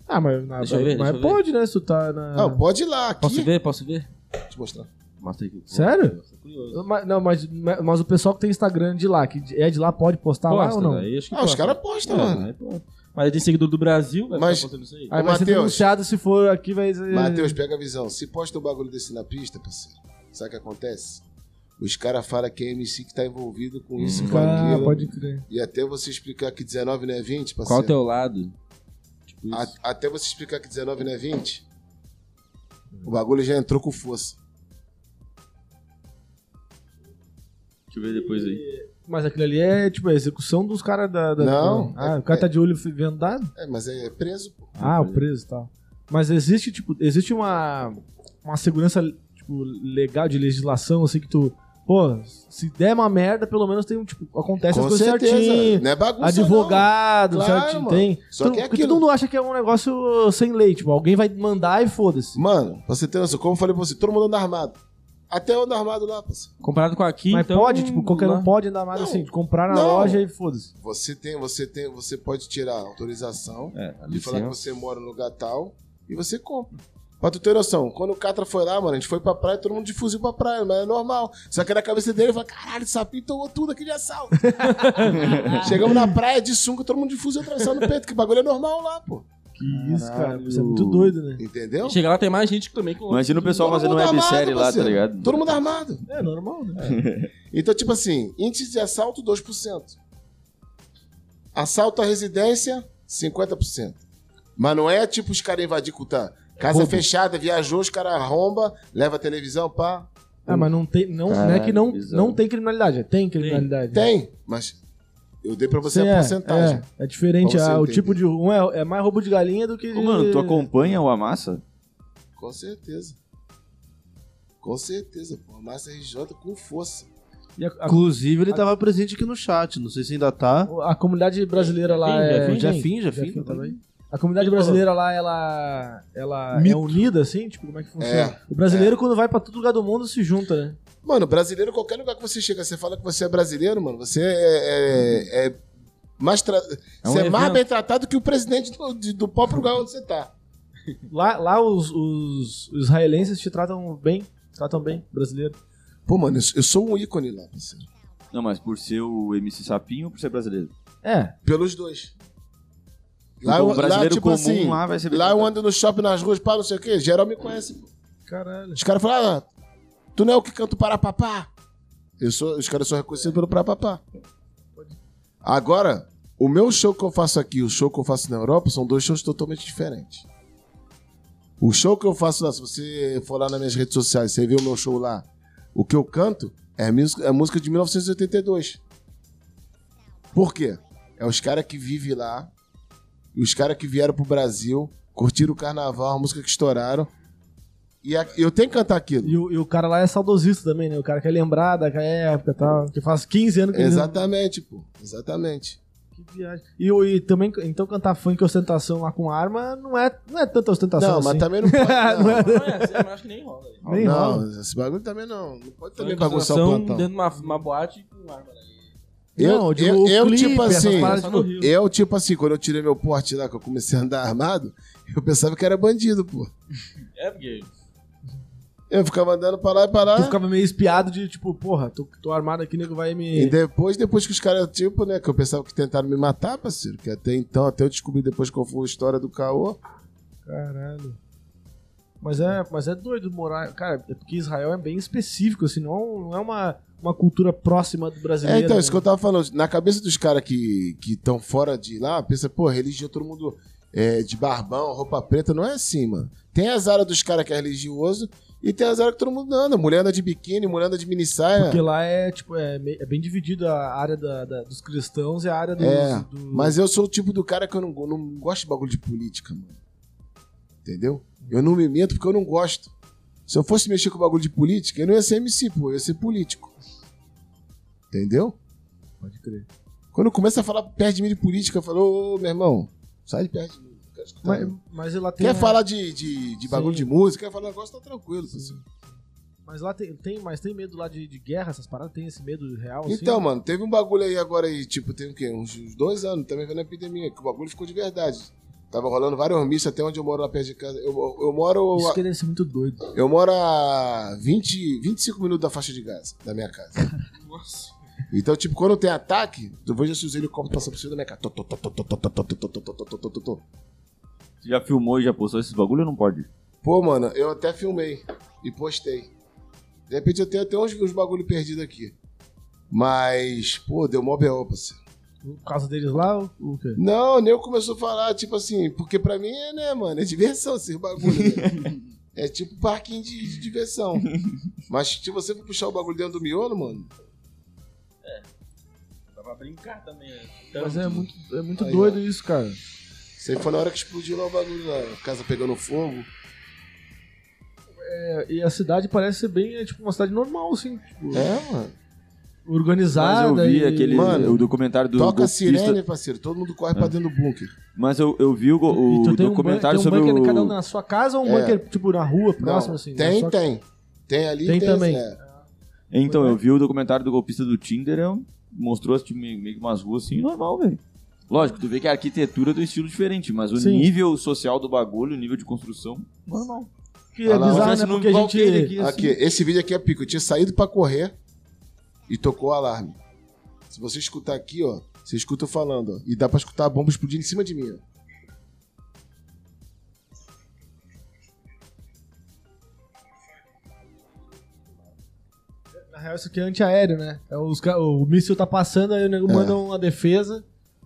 A: Ah, mas, na-
D: Deixa eu
A: mas
D: ver, deixa eu ver.
A: pode, né? Se tu tá na...
E: não, pode ir lá, aqui.
D: Ah. Posso ver? Posso ver?
E: Vou te mostrar.
D: Mostra aqui.
A: Sério?
D: Tô curioso.
A: Mas- não, mas, mas o pessoal que tem Instagram de lá, que é de lá, pode postar lá
D: Posta,
A: ou não?
D: daí acho que
E: Ah, os
D: posta.
E: caras postam,
D: É,
E: mano.
D: aí, pô. Mas ele tem seguidor do Brasil, vai
E: Mas-
D: ficar postando isso aí.
A: Aí
E: Ô,
A: vai ser
E: Matheus.
A: denunciado se for aqui, vai ser...
D: Hum.
E: Matheus, pega a visão. Se posta um bagulho desse na pista, parceiro, sabe o que acontece? Os caras falam que é MC que tá envolvido com
D: Hum.
E: isso, com
A: Ah,
E: aquilo.
A: pode crer.
E: E até você explicar que 19 não é 20, parceiro.
D: Qual o teu lado? Tipo isso.
E: A- até você explicar que 19 não é 20, o bagulho já entrou com força.
B: Deixa eu ver depois aí.
A: Mas aquilo ali é, tipo, a execução dos caras da, da-
E: Não,
A: da- Ah,
E: é-
A: o cara tá de olho vendado?
E: É, mas é preso, pô.
A: Ah, o preso e tal. Mas existe, tipo, existe uma, uma segurança, tipo, legal de legislação, assim, que tu... Pô, se der uma merda, pelo menos tem um, tipo, acontece as
E: com
A: coisas
E: certeza.
A: certinho.
E: Não é bagunça,
A: Advogado,
E: Claro,
A: certinho,
E: mano.
A: tem.
E: Só
A: Tu-
E: que é
A: porque
E: aquilo.
A: todo mundo acha que é um negócio sem lei, tipo, alguém vai mandar e foda-se.
E: não. Mano, pra você ter noção, como eu falei pra você, todo mundo anda armado. Até eu ando armado lá, parceiro.
D: Comparado com aqui,
A: Mas
D: então...
A: pode, tipo, qualquer
D: lá.
A: um pode andar mais
E: Não.
A: assim, de comprar na
E: Não.
A: loja e foda-se.
E: Você tem, você tem, você pode tirar autorização
D: É, a
E: de falar que
D: licença.
E: você mora no lugar tal e você compra. Pra tu ter noção, quando o Catra foi lá, mano, a gente foi pra praia, todo mundo de fuzil pra praia, mas é normal. Só que na cabeça dele, ele falou, caralho, esse sapinho tomou tudo aqui de assalto.
B: é
E: Chegamos na praia de sunga, todo mundo de fuzil atravessando o peito, que bagulho é normal lá, pô.
A: Que isso, cara. Isso é muito doido, né?
E: Entendeu?
D: E Chegar lá tem mais gente que também... com-
B: Imagina o pessoal
E: Todo
B: fazendo
E: mundo
B: websérie
E: armado,
B: lá, tá
E: parceiro.
B: ligado?
E: Todo mundo armado.
A: É normal, né?
E: Então, tipo assim, índice de assalto, 2%. Assalto à residência, 50%. Mas não é tipo os caras invadir cultar. Casa fechada, viajou, os caras arromba, leva a televisão, pá.
A: Ah, mas não tem. Não, não é que não,
B: Caralho, bizarro.
A: não tem criminalidade, é tem criminalidade.
E: Tem, mas eu dei pra você
A: Sim,
E: a porcentagem.
A: É, é diferente.
E: Pra você
A: ah, o
E: entender.
A: tipo de. Um é, é mais roubo de galinha do que. De...
B: Ô, mano, tu acompanha o Amassa?
E: Com certeza. Com certeza, pô. Massa RJ com força.
A: E a, a-
C: Inclusive, ele tava presente aqui no chat, não sei se ainda tá.
A: a comunidade brasileira lá é.
C: Jefim,
A: tem?
C: Jefim, Jefim,
A: Jefim
C: tá
A: também.
C: bem.
A: A comunidade brasileira lá, ela, ela é
C: Mito.
A: unida, assim? Tipo, como é que funciona?
E: É,
A: o brasileiro, quando vai pra todo lugar do mundo, se junta, né?
E: Mano, brasileiro, qualquer lugar que você chega, você fala que você é brasileiro, mano, você é. é- é mais tra-
D: um
E: você é mais
D: evento.
E: bem tratado que o presidente do, de- do próprio lugar onde você tá.
A: Lá, lá os, os israelenses te tratam bem. Tratam bem, brasileiro.
E: Pô, mano, eu, eu sou um ícone lá. assim.
B: Não, mas por ser o MC Sapinho ou por ser brasileiro?
A: É.
E: Pelos dois.
B: Porque
E: eu-
B: o brasileiro comum
E: assim,
B: lá vai ser
E: lá eu ando no shopping, nas ruas, pá, não sei o quê, geral me conhece. pô.
A: Caralho.
E: Os caras falam, ah, tu não é o que canta o Parapapá? Eu sou, os caras são reconhecidos pelo Parapapá. Agora, o meu show que eu faço aqui e o show que eu faço na Europa são dois shows totalmente diferentes. O show que eu faço lá, se você for lá nas minhas redes sociais, você vê o meu show lá, o que eu canto é música, é música de 1982. Por quê? É os caras que vivem lá, e os caras que vieram pro Brasil, curtiram o carnaval, a música que estouraram, E a- eu tenho que cantar aquilo.
A: E o, e o cara lá é saudosista também, né? O cara quer lembrar da época e tal. Que faz 15 anos que ele-
E: Exatamente, pô. Exatamente.
A: Que viagem. E, o- e também, então cantar funk e ostentação lá com arma não é, não é tanta ostentação
E: Não,
A: assim.
E: mas tá- também não pode.
A: Não
E: Não,
A: é-
D: assim,
A: assim,
D: Eu acho que nem rola. velho.
A: nem
E: não,
A: rola.
E: esse bagulho também não. Não pode
D: Também
E: também bagunçar o plantão.
D: dentro de uma, uma boate com arma. né?
E: Eu,
A: Não, eu digo
E: eu,
A: o
E: eu,
A: clipe,
E: tipo
A: essas
E: assim.
A: paradas
D: Só
A: tipo-
D: no Rio.
E: Eu, tipo assim, quando eu tirei meu porte lá, que eu comecei a andar armado, eu pensava que era bandido, pô.
D: É, porque
E: Eu ficava andando pra lá e pra lá.
A: Tu ficava meio espiado de tipo, porra, tô, tô armado aqui, nego vai
E: E
A: me.
E: depois, depois que os caras, tipo, né, que eu pensava que tentaram me matar, parceiro, que até então, até eu descobri depois qual foi a história do caô. É,
A: Caralho. Mas é, mas é doido morar. Cara, é porque Israel é bem específico, assim, não, não é uma, uma cultura próxima do
E: É,
A: brasileiro.
E: então,
A: né?
E: isso que eu tava falando, na cabeça dos caras que estão fora de lá, pensa, pô, religião, todo mundo é, de barbão, roupa preta, não é assim, mano. Tem as áreas dos caras que é religioso e tem as áreas que todo mundo anda, mulher anda de biquíni, mulher anda de minissaia.
A: Porque lá é, tipo, é, meio- é bem dividido a área da- da- dos cristãos e a área dos.
E: É,
A: do-
E: Mas eu sou o tipo do cara que eu não, go- não gosto de bagulho de política, mano. Entendeu? Eu não me meto porque eu não gosto. Se eu fosse mexer com bagulho de política, eu não ia ser MC, pô, eu ia ser político. Entendeu?
A: Pode crer.
E: Tá. Quando começa a falar perto de mim de política, eu falo, ô, ô, meu irmão, sai de perto de mim. não quero escutar,
A: Mas,
E: não."
A: mas lá tem. um-
E: Quer falar de, de, de bagulho
A: Sim.
E: de música, quer falar negócio, tá tranquilo. parceiro.
A: Mas lá tem, tem, mas tem medo lá de, de guerra, essas paradas? Tem esse medo real?
E: Então,
A: assim?
E: mano, teve um bagulho aí agora aí, tipo, tem o quê? Uns, uns dois anos, também foi na epidemia, que o bagulho ficou de verdade. Tava rolando vários mísseis até onde eu moro lá perto de casa. Eu, eu moro.
A: Isso que deve ser muito doido.
E: Eu moro a 20, 25 minutos da faixa de Gaza, da minha casa. Então, tipo, quando tem ataque, eu vejo esses helicópteros passando por cima da minha casa. Tó, tó, tó, tó, tó, tó, tó, tó, tó, tó, tó, tó, tó, tó, tó, tó.
B: Você já filmou e já postou esses bagulho ou não pode?
E: Pô, mano, eu até filmei e postei. De repente eu tenho até uns, uns bagulho perdido aqui. Mas, pô, deu mó B.O., parceiro.
A: Por causa deles lá, o- o quê?
E: Não, nem eu começou a falar, tipo assim, porque pra mim é, né, mano, é diversão esses bagulho. né? é tipo parquinho de, de diversão. Mas se você for puxar o bagulho dentro do miolo, mano,
D: dá pra brincar também. né?
B: Então,
A: Mas é muito, é muito
E: Aí,
A: doido isso, cara.
E: Isso aí foi na hora que explodiu lá o bagulho lá, a casa pegando fogo.
A: É, e a cidade parece ser bem, é, tipo, uma cidade normal, assim. Tipo,
E: É, mano.
A: Organizada.
B: Mas eu vi
A: e-
B: aquele
E: Mano,
B: o documentário do
E: Toca a
B: golpista-
E: sirene, parceiro. Todo mundo corre
A: É.
E: pra dentro do bunker.
B: Mas eu, eu vi o, go-
A: E
B: o
A: tu tem um
B: documentário
A: bunker-
B: sobre
A: tem um bunker
B: o
A: cada um na sua casa ou um
E: É.
A: bunker, tipo, na rua,
E: Não,
A: próximo, assim? na
E: tem,
A: sua-
E: tem. Tem ali,
A: Tem
E: tem,
A: também.
E: é.
B: Então,
A: Pois é.
B: eu vi o documentário do golpista do Tinder, eu- mostrou tipo, meio meio que umas ruas assim, normal, velho. Lógico, tu vê que a arquitetura é de um estilo diferente, mas o
A: Sim.
B: nível social do bagulho, o nível de construção, normal.
A: Que é
E: Ah, lá,
A: bizarro,
B: Acontece
A: né?
B: num
A: Porque a
B: qualquer
A: gente...
B: aqui, assim.
E: Aqui, esse vídeo aqui é pico. Eu tinha saído pra correr e tocou o alarme. Se você escutar aqui, ó, você escuta eu falando, ó. E dá pra escutar a bomba explodindo em cima de mim, ó.
A: Na real, isso aqui é antiaéreo, né? É os ca- o míssil tá passando, aí o nego
E: É.
A: manda uma defesa,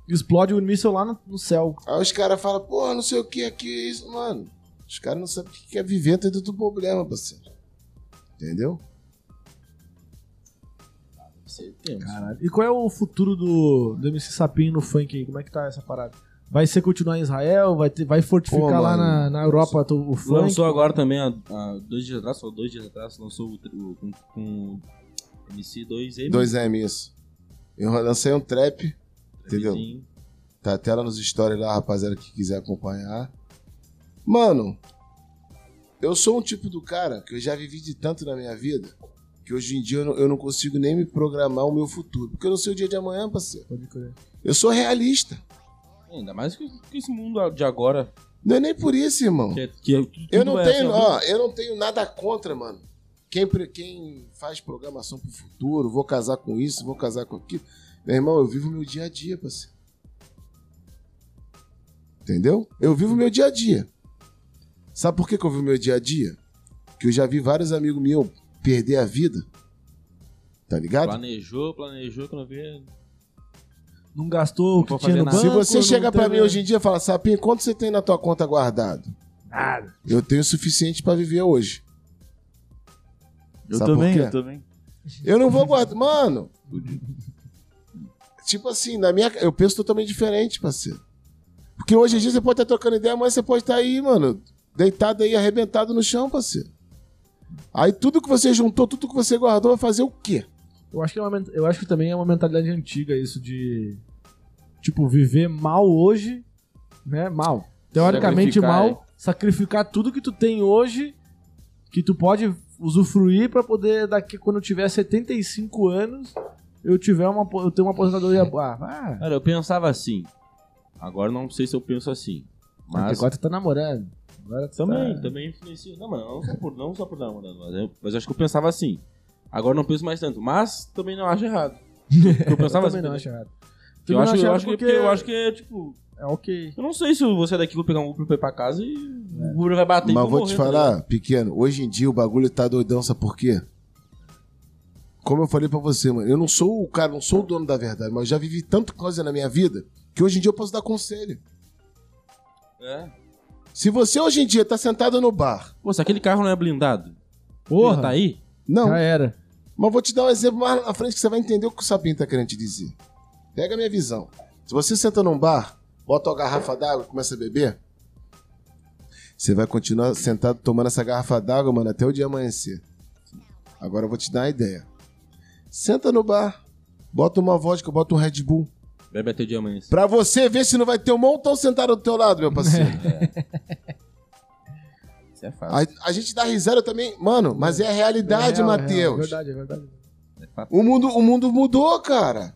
A: explode o míssil lá no, no céu.
E: Aí os caras falam, porra, não sei o que aqui, é isso, mano. Os caras não sabem o que que é viver dentro do problema, parceiro. Entendeu?
D: Você tem. um
A: Caralho. E qual é o futuro do, do MC Sapinho no funk aí? Como é que tá essa parada? Vai ser continuar em Israel? Vai, ter- vai fortificar
E: Pô,
A: lá
E: mano.
A: na, na Europa tu- o funk?
D: Lançou agora também, há, há dois dias atrás, ou dois dias atrás, lançou o, tri- o- com, com MC2M.
E: 2M, isso. Eu lancei um trap,
D: né,
E: entendeu? Tá até lá nos stories lá, rapaziada, que quiser acompanhar. Mano, eu sou um tipo do cara que eu já vivi de tanto na minha vida que hoje em dia eu não, eu não consigo nem me programar o meu futuro. Porque eu não sei o dia de amanhã, parceiro.
A: Pode crer.
E: Eu sou realista.
D: É, Ainda mais que, que esse mundo de agora.
E: Não é nem por isso, irmão.
D: Que, é- que é- tudo
E: Eu não
D: é
E: tenho,
D: assim,
E: ó, eu não tenho nada contra, mano. Quem, pre- quem faz programação pro futuro, vou casar com isso, vou casar com aquilo. Meu irmão, eu vivo meu dia a dia, parceiro. Entendeu? Eu vivo meu dia a dia. Sabe por que, que eu vivo meu dia a dia? Que eu já vi vários amigos meus perder a vida. Tá ligado?
D: Planejou, planejou, quando vê.
A: Não gastou o que
D: vou
A: tinha
D: fazer
A: no
D: nada.
A: banco?
E: Se você
A: não
E: chega pra
A: teve-
E: mim hoje em dia e fala, Sapinho, quanto você tem na tua conta guardado?
A: Nada.
E: Eu tenho o suficiente pra viver hoje.
B: Eu
E: Sabe por
B: também,
E: quê?
B: eu também.
E: Eu não vou guardar. Mano! Tipo assim, na minha. Eu penso totalmente diferente, parceiro. Porque hoje em dia você pode estar trocando ideia, amanhã você pode estar aí, mano, deitado aí, arrebentado no chão, parceiro. Aí tudo que você juntou, tudo que você guardou, vai fazer o quê?
A: Eu acho, que é uma men- eu acho que também é uma mentalidade antiga isso de, tipo, viver mal hoje, né? Mal. Teoricamente
B: Sacrificar,
A: mal. Sacrificar tudo que tu tem hoje, que tu pode usufruir pra poder, daqui quando eu tiver 75 anos, eu tiver uma, apo- eu ter uma aposentadoria. Ah, ah
D: Cara, eu pensava assim. Agora não sei se eu penso assim. Mas
A: agora tu tá namorando. Agora tu
D: também,
A: tá-
D: também influencia. Não, mas não só por não só por namorando, mas, eu- mas eu acho que eu pensava assim. Agora não penso mais tanto, mas também não acho errado. Eu pensava
A: também
D: assim.
A: não
D: né?
A: acho errado.
D: Eu,
A: Também não
D: acho, eu
A: errado
D: acho que
A: porque-
D: porque eu acho que é tipo,
A: É ok.
D: eu não sei se eu vou sair daqui vou pegar um Uber pra ir pra casa e
A: É.
D: o Uber vai bater e
E: Mas
D: vou
E: vou
D: morrer,
E: te
D: tá ligado?
E: falar, pequeno, hoje em dia o bagulho tá doidão, sabe por quê? Como eu falei pra você, mano, eu não sou o cara, não sou o dono da verdade, mas eu já vivi tanta coisa na minha vida que hoje em dia eu posso dar conselho.
D: É.
E: Se você hoje em dia tá sentado no bar,
D: Pô, se aquele carro não é blindado, ele tá
A: Porra,
D: aí?
E: não,
A: já
D: é
A: era.
E: Mas vou te dar um exemplo mais lá na frente que você vai entender o que o Sabinho tá querendo te dizer. Pega a minha visão. Se você senta num bar, bota uma garrafa d'água e começa a beber, você vai continuar sentado tomando essa garrafa d'água, mano, até o dia amanhecer. Agora eu vou te dar uma ideia. Senta no bar, bota uma vodka, bota um Red Bull.
D: Bebe até o dia amanhã.
E: Pra você ver se não vai ter um montão sentado do teu lado, meu parceiro.
D: Isso é fácil.
E: A, a gente dá risada também, mano, mas é a realidade,
A: É real, é real. É
E: Matheus.
A: verdade, é verdade.
E: O mundo, o mundo mudou, cara.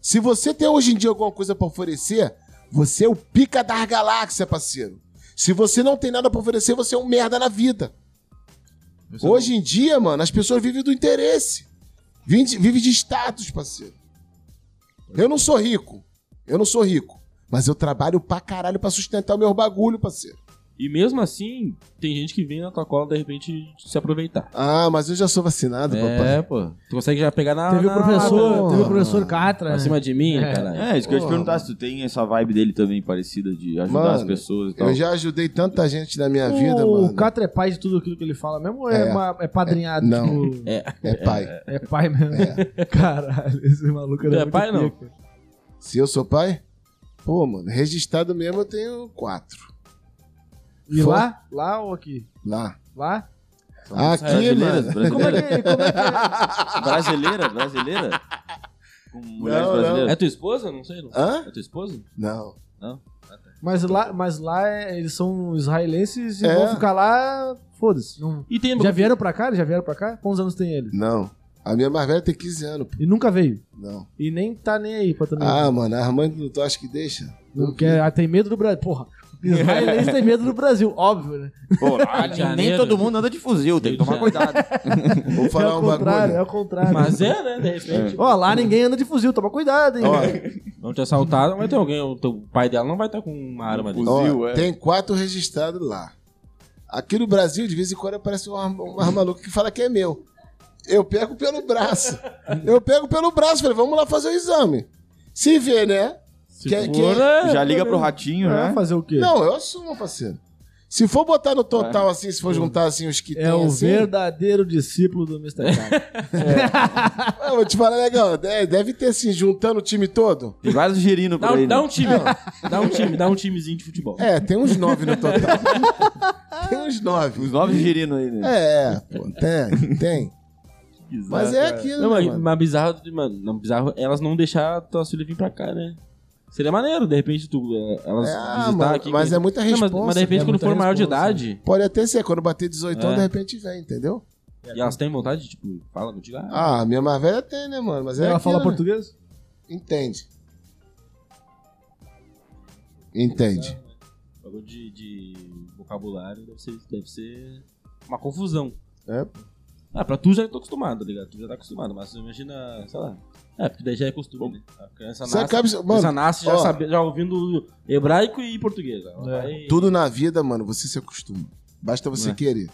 E: Se você tem hoje em dia alguma coisa pra oferecer, você é o pica das galáxias, parceiro. Se você não tem nada pra oferecer, você é um merda na vida. hoje em dia, mano, as pessoas vivem do interesse. Vivem de, vivem de status, parceiro. Eu não sou rico. Eu não sou rico. Mas eu trabalho pra caralho pra sustentar o meu bagulho, parceiro.
D: E mesmo assim, tem gente que vem na tua cola de repente se aproveitar.
E: Ah, mas eu já sou vacinado, papai.
D: É, pô. Tu consegue já pegar na.
A: Teve o
D: na-
A: professor,
D: na-
A: teve o professor Catra.
E: Assim,
A: né?
D: Acima de mim,
A: É.
D: caralho.
B: É, isso que eu ia te
E: Porra,
B: perguntar se tu tem essa vibe dele também parecida de ajudar
E: Mano,
B: as pessoas e tal.
E: Eu já ajudei tanta gente na minha vida,
A: o
E: mano.
A: Catra é pai de tudo aquilo que ele fala mesmo ou é,
E: É.
A: ma- é padrinhado?
E: É, não.
A: tipo,
E: É pai.
A: é pai mesmo. Caralho, esse maluco era
D: Tu é
A: muito
D: pai, não?
A: pica.
E: Se eu sou pai? Pô, mano, registrado mesmo eu tenho quatro.
A: E
E: Foi.
A: lá? Lá ou aqui?
E: Lá.
A: Lá?
E: Aqui,
B: Brasileiras,
E: mano.
A: Como Então, é
B: brasileiras.
A: que, como é que
B: Brasileira, brasileira? Com mulheres
E: Não, não.
B: brasileiras?
D: É tua esposa? Não sei. Não.
E: Hã?
D: É tua esposa?
E: Não.
A: mas lá, mas lá é- eles são israelenses e
E: É.
A: vão ficar lá, foda-se. não-
D: E tem.
A: Já vieram pra cá? Já vieram pra cá? Quantos anos tem eles?
E: Não. A minha mais velha tem 15 anos, pô.
A: E nunca veio.
E: Não.
A: E nem tá nem aí pra também.
E: Ah, mano, a mãe do tu acha que deixa?
A: não quer, ah, tem medo do Brasil. Porra, israelense tem medo do Brasil, óbvio, né?
B: Pô, lá
D: É
B: nem-
D: Rio de
B: nem
D: Janeiro. né?
B: todo mundo anda de fuzil, tem que tomar
D: Rio de
B: cuidado.
E: Vou
A: É
E: falar
A: o
E: um
A: contrário, é
E: bagulho.
A: o contrário.
D: Mas é, né? De repente.
A: Ó, lá ninguém anda de fuzil, toma cuidado, hein?
E: Ó,
D: Vão te assaltar, não vai ter alguém. O teu pai dela não vai estar com uma arma ali.
B: Fuzil,
E: ó,
B: é.
E: tem quatro registrados lá. Aqui no Brasil, de vez em quando, aparece um, arma- um arma maluco que fala que é meu. Eu pego pelo braço. Eu pego pelo braço. Falei, vamos lá fazer o exame. Se vê, né?
D: Se
E: Quem-
D: for,
E: quem-
D: é,
B: Já liga
D: tá
B: pro
D: vendo?
B: ratinho,
A: É,
B: né?
A: fazer o quê?
E: Não, eu assumo, parceiro. Se for botar no total assim, se for juntar assim os que tem
A: É o
E: assim,
A: verdadeiro discípulo do Mr. K.
E: eu vou te falar legal, de- deve ter assim, juntando o time todo.
B: Tem vários girinos por
D: Dá,
B: aí.
D: dá
B: né?
D: um time. Dá um time, dá um timezinho de futebol.
E: É, tem uns nove no total. tem uns nove.
B: Os nove girinos aí, né?
E: É, é, pô, tem, tem.
B: Que bizarro,
E: Mas é
B: cara.
E: aquilo,
D: Não,
E: né,
D: mas,
E: mano?
D: mas bizarro, de- mano, não, bizarro elas não deixar a tua filha vir pra cá, né? Seria maneiro, de repente, tu, eh, elas
E: Ah,
D: visitar
E: mano,
D: aqui.
E: mas
D: que-
E: é muita
D: Não, mas,
E: resposta. né?
D: mas de repente,
A: é
D: quando
A: muita
D: for maior de
A: responsa.
D: idade,
E: Pode até ser, quando bater 18 anos,
D: É.
E: de repente vem, entendeu?
D: e elas têm vontade, tipo, fala contigo. Ah,
E: Ah, minha mais velha tem, né, mano? Mas é
A: Ela
E: aquilo,
A: fala
E: né?
A: português?
E: Entende. Entende.
D: bagulho de, de vocabulário deve ser, deve ser uma confusão.
E: É.
D: Ah, pra tu já tô acostumado, tá ligado? Tu já tá acostumado, mas imagina, sei lá. É, porque daí já é costume, né? A criança
E: Você
D: nasce,
E: acaba...
D: a criança
E: Mano,
D: nasce já,
E: ó.
D: sabe- já ouvindo hebraico e português. Ela vai-
E: Tudo na vida, mano, você se acostuma. Basta você
D: É.
E: querer.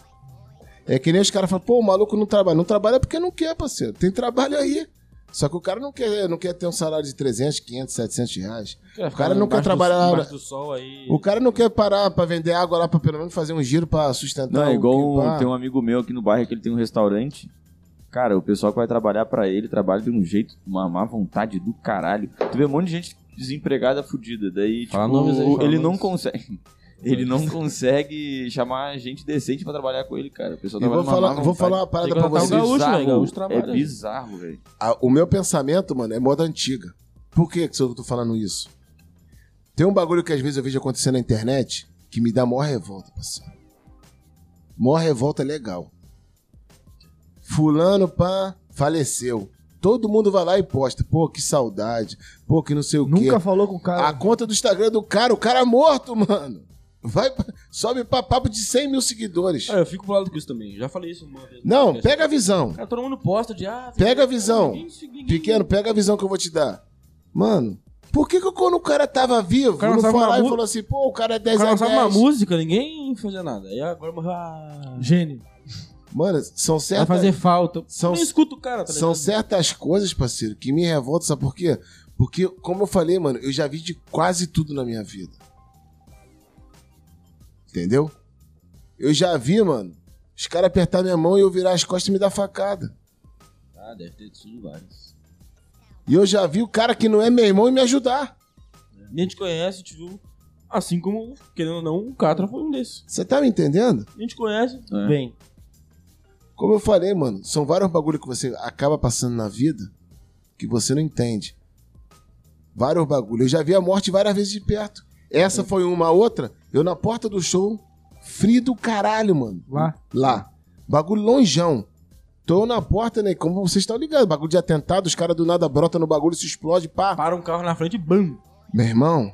E: É que nem os caras falam, pô, o maluco não trabalha. Não trabalha porque não quer, parceiro. Tem trabalho aí. Só que o cara não quer, não quer ter um salário de 300, 500, 700 reais.
D: O
E: cara não quer trabalhar na-
D: na do sol aí.
E: né? O cara não quer parar pra vender água lá pra pelo menos fazer um giro pra sustentar
B: Não, é
E: o
B: igual um-
E: pá.
B: tem um amigo meu aqui no bairro que ele tem um restaurante. Cara, o pessoal que vai trabalhar pra ele trabalha de um jeito, uma má vontade do caralho. Tu vê um monte de gente desempregada fudida. Daí,
D: Fala
B: tipo,
D: nomes aí, fala
B: ele não
D: nomes.
B: consegue. Ele não consegue chamar gente decente pra trabalhar com ele, cara. O pessoal
E: E vou
B: trabalha numa
E: falar,
B: má
E: vou
B: vontade.
E: falar uma
D: Tem
E: parada
D: que
E: pra
D: contratar um
E: vocês.
D: gaúcho, velho. Gaúcho
B: É
D: trabalha. né?
B: bizarro, velho.
E: A- o meu pensamento, mano, é moda antiga. Por que que eu tô falando isso? Tem um bagulho que às vezes eu vejo acontecendo na internet que me dá maior revolta, parceiro. Maior revolta legal. Fulano, pá, faleceu. Todo mundo vai lá e posta. Pô, que saudade. Pô, que não sei o quê.
A: Nunca falou com o cara.
E: A conta do Instagram do cara, o cara morto, mano. Vai, pra- sobe pra papo de 100 mil seguidores.
D: Ah, eu fico pro lado com isso também. Já falei isso uma vez.
E: Não, pega a visão.
D: Cara, todo mundo posta de. Ah,
E: Pega a visão.
D: ninguém-
E: Pequeno, pega a visão que eu vou te dar. Mano, por que, que quando o cara tava vivo,
D: cara
E: não
D: lançava
E: foi lá
D: uma
E: e
D: mu-
E: falou assim, pô, o cara é
D: O
E: 10
D: cara
E: a
D: lançava uma
E: 10.
D: música, ninguém fazia nada. Aí agora morreu. Ah,
A: Gene.
E: Mano, são
D: vai
E: certas,
D: fazer falta.
E: São-
D: Nem escuto o cara, tá
E: são
D: ligado?
E: certas coisas, parceiro, que me revoltam, sabe por quê? Porque, como eu falei, mano, eu já vi de quase tudo na minha vida. Entendeu? Eu já vi, mano, os caras apertar minha mão e eu virar as costas e me dar facada.
D: Ah, deve ter tido vários.
E: E eu já vi o cara que não é meu irmão e me ajudar.
D: Nem te conhece, te viu. Assim como, querendo ou não, o Catra foi um desses.
E: Você tá me entendendo?
D: Nem te conhece,
B: É.
D: vem.
E: Como eu falei, mano, são vários bagulho que você acaba passando na vida que você não entende. Vários bagulho. Eu já vi a morte várias vezes de perto. Essa foi uma, a outra. Eu na porta do show, frio do caralho, mano.
A: Lá.
E: Lá. Bagulho longeão. Tô na porta, né? Como vocês estão ligados, bagulho de atentado, os caras do nada brotam no bagulho, se explode, pá.
D: Para um carro na frente e bam.
E: Meu irmão,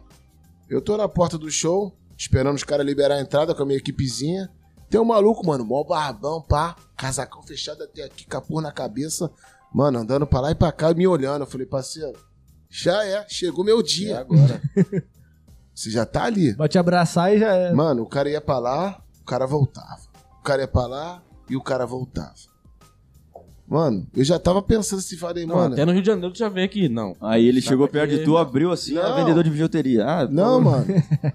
E: eu tô na porta do show, esperando os caras liberar a entrada com a minha equipezinha. Tem um maluco, mano, mó barbão, pá, casacão fechado até aqui, capô na cabeça, mano, andando pra lá e pra cá, me olhando. Eu falei, parceiro, já é, chegou meu dia. agora. Você já tá ali.
A: Vai te abraçar e já é.
E: Mano, o cara ia pra lá, o cara voltava. O cara ia pra lá e o cara voltava. Mano, eu já tava pensando se falei,
D: Não,
E: mano.
D: até no Rio de Janeiro tu já vê que não.
B: Aí ele
D: Tá
B: chegou
D: aqui,
B: perto de tu,
D: não.
B: abriu assim, ah,
E: Não.
B: vendedor de bijuteria. Ah,
E: Não, mano.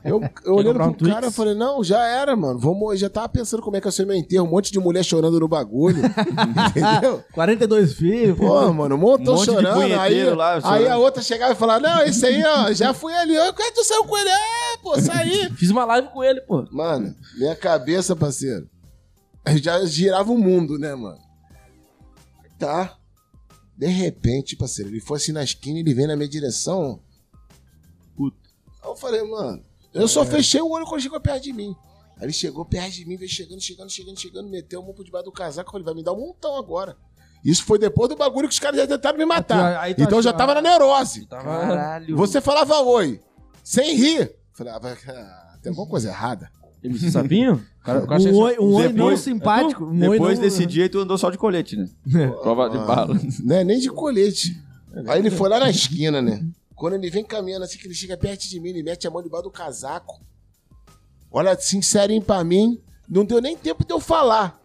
E: Eu, eu olhando
D: comprar um
E: pro
D: Twix?
E: cara, eu falei, não, já era, mano. Vou morrer. Já tava pensando como é que ia ser meu enterro. Um monte de mulher chorando no bagulho. entendeu?
A: 42 filhos.
E: Pô, mano, um montão
B: Um monte de
E: chorando. Aí,
B: punheteiro lá, chorando.
E: aí a outra chegava e falava, não, esse aí, ó, já fui ali. Eu, cara, tu saiu com ele? É, pô, saí.
D: Fiz uma live com ele, pô.
E: Mano, minha cabeça, parceiro, eu já girava o mundo, né, mano? Tá. De repente, parceiro, ele foi assim na esquina, ele vem na minha direção. Puto. Aí eu falei, mano, eu só fechei o olho quando chegou perto de mim. Aí ele chegou perto de mim, veio chegando, chegando, chegando, chegando, meteu a mão por debaixo do casaco, eu falei, vai me dar um montão agora. Isso foi depois do bagulho que os caras já tentaram me
A: Aí
E: matar.
A: tá assim, tu
E: Então eu já
A: achou-
E: tava na neurose.
D: Tava...
B: Caralho.
E: Você falava oi, sem rir. Falei, ah, vai- ah, tem alguma coisa errada.
D: MC Sapinho? O
E: é
D: cara, o cara
A: Um
D: chega-
A: oi, um oi não
B: Depois-
A: simpático. Um oi
B: Depois
A: não-
B: desse dia, tu andou só de colete, né? Prova de
E: mano.
B: bala.
E: né? Nem de colete. Aí ele foi lá na esquina, né? Quando ele vem caminhando assim, que ele chega perto de mim, ele mete a mão debaixo do casaco. Olha assim, serinho pra mim. Não deu nem tempo de eu falar.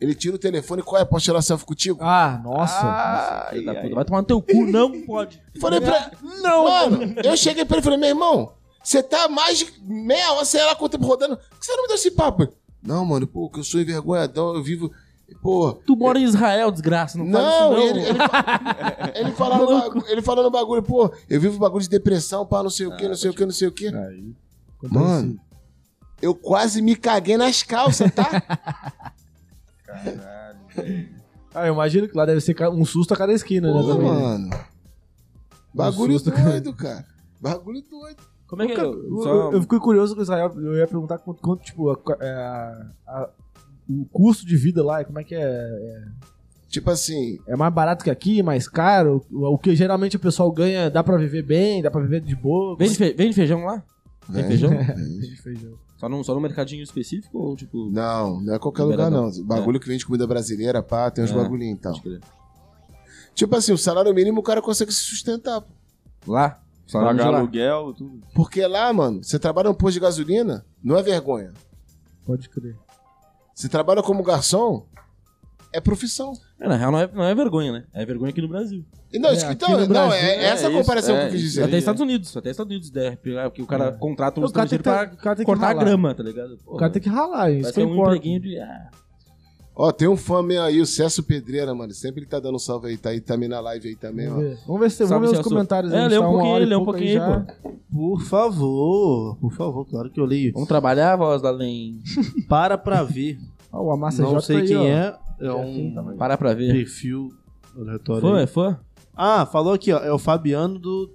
E: Ele tira o telefone, qual é? Posso tirar selfie contigo?
A: Ah, nossa.
B: Ai,
D: Filho da
B: ai.
D: puta, Vai tomar no teu cu, não pode.
E: Falei pra Não! Mano, eu cheguei pra ele e falei, meu irmão, você tá mais de meia hora, sei lá quanto tempo rodando. Por que você não me deu esse papo? Não, mano, pô, que eu sou envergonhadão, eu vivo. Pô,
D: Tu mora em Israel, desgraça, não,
E: Não,
D: faz isso
E: ele,
D: não. Tá
E: ele, fa- ele, fala no bagu- ele fala no bagulho, pô, eu vivo bagulho de depressão, pá, não sei
D: Ah,
E: o que, não sei o que, não sei o que. Mano, eu quase me caguei nas calças, tá?
A: Ah, eu imagino que lá deve ser ca- um susto a cada esquina, né?
E: Pô,
A: Também. né?
E: mano. Bagulho
A: susto, cara.
E: doido, cara. Bagulho doido.
D: Como é que é?
A: Eu,
D: Só-
A: eu- eu fiquei curioso com Israel. Eu ia perguntar quanto, quanto, tipo, a- a- a- o custo de vida lá, como é que é?
E: Tipo assim,
A: É mais barato que aqui, mais caro? O, o que geralmente o pessoal ganha, dá pra viver bem, dá pra viver de boa? é
D: Vende, fe- vende feijão lá? Tem
E: Vende.
D: É feijão?
A: de feijão.
D: Só num, só num mercadinho específico ou tipo.
E: não, não é qualquer lugar,
D: Liberadão.
E: não. Bagulho que vende comida brasileira, pá, tem uns
D: É.
E: bagulhinhos e tal.
D: Pode crer.
E: Tipo assim, o salário mínimo o cara consegue se sustentar. pô.
D: Lá? Só lá,
B: Pagar
D: lá.
B: aluguel, tudo.
E: Porque lá, mano, você trabalha num posto de gasolina, não é vergonha.
A: Pode crer.
E: Você trabalha como garçom, é profissão.
D: É, na real, não é, não é vergonha, né? É vergonha aqui no Brasil.
E: E Não,
A: É,
E: isso que-
A: aqui
E: então,
A: no
E: não,
A: Brasil,
E: é,
B: é
E: essa
B: isso,
E: comparação que
B: é
E: eu quis
B: isso
E: dizer.
B: aí.
D: Até Estados Unidos, até Estados Unidos, né? Porque o cara
A: É.
D: contrata um
A: O cara tem
D: estrangeiro
A: que, tá-
D: pra
A: o cara tem que
D: cortar a
A: ralar.
D: grama, tá ligado? Pô,
A: O cara tem que ralar, isso
D: parece
A: que
D: que é um
A: importa.
D: empreguinho de. Ah,
E: Ó, tem um fã meu aí, o Cesso Pedreira, mano. Sempre ele tá dando um salve aí, tá aí também na live aí também, ó.
A: Vamos ver, vamos ver se tem
D: Salve,
A: vamos ver os
D: Celso.
A: comentários
D: É,
A: a gente
D: lê um
A: tá uma
D: pouquinho
A: hora
D: aí,
A: e
D: lê um
A: pouco aí
D: pouquinho aí,
A: já.
C: Por favor, por favor, claro que eu leio.
D: Vamos trabalhar a voz da Len.
C: Para pra ver.
A: Ó, Ah, o Amassa
C: Não
A: J
C: sei
A: aí,
C: quem
A: ó.
C: é. É
A: Já tem
C: um
A: também.
D: Parar pra ver.
C: perfil aleatório.
D: Fã,
C: aí.
D: é fã?
C: Ah, falou aqui, ó. É o Fabiano do,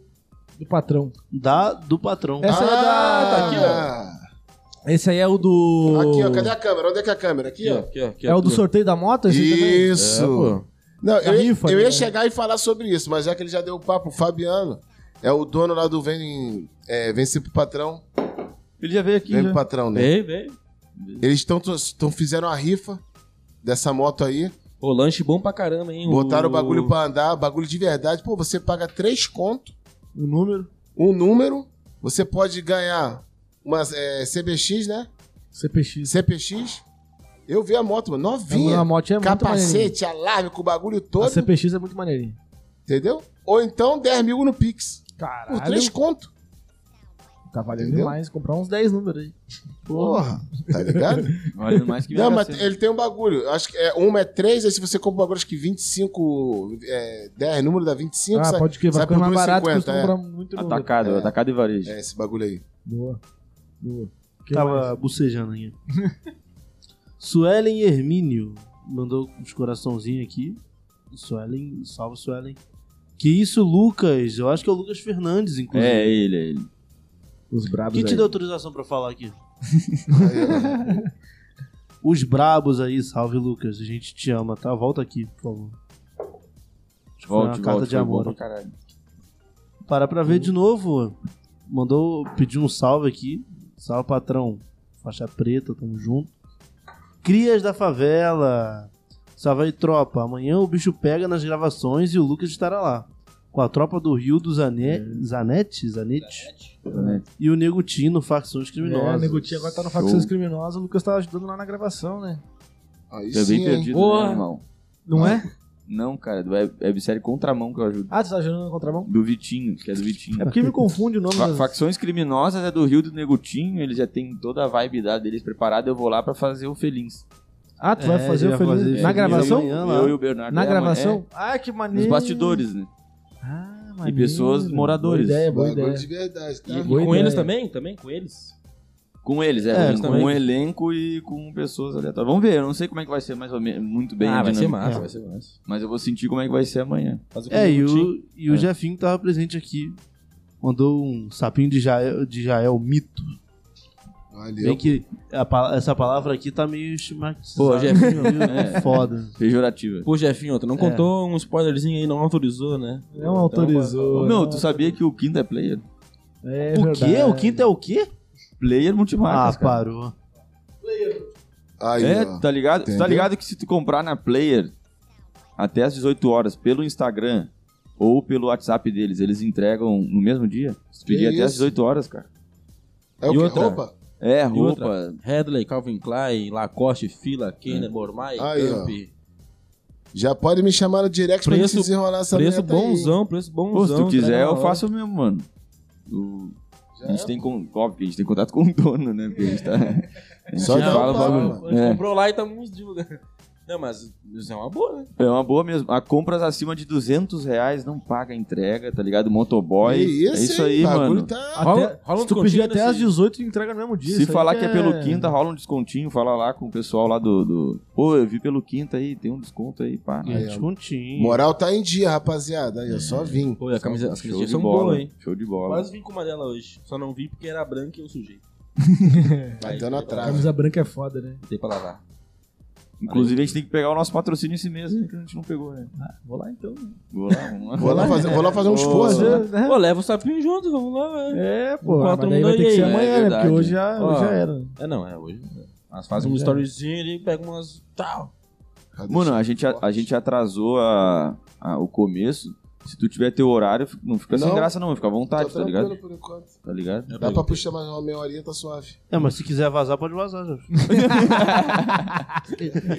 A: Do patrão.
C: da, do patrão.
A: Essa é da- tá aqui,
E: ó.
A: Esse aí é o do.
E: Ah, Aqui, ó. Cadê a câmera? Onde é que é a câmera? Aqui, ó.
D: aqui, ó. aqui,
A: É
D: ó,
A: o do
D: aqui, ó.
A: sorteio da moto? Esse aí assim também?
E: Isso.
D: É, pô.
E: Não,
A: Da
E: eu, ia-
A: rifa,
E: eu
A: né?
E: ia chegar e falar sobre isso, mas já que ele já deu o papo, o Fabiano é o dono lá do Vem, é, Vencer pro Patrão.
B: Ele já veio aqui.
E: Vem
B: já.
E: pro Patrão, né?
D: Vem, vem.
E: Eles estão fizeram a rifa dessa moto aí,
D: Ô, lanche bom pra caramba, hein?
E: botaram o bagulho pra andar, bagulho de verdade. Pô, você paga três conto,
A: O número.
E: um número, você pode ganhar umas é, CBX, né?
A: CPX.
E: CPX. Eu vi a moto, mano,
A: A
E: novinha.
A: moto é muito maneirinha.
E: Capacete, alarme com o bagulho
A: A
E: todo,
A: CPX é muito maneirinho.
E: entendeu? Ou então 10 mil no Pix. Por
A: Caralho.
E: três conto.
A: Tá valendo
E: Entendeu?
A: demais. Comprar uns 10 números aí.
E: Porra, tá ligado?
B: Valendo mais que
E: Não,
B: Mega
E: mas
B: Sena.
E: ele tem um bagulho. Acho que é, uma é três, aí se você compra um bagulho, acho que 25, é, 10, número dá 25,
A: ah,
E: sabe?
A: pode que vai
E: sai
A: ficar
E: por
A: mais barato que
E: 2,50,
A: custa comprar muito número.
B: Atacado,
E: É.
B: atacado e varejo.
E: É, esse bagulho aí.
A: Boa. Boa. Que
C: Tava
A: mais?
C: bocejando aqui. Suelen Hermínio mandou uns coraçãozinhos aqui. Suelen, salve Suelen. Que isso, Lucas? Eu acho que é o Lucas Fernandes,
B: É,
C: inclusive.
B: ele, é ele.
A: Os brabos
C: Quem te
A: aí.
C: deu autorização pra falar aqui?
E: Aí,
C: Os brabos aí, salve Lucas, a gente te ama, tá? Volta aqui, por favor. Acho que foi
B: Volte,
C: uma carta
B: volte.
C: de
B: foi bom Uhum.
C: amor.
B: pra
A: É,
B: caralho.
C: Para pra ver de novo. Mandou pedir um salve aqui. Salve, patrão. Faixa preta, tamo junto. Crias da favela. Salve aí, tropa. Amanhã o bicho pega nas gravações e o Lucas estará lá. Com a tropa do Rio do
B: É.
C: Zane... Zanetti? Zanetti? E o Negutinho no Facções
A: É,
C: Criminosas.
A: o Negotinho agora tá no
B: Show.
A: Facções Criminosas. O Lucas tava ajudando lá na gravação, né?
E: ó. Aí
B: Eu é bem
E: sim, hein?
B: perdido,
D: Boa.
B: né, irmão?
A: Não é?
B: Não, cara, do web, websérie Contramão que eu ajudo.
A: Ah, tu tá ajudando na contramão?
B: Do Vitinho, que é do Vitinho.
A: É porque me confunde o nome
B: Fa-
A: das...
B: Facções criminosas é do Rio do Negutinho, eles já tem toda a vibe da deles preparada, eu vou lá pra fazer o Felins.
A: Ah, tu vai
C: É,
A: fazer
C: ele
A: o
C: vai
A: Feliz...
C: fazer
A: na
C: Feliz
A: gravação?
C: amanhã. lá.
B: Eu e o Bernardo.
A: Na
B: é,
A: gravação? Ah, que
B: é,
A: maneiro.
B: nos bastidores, né?
A: Ah, maneiro.
B: pessoas moradores.
A: Boa ideia, boa
E: Bagulho
A: ideia.
E: de verdade, tá?
D: E
A: Boa
D: com
A: ideia.
D: eles também? Também com eles?
B: Com eles, é,
D: É,
B: com,
D: também.
B: com um elenco e com pessoas aleatórias. Vamos ver, eu não sei como é que vai ser mais ou menos, muito bem
D: ah,
B: a
D: vai ser
B: dinâmica,
D: massa,
C: É.
D: vai ser massa.
B: mas eu vou sentir como é que vai ser amanhã.
D: Faz o que
C: É, e
D: Negutinho.
C: o, e o
D: É.
C: Jefinho tava presente aqui. Mandou um sapinho de Jael, de Jael mito.
E: Valeu.
C: Bem que a pa- essa palavra aqui tá meio estigmatizada.
D: Pô, Jefinho, viu?
C: É foda.
B: Pejorativa.
D: Pô, Jefinho, tu não contou um spoilerzinho aí, não autorizou, né?
A: Não autorizou.
B: Ô, meu, tu sabia que o quinto é player?
A: É
C: o
A: verdade.
C: quê? O quinto é o quê?
B: Player multimarcas,
C: ah,
B: cara.
C: parou.
E: Aí,
B: É,
E: ó.
B: tá ligado? Tu Tá
E: Entendeu?
B: ligado que se tu comprar na Player até às 18 horas pelo Instagram ou pelo WhatsApp deles, eles entregam no mesmo dia? Se tu
E: Que
B: pedir até às
E: isso?
B: 18 horas, cara.
E: É o
D: e
E: que?
D: outra?
E: Roupa?
B: É, roupa.
D: outra? Hadley, Calvin Klein, Lacoste, Fila, Kenner, Bormai,
E: Aí, ó.
D: Camp.
E: Já pode me chamar no direct pra
D: Preço-
E: gente desenrolar essa
D: Preço
E: meta aí.
D: bonzão, preço bonzão.
B: Pô, se tu quiser,
D: entrega na
B: eu
D: hora.
B: faço mesmo, mano. O-
E: Já
B: a gente
E: é,
B: tem con... Óbvio que a gente tem contato com o dono, né? Porque a gente tá. A gente
E: Só dá um
B: fala o
E: papo,
B: bagulho.
E: mano.
D: A gente
B: É.
D: comprou lá e tá uns divulgando. Não, mas isso é uma boa, né?
B: É uma boa mesmo. A compras acima de 200 reais não paga entrega, tá ligado? Motoboy.
E: Que
B: é isso aí,
E: hein? O bagulho
B: mano.
E: Tá...
A: Até,
D: Rola- rola um
A: se tu pedir
D: descontinho
A: até às
D: nesse-
A: 18, entrega no mesmo dia.
B: assim. Se
A: Isso aí
B: falar que é... pelo quinta, rola um descontinho, fala lá com o pessoal lá do. do... Pô, eu vi pelo quinta aí, tem um desconto aí, pá.
E: Aí, ó.
C: Descontinho.
E: Moral tá em dia, rapaziada. Aí, eu só vim.
D: Pô, a camisa, as
B: Show
D: camisetas
B: de
D: são
B: bola,
D: boas, hein?
B: Show de bola.
D: Quase vim com uma dela hoje. Só não vi porque era branca e eu sujei.
E: Bateu na trave.
A: Camisa branca é foda, né?
D: Botei pra lavar.
B: Inclusive, a gente tem que pegar o nosso patrocínio esse mês aí, que a gente não pegou, né?
A: Vou lá então.
B: Vou lá, vamos lá.
E: Vou lá fazer, vou lá fazer um esforço. né?
A: Fazer, né?
D: Pô, leva o sapinho junto, vamos lá, velho.
A: É, pô.
D: Enquanto
A: Mas daí
D: um
A: vai ter que
D: ganha
A: ser
D: aí.
A: amanhã,
B: É
A: né? Porque
B: verdade.
A: hoje já,
D: Ó.
A: hoje já era.
D: É, não, é hoje. Mas faz um
A: Já.
D: storyzinho ali, pega umas. Tal.
E: Cadê?
B: Mano, a gente, a, a gente atrasou a- a- o começo Se tu tiver teu horário, fica- não fica sem
E: Não.
B: graça, não. Fica à vontade, tá,
E: tranquilo
B: ligado?
E: por enquanto.
B: Tá ligado?
E: Dá pra puxar mais uma meia horinha, tá suave.
C: É, mas se quiser vazar, pode vazar, já.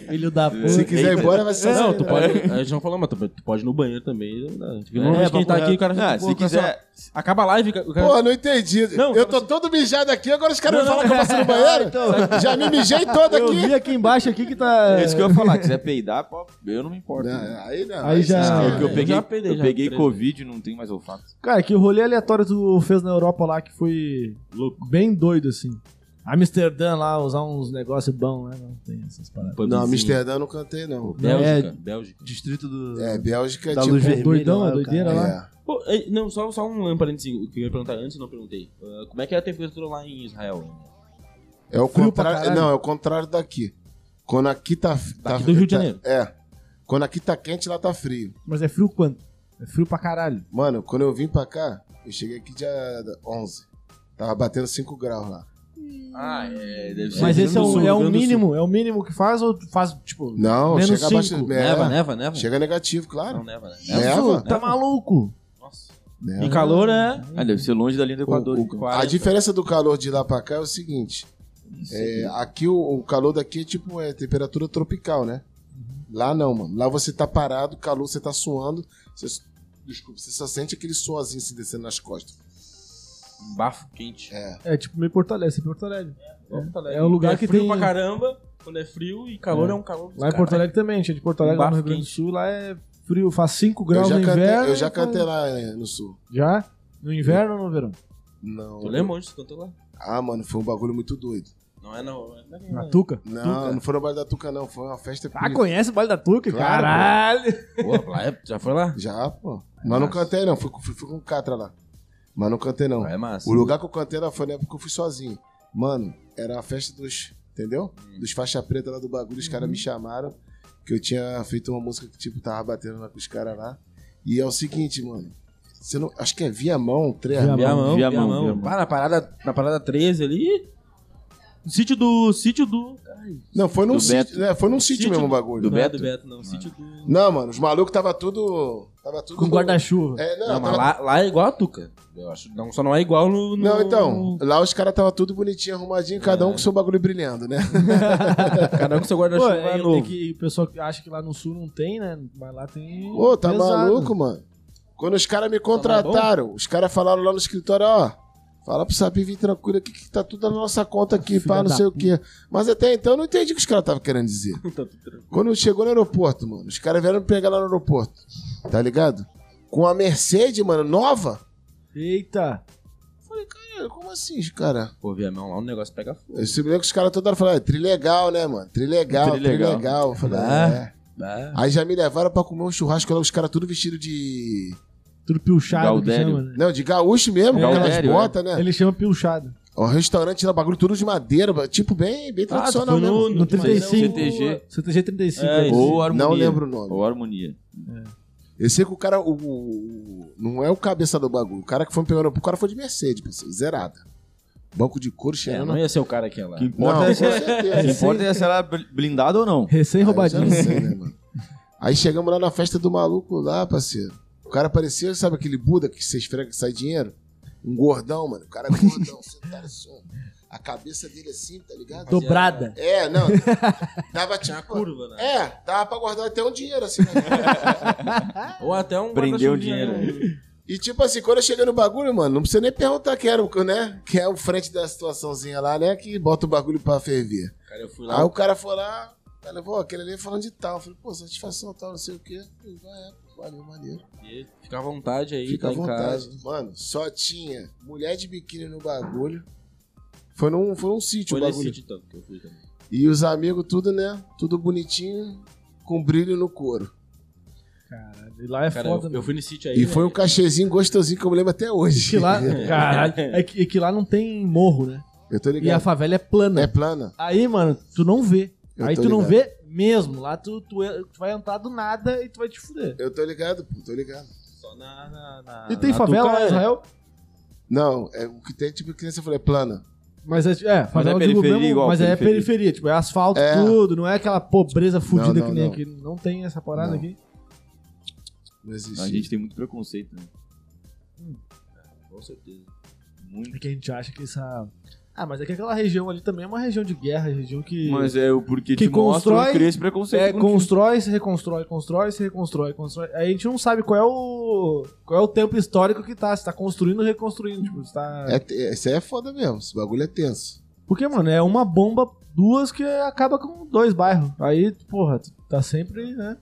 F: Filho da
B: É.
F: puta.
E: Se quiser ir embora, vai ser
D: Não,
E: assim,
D: tu
E: né?
D: pode. A gente não falou, mas tu, tu pode ir no banheiro também. Né? Porque normalmente
C: É,
D: quem tá
C: papo
D: aqui, o cara
B: Ah,
D: pô,
B: se
D: o cara só-
B: quiser.
D: Acaba a live, o cara.
E: Porra, não entendi.
D: Não,
E: eu tô todo mijado aqui, agora os caras me
D: Não,
E: falam que eu passei no banheiro. Já me mijei todo
A: Eu
E: aqui.
A: vi aqui embaixo aqui que tá.
B: É isso que eu ia falar. Quiser peidar, pô, eu não me importo. né?
E: Não, é. aí não.
A: Aí já-
E: se
B: Porque é
E: esquece.
B: eu
D: eu
B: peguei,
D: já peidei,
B: eu
D: já,
B: peguei
D: três
B: Covid, não tem mais olfato.
A: Cara, que rolê aleatório tu fez na Europa lá que foi bem doido, assim. Amsterdã lá, usar uns negócios bons, né? Não tem essas paradas.
E: Não,
D: pubzinho.
E: Amsterdã eu não cantei, não.
D: Bélgica,
C: É.
D: Bélgica.
C: Distrito do.
E: É, Bélgica,
C: Da
E: tipo...
C: luz vermelha.
A: um doidão,
C: lá,
A: a
C: o
A: doideira
E: é.
A: lá.
D: Pô, ei, não, só, só um parênteses o que eu ia perguntar antes e não perguntei. Ah, como é que é a temperatura lá em Israel?
E: É o
A: Frio pra
E: contrário.
A: caralho.
E: Não, é o contrário daqui. Quando aqui tá. tá
D: Daqui do Rio de
E: tá-
D: Janeiro.
E: É. Quando aqui tá quente, lá tá frio.
A: Mas é frio quanto? É frio pra caralho.
E: Mano, quando eu vim pra cá, eu cheguei aqui dia 11. Tava batendo 5 graus lá.
D: Ah, é, deve
A: Mas esse é o, é o
D: Rio Grande do Sul.
A: mínimo, é o mínimo que faz ou faz, tipo.
E: Não,
A: Menos
E: chega abaixo.
A: cinco.
E: é,
D: Neva, neva, neva.
E: Chega negativo, claro.
D: Não, neva, né?
E: Neva.
A: Isso, tá maluco?
D: Nossa.
E: Neva.
D: E calor é.
B: Ah, deve ser longe da linha do Equador.
E: O- o- a
B: 40.
E: diferença do calor de lá pra cá é o seguinte: é, aqui o, o calor daqui é tipo é temperatura tropical, né? Lá não, mano. Lá você tá parado, calor, você tá suando. Você, desculpa, você só sente aquele suazinho se descendo nas costas.
D: Um bafo quente.
E: É.
A: É tipo meio Porto Alegre, esse é Porto Alegre. É, é
D: o
A: um lugar que
D: frio
A: tem.
D: pra caramba, quando é frio, e calor é, um calor.
A: Lá em Porto Alegre também, tinha de Porto Alegre, lá no
D: Bafo
A: Rio Grande do Sul, lá é frio, faz 5
E: Eu
A: graus
E: já,
A: no
E: cantei,
A: inverno. então.
E: eu já
A: e faz-
E: cantei lá eh, no sul.
A: Já? No inverno ou no verão?
E: Não.
D: Tu lembra onde tu cantou lá?
E: Ah, mano, foi um bagulho muito doido.
D: Não é não. é- não é-
A: Na Tuca?
E: Não,
A: Tuca.
E: não foi no baile da Tuca, não. Foi uma festa.
A: Ah,
E: bonita.
A: conhece o baile da Tuca?
E: Claro,
A: Caralho!
D: Porra, lá é- já foi lá?
E: Já, pô. Mas não cantei, não. Fui, fui- fui com o Catra lá. Mas não cantei, não.
D: Lá é massa.
E: O lugar que eu cantei lá foi na época que eu fui sozinho. Mano, era a festa dos. Entendeu? Dos faixa preta lá do bagulho. Os caras me chamaram. Que eu tinha feito uma música que, tipo, tava batendo lá com os caras lá. E é o seguinte, mano. Você não, acho que é Viamão, Três
A: Viamão.
D: Viamão,
B: Viamão,
D: Viamão.
B: Viamão.
D: Pá, na parada, na parada 13 ali. No sítio do. Sítio do.
E: Não, foi num
B: Do
E: sítio.
B: Beto.
E: né? Foi num sítio,
D: Sítio
E: mesmo o
D: do-
E: bagulho.
D: não é do Beto, não. Sítio
A: Ah.
D: do.
E: Não, mano, os malucos tava tudo. Tava tudo.
A: Com
E: no-
A: guarda-chuva.
E: É, não,
D: Não, mas
E: tava-
D: lá, lá é igual a Tuca. Eu acho. Não, só não é igual no. no-
E: Não, então, lá os caras tava tudo bonitinho, arrumadinho, cada um com seu bagulho brilhando, né?
D: Cada um com seu
A: Pô,
D: guarda-chuva
A: é, é
D: novo.
A: que o pessoal que acha que lá no sul não tem, né? Mas lá tem.
E: Ô, tá
A: pesado. Tá
E: maluco, mano? Quando os caras me contrataram, os caras falaram lá no escritório, ó, fala pro Sabi vir tranquilo aqui que tá tudo na nossa conta aqui,
A: Filha
E: pá, não
A: da
E: sei o quê. Mas até então eu não entendi o que os caras estavam querendo dizer.
A: Tá
E: Quando chegou no aeroporto, mano, os caras vieram me pegar lá no aeroporto, tá ligado? Com a Mercedes, mano, nova.
A: Eita!
E: Eu Falei, cara, como assim, cara?
D: Pô, Viamão, lá o negócio pega fogo.
E: Eu se lembro que os caras toda hora falaram, é trilegal, né, mano? Trilegal,
B: Trilegal.
E: trilegal. Eu falei,
D: Ah.
E: é. Aí já me levaram pra comer um churrasco lá, os caras tudo vestido de.
A: Tudo pilchado que
B: Galdério.
A: chama, né?
E: Não, de gaúcho mesmo,
D: É
E: com aquelas
B: Galdério,
E: botas, né?
A: Ele chama pilchado.
E: Um restaurante lá, bagulho tudo de madeira, tipo bem, bem
D: Ah, tu
E: tradicional
D: foi
E: mesmo. é um
D: no,
A: No 35.
B: CTG.
A: CTG 35.
D: É,
A: né?
B: Ou harmonia.
E: Não lembro o nome.
B: Ou harmonia.
E: Eu sei que o cara, o, o- não é o cabeça do bagulho. O cara que foi me pegando, o cara foi de Mercedes, parceiro, zerada. Banco de couro
D: É,
E: cheirando.
D: não ia ser o cara que é é lá.
B: O que
E: Não,
B: importa, é,
E: com
B: se ela- o que
E: certeza.
B: importa é se ela é blindada ou não.
E: Aí eu
A: Recém-roubadinho.
E: já não sei, né, mano? Aí chegamos lá na festa do maluco lá, parceiro. O cara parecia, sabe aquele Buda que você esfrega que sai dinheiro? Um gordão, mano. O cara é gordão, sentado assim. ó. A cabeça dele assim, tá ligado?
A: Dobrada.
E: É, não. Dava tipo...
D: Tinha curva, né?
E: É, dava pra guardar até um dinheiro, assim. Né? É.
D: Ou até um.
B: Prendeu
D: guarda-chuvinha,
B: o dinheiro.
D: né?
E: E tipo assim, quando eu cheguei no bagulho, mano, não precisa nem perguntar quem era, o- né? Que é o frente da situaçãozinha lá, né? Que bota o bagulho pra ferver.
D: Cara, eu fui
E: Aí
D: lá.
E: o cara foi lá, ela levou aquele ali falando de tal. Eu falei, pô, satisfação tal, não sei o quê. Eu falei, é, pô, valeu, maneiro.
D: e Fica à vontade aí, tá
E: Fica à
D: em
E: vontade.
D: casa.
E: Mano, só tinha mulher de biquíni no bagulho. Foi num, foi num sítio
D: Foi
E: o
D: nesse
E: um bagulho.
D: sítio então que eu fui também.
E: E os amigos, tudo, né? Tudo bonitinho, com brilho no couro.
A: Caralho, e lá é
D: Cara,
A: foda,
D: eu, eu fui nesse sítio aí.
E: E foi um
D: né?
E: cachezinho gostosinho que eu me lembro até hoje.
A: Que lá, caralho, é que, é que lá não tem morro, né?
E: Eu
A: E
E: tô
A: a
E: ligado.
A: favela é plana.
E: É plana.
A: Aí, mano, tu não vê.
E: Eu
A: Aí
E: tô
A: tu não
E: ligado.
A: vê mesmo. Lá tu, tu, é- tu vai entrar do nada e tu vai te fuder.
E: Eu tô ligado, pô, tô ligado.
D: Só na. na, na
A: E tem
D: na
A: favela
D: Tuca,
A: lá em
D: é.
A: Israel?
E: Não, é o que tem, tipo, que nem você falou, é plana.
A: Mas é, é, favela
B: é
A: eu digo
B: periferia
A: mesmo,
B: igual,
A: Mas é
B: periferia.
A: periferia, tipo, é asfalto,
E: É.
A: tudo, não é aquela pobreza fudida
E: não,
A: que nem
E: não.
A: aqui. Não tem essa parada
E: Não.
A: aqui.
E: Não existe.
B: A gente tem muito preconceito, né?
A: Hum.
B: Com certeza.
A: É
B: Muito.
A: que a gente acha que essa. Ah, mas é que aquela região ali também é uma região de guerra, região que.
B: Mas é o porque
A: Que
B: te mostram
A: constrói-
B: cria esse preconceito.
A: É,
B: contigo.
A: constrói, se reconstrói, constrói, se reconstrói, constrói. Aí a gente não sabe qual é o. qual é o tempo histórico que tá. Se tá construindo ou reconstruindo. Tipo, se tá.
E: É, te- isso aí é foda mesmo. Esse bagulho é tenso.
A: Porque, mano, é uma bomba, duas que acaba com dois bairros. Aí, porra, tu tá sempre, né?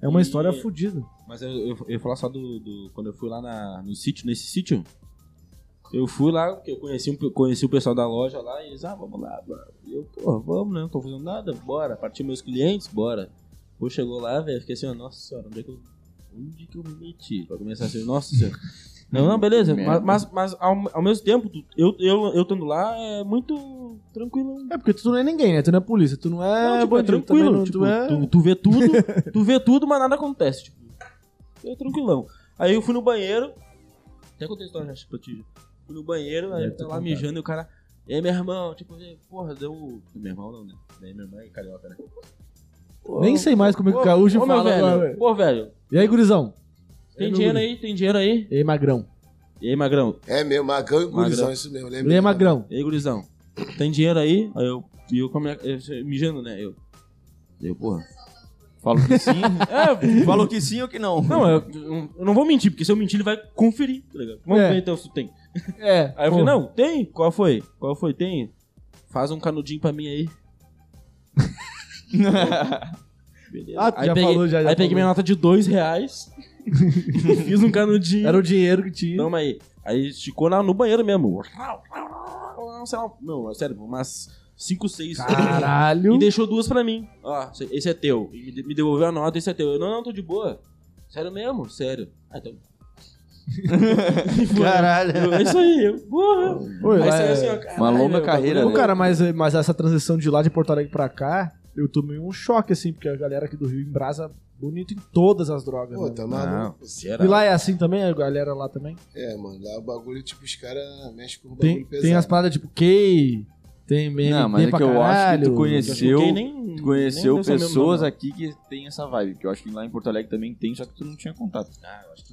A: É uma
D: E-
A: história fodida.
D: Mas eu, eu, eu ia falar só do, do- Quando eu fui lá na- no sítio, nesse sítio. Eu fui lá, porque eu conheci, um- conheci o pessoal da loja lá, e eles, ah, vamos lá, bora. E eu, pô, vamos, né? Não tô fazendo nada, bora. Partiu meus clientes, bora. Pô, chegou lá, velho, fiquei assim, ó, nossa senhora, onde é que eu. Onde que eu me meti? Pra começar assim, nossa senhora. Não, não, beleza.
B: Que
D: Mas,
B: merda.
D: mas, mas ao, ao mesmo tempo, tu- eu, eu, eu estando lá, é muito tranquilo.
A: É porque tu não é ninguém, né? Tu não é polícia, tu não é
D: Não, tipo, é
A: bandido,
D: tranquilo.
A: também não-
D: tipo,
A: tu é...
D: tu, tu vê tudo, tu vê tudo, mas nada acontece. Tipo, é tranquilão. Aí eu fui no banheiro. Até contei a história né, já, pra ti. Fui no banheiro, aí
A: Deve
D: tá
A: ter
D: lá
A: contado.
D: mijando e o cara. E aí, meu irmão, tipo, e aí, porra, deu. Meu irmão não, né? Daí meu irmão é carioca, né? Pô,
A: Nem sei mais como é que
D: pô,
A: o gaúcho
D: ô, meu
A: fala
D: velho,
A: agora, velho.
D: Pô, velho,
A: E aí, gurizão?
D: tem
A: É, meu
D: dinheiro
A: guri.
D: aí, tem dinheiro aí.
A: E aí, magrão?
D: E aí, magrão,
E: É mesmo, magão e gurizão,
D: Magrão.
E: isso mesmo.
A: E aí, é magrão?
D: E aí, gurizão, tem dinheiro aí? Aí eu, e eu, com a minha- eu mijando, né? Eu. Eu, porra.
B: Falo que sim.
D: É,
B: Falou que sim ou que não?
D: Não, eu, eu não vou mentir, porque se eu mentir, ele vai conferir, tá ligado? Vamos
A: É.
D: ver então se tem.
A: É.
D: Aí eu falei, não, tem? Qual foi? Qual foi? Tem? Faz um canudinho pra mim aí. Beleza.
A: Ah, tu
D: aí
A: já
D: peguei,
A: falou, já, já
D: Aí peguei
A: falou.
D: minha nota de dois reais, fiz um canudinho.
A: Era o dinheiro que tinha.
D: Toma aí. Aí esticou na, no banheiro mesmo. Sei lá, não, é sério, umas 5, 6.
A: Caralho.
D: E deixou duas pra mim. Ó, cê- esse é teu. E me de- me devolveu a nota, esse é teu. Eu, não, não, tô de boa. Sério mesmo? Sério. Ah, então. E foi.
C: Caralho.
D: Eu, É isso aí. Eu, porra.
A: Oi,
D: Aí
A: lá
D: saiu
A: é-
D: assim, ó, caralho,
B: Uma longa
D: meu,
B: carreira,
E: Né?
D: bagulho- é
A: Ô, cara, mas, mas essa transição de lá de Porto Alegre pra cá, eu tomei um choque, assim, porque a galera aqui do Rio embrasa bonito em todas as drogas.
E: Pô,
A: né?
E: tá
B: Não.
E: maluco.
A: E lá é assim também, a galera lá também?
E: É, mano, lá o bagulho, tipo, os caras mexem com o bagulho
A: Tem,
E: pesado.
A: tem as paradas tipo Kay, tem meme
B: Não, mas
A: tem
B: é
A: pra
B: que eu acho que tu
A: caralho.
B: conheceu-
D: Eu nem-
B: Tu conheceu
D: nem deve ser o mesmo
B: pessoas
D: nome,
B: aqui que tem essa vibe. Que eu acho que lá em Porto Alegre também tem, só que tu não tinha contato.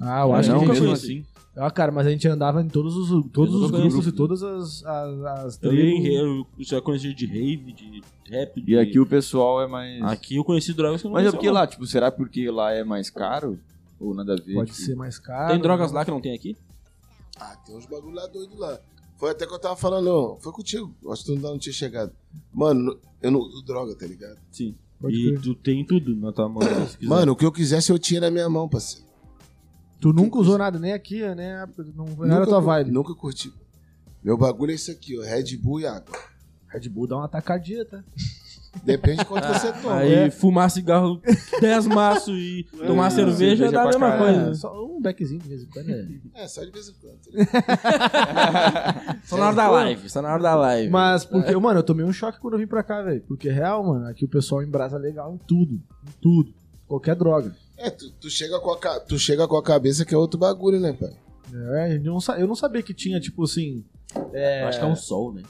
A: Ah, eu acho
B: não,
A: que a gente...
B: mesmo
D: conheci.
B: assim.
A: Ah, cara, mas a gente andava em todos os, todos
D: Eu
A: os
D: nunca
A: grupos
D: conheci.
A: e todas as, as, as
D: não. Eu, ia em-
A: tribos.
D: eu já conheci de rave, de rap.
B: E
D: de-
B: aqui o pessoal é mais.
D: Aqui eu conheci drogas que eu não
B: Mas é
D: conhecia
B: porque lá, tipo, será porque lá é mais caro? Ou nada a ver?
A: Pode
B: tipo,
A: ser mais caro. né?
D: Tem drogas lá que não tem aqui?
E: Ah, tem uns bagulho lá doido lá. Foi até que eu tava falando, não, foi contigo. Eu Acho que tu ainda não tinha chegado. Mano, eu não uso droga, tá ligado?
D: Sim.
A: Pode
D: e
A: crer.
D: tu tem tudo na tua mão. se quiser.
E: Mano, o que eu quisesse eu tinha na minha mão, parceiro.
A: Tu nunca usou nada, nem aqui, nem a época, não, não era a tua
E: cu-
A: vibe.
E: Nunca curti. Meu bagulho é isso aqui, ó. Red Bull e água.
A: Red Bull dá uma tacadinha, tá?
E: Depende de quanto você toma.
D: Aí
E: É.
D: fumar cigarro, 10 maços e tomar É, cerveja
B: cerveja
D: dá a
B: pra
D: mesma
B: caralho.
D: coisa.
A: É, só um beckzinho de vez em quando. é.
E: É, só de vez em quando. tá ligado?
D: Só na hora da live, só na hora da live.
A: Mas, porque, mano, eu tomei um choque quando eu vim pra cá, velho. Porque, real, mano, aqui o pessoal embrasa legal em tudo. Em tudo. Qualquer droga.
E: É, tu, tu chega com a, ca- tu chega com a cabeça que é outro bagulho, né, pai?
A: É, eu não, sa- eu não sabia que tinha, tipo assim.
D: Eu Acho que é um sol, né?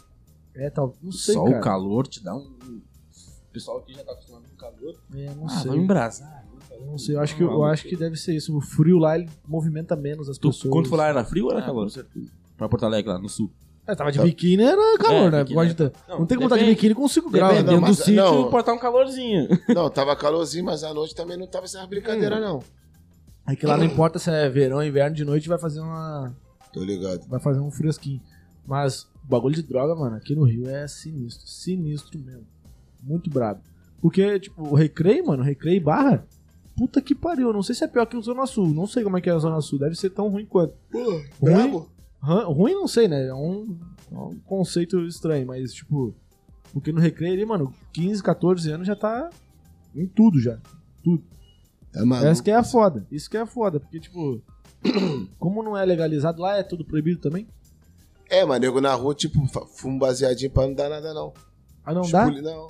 A: É, tal. Não
D: O
A: sei.
D: sol,
A: cara.
D: o calor te dá um. O pessoal aqui já tá acostumado com calor.
A: É, não
D: Ah,
A: sei.
D: vamos embrasar.
A: Não sei, eu acho, que, eu acho que deve ser isso. O frio lá, ele movimenta menos as
D: Tu,
A: pessoas.
D: quando tu foi lá, era frio ou era
B: Ah,
D: calor?
B: com
D: Pra Porto Alegre, lá no sul.
A: É, tava de biquíni, era calor,
D: tá. É,
A: né?
D: biquíni,
A: Pode ter- Não, tem como estar de biquíni com 5 graus. né?
D: Dependendo
E: Não,
D: do
E: mas- é
D: sítio,
E: não.
D: portar um calorzinho.
E: Não, tava calorzinho, mas à noite também não tava essas brincadeiras, não.
A: É que lá não importa se é verão, inverno, de noite vai fazer uma.
E: Tô ligado.
A: Vai fazer um fresquinho. Mas o bagulho de droga, mano, aqui no Rio é sinistro. Sinistro mesmo. Muito brabo. Porque, tipo, o recreio, mano, recreio e barra. Puta que pariu. Eu Não sei se é pior que o Zona Sul. Não sei como é que é a Zona Sul. Deve ser tão ruim quanto.
E: Pô,
A: Ruim?
E: brabo?
A: Ran- Ruim, não sei, né? É um, é um conceito estranho, mas, tipo. Porque no recreio ali, mano, 15, 14 anos já tá em tudo já.
E: Tá maluco.
A: Essa que é a foda. Isso que é a foda, porque, tipo. Como não é legalizado lá, é tudo proibido também?
E: É, mas nego na rua, tipo, fa- fuma um baseadinho pra não dar nada, não.
A: Ah, não
E: Os
A: dá?
E: poli- Não.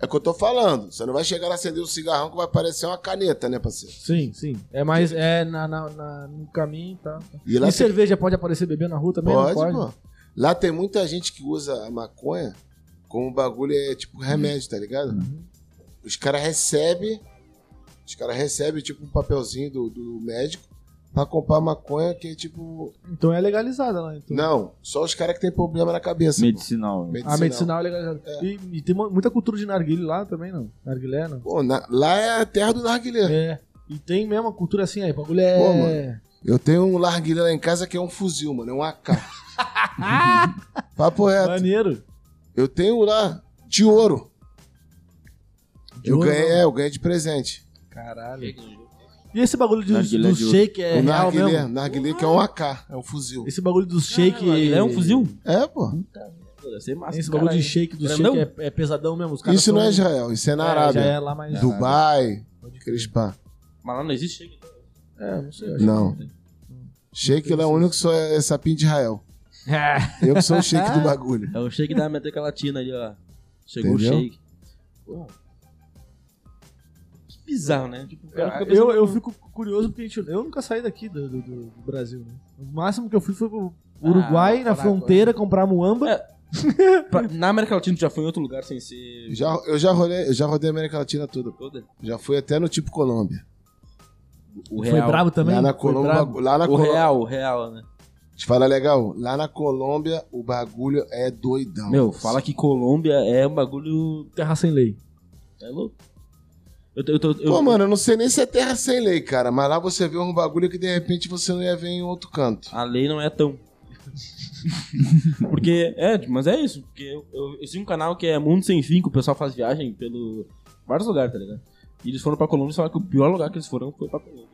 E: É o que eu tô falando. Você não vai chegar lá acender um cigarrão que vai parecer uma caneta, né, parceiro?
A: Sim, sim. É mais. É na, na- na- no caminho tá.
E: E lá
A: E
E: tem-
A: cerveja pode aparecer bebendo na rua também? Não
E: pode, pô. Lá tem muita gente que usa a maconha
A: Uhum.
E: como o bagulho é tipo remédio, tá ligado? Os caras recebem Os caras recebem, tipo, um papelzinho do, do médico pra comprar maconha que é tipo.
A: Então é legalizada lá. Então.
E: Não, só os caras que tem problema na cabeça. pô.
B: Medicinal. né?
A: A medicinal é legalizada. E, e tem mu- muita cultura de narguile lá também, não? Narguilé, não?
E: Pô, na- lá é a terra do narguilé.
A: É. E tem mesmo a cultura assim aí, o bagulho é...
E: Pô, mano. Eu tenho um narguilé lá em casa que é um fuzil, mano, é um AK. Papo reto.
A: Maneiro.
E: Eu tenho lá de ouro.
A: De
E: eu
A: ouro,
E: ganhei,
A: não?
E: é, eu ganhei de presente.
A: Caralho. E esse bagulho de-
B: Narguilé
A: do
B: de ouro.
A: shake é
E: o
A: real
E: narguilé,
A: mesmo?
E: narguilé que é um AK, é um fuzil.
A: Esse bagulho do shake...
D: Ele é um fuzil?
E: É, pô.
D: Deve ser massa.
A: Esse bagulho de
D: caralho.
A: shake do
D: Grandão?
A: shake é, é pesadão mesmo. Os caras
E: Isso não é
A: são-
E: Israel, isso é na Arábia.
A: Já é lá, mas...
E: Dubai, Crispá.
D: Mas lá não existe shake. então.
A: É, não sei.
E: Não. Shake ele é o único que só é sapinho de Israel.
A: É.
E: Eu que sou o shake do bagulho.
D: É o shake da América Latina ali, ó. Chegou
E: Entendeu?
D: o shake. Pô. Que bizarro, né? Tipo, o cara
A: Ah,
D: fica
A: Eu,
D: pensando-
A: eu fico curioso porque a gente, eu nunca saí daqui do, do- do- do Brasil. Né? O máximo que eu fui foi pro Uruguai,
D: Ah,
A: na
D: caraca.
A: fronteira, comprar muamba.
D: É. Pra- Na América Latina tu já foi em outro lugar sem ser.
E: Já, eu, já rolei, eu já rodei a América Latina toda.
D: Toda?
E: Já fui até no tipo Colômbia.
D: O
A: Foi brabo também?
E: Lá na
A: Foi
E: Colômbia, o
A: brabo.
E: bagu- lá na
D: O
E: Colô-
D: real, o real, né?
E: Te fala legal, lá na Colômbia o bagulho é doidão.
D: Meu, fala que Colômbia é um bagulho.
A: Terra sem lei.
D: É louco. Eu, tô- eu, tô- eu,
E: Pô, mano, eu não sei nem se é terra sem lei, cara, mas lá você vê um bagulho que de repente você não ia ver em outro canto.
D: A lei não é tão. porque, é, mas é isso. Porque eu, eu, eu sigo um canal que é Mundo Sem Fim, que o pessoal faz viagem pelo. vários lugares, tá ligado? E eles foram pra Colômbia e falaram que o pior lugar que eles foram foi pra Colômbia.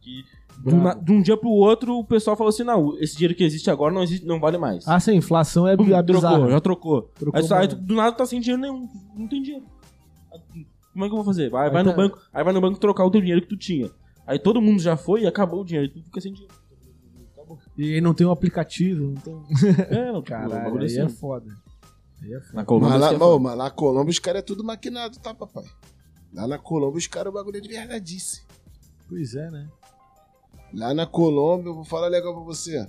D: Que de, uma- de um dia pro outro o pessoal falou assim: não, esse dinheiro que existe agora não, existe, não vale mais.
A: Ah, sim, inflação é
D: Pum,
A: bizarra.
D: trocou, já trocou.
A: Trocou
D: Aí, tu- aí
A: uma-
D: tu- do nada tu tá sem dinheiro nenhum, não tem dinheiro. Aí tu- Como é que eu vou fazer? Vai,
A: Aí
D: vai
A: tá-
D: no banco, aí vai no banco trocar o teu dinheiro que tu tinha. Aí todo mundo já foi e acabou o dinheiro, e tu fica sem dinheiro. Acabou.
A: E aí não tem um aplicativo, não tem...
D: É, não, o
A: Caralho,
D: bagulho
A: aí
D: assim.
A: é foda. Aí é foda.
D: Na
E: Mas
D: Colômbia.
E: lá,
D: você é
E: ô, mas lá na Colômbia os caras é tudo maquinado, tá, papai? Lá na Colômbia os caras o bagulho é de verdadice.
A: Pois é, né?
E: Lá na Colômbia, eu vou falar legal pra você.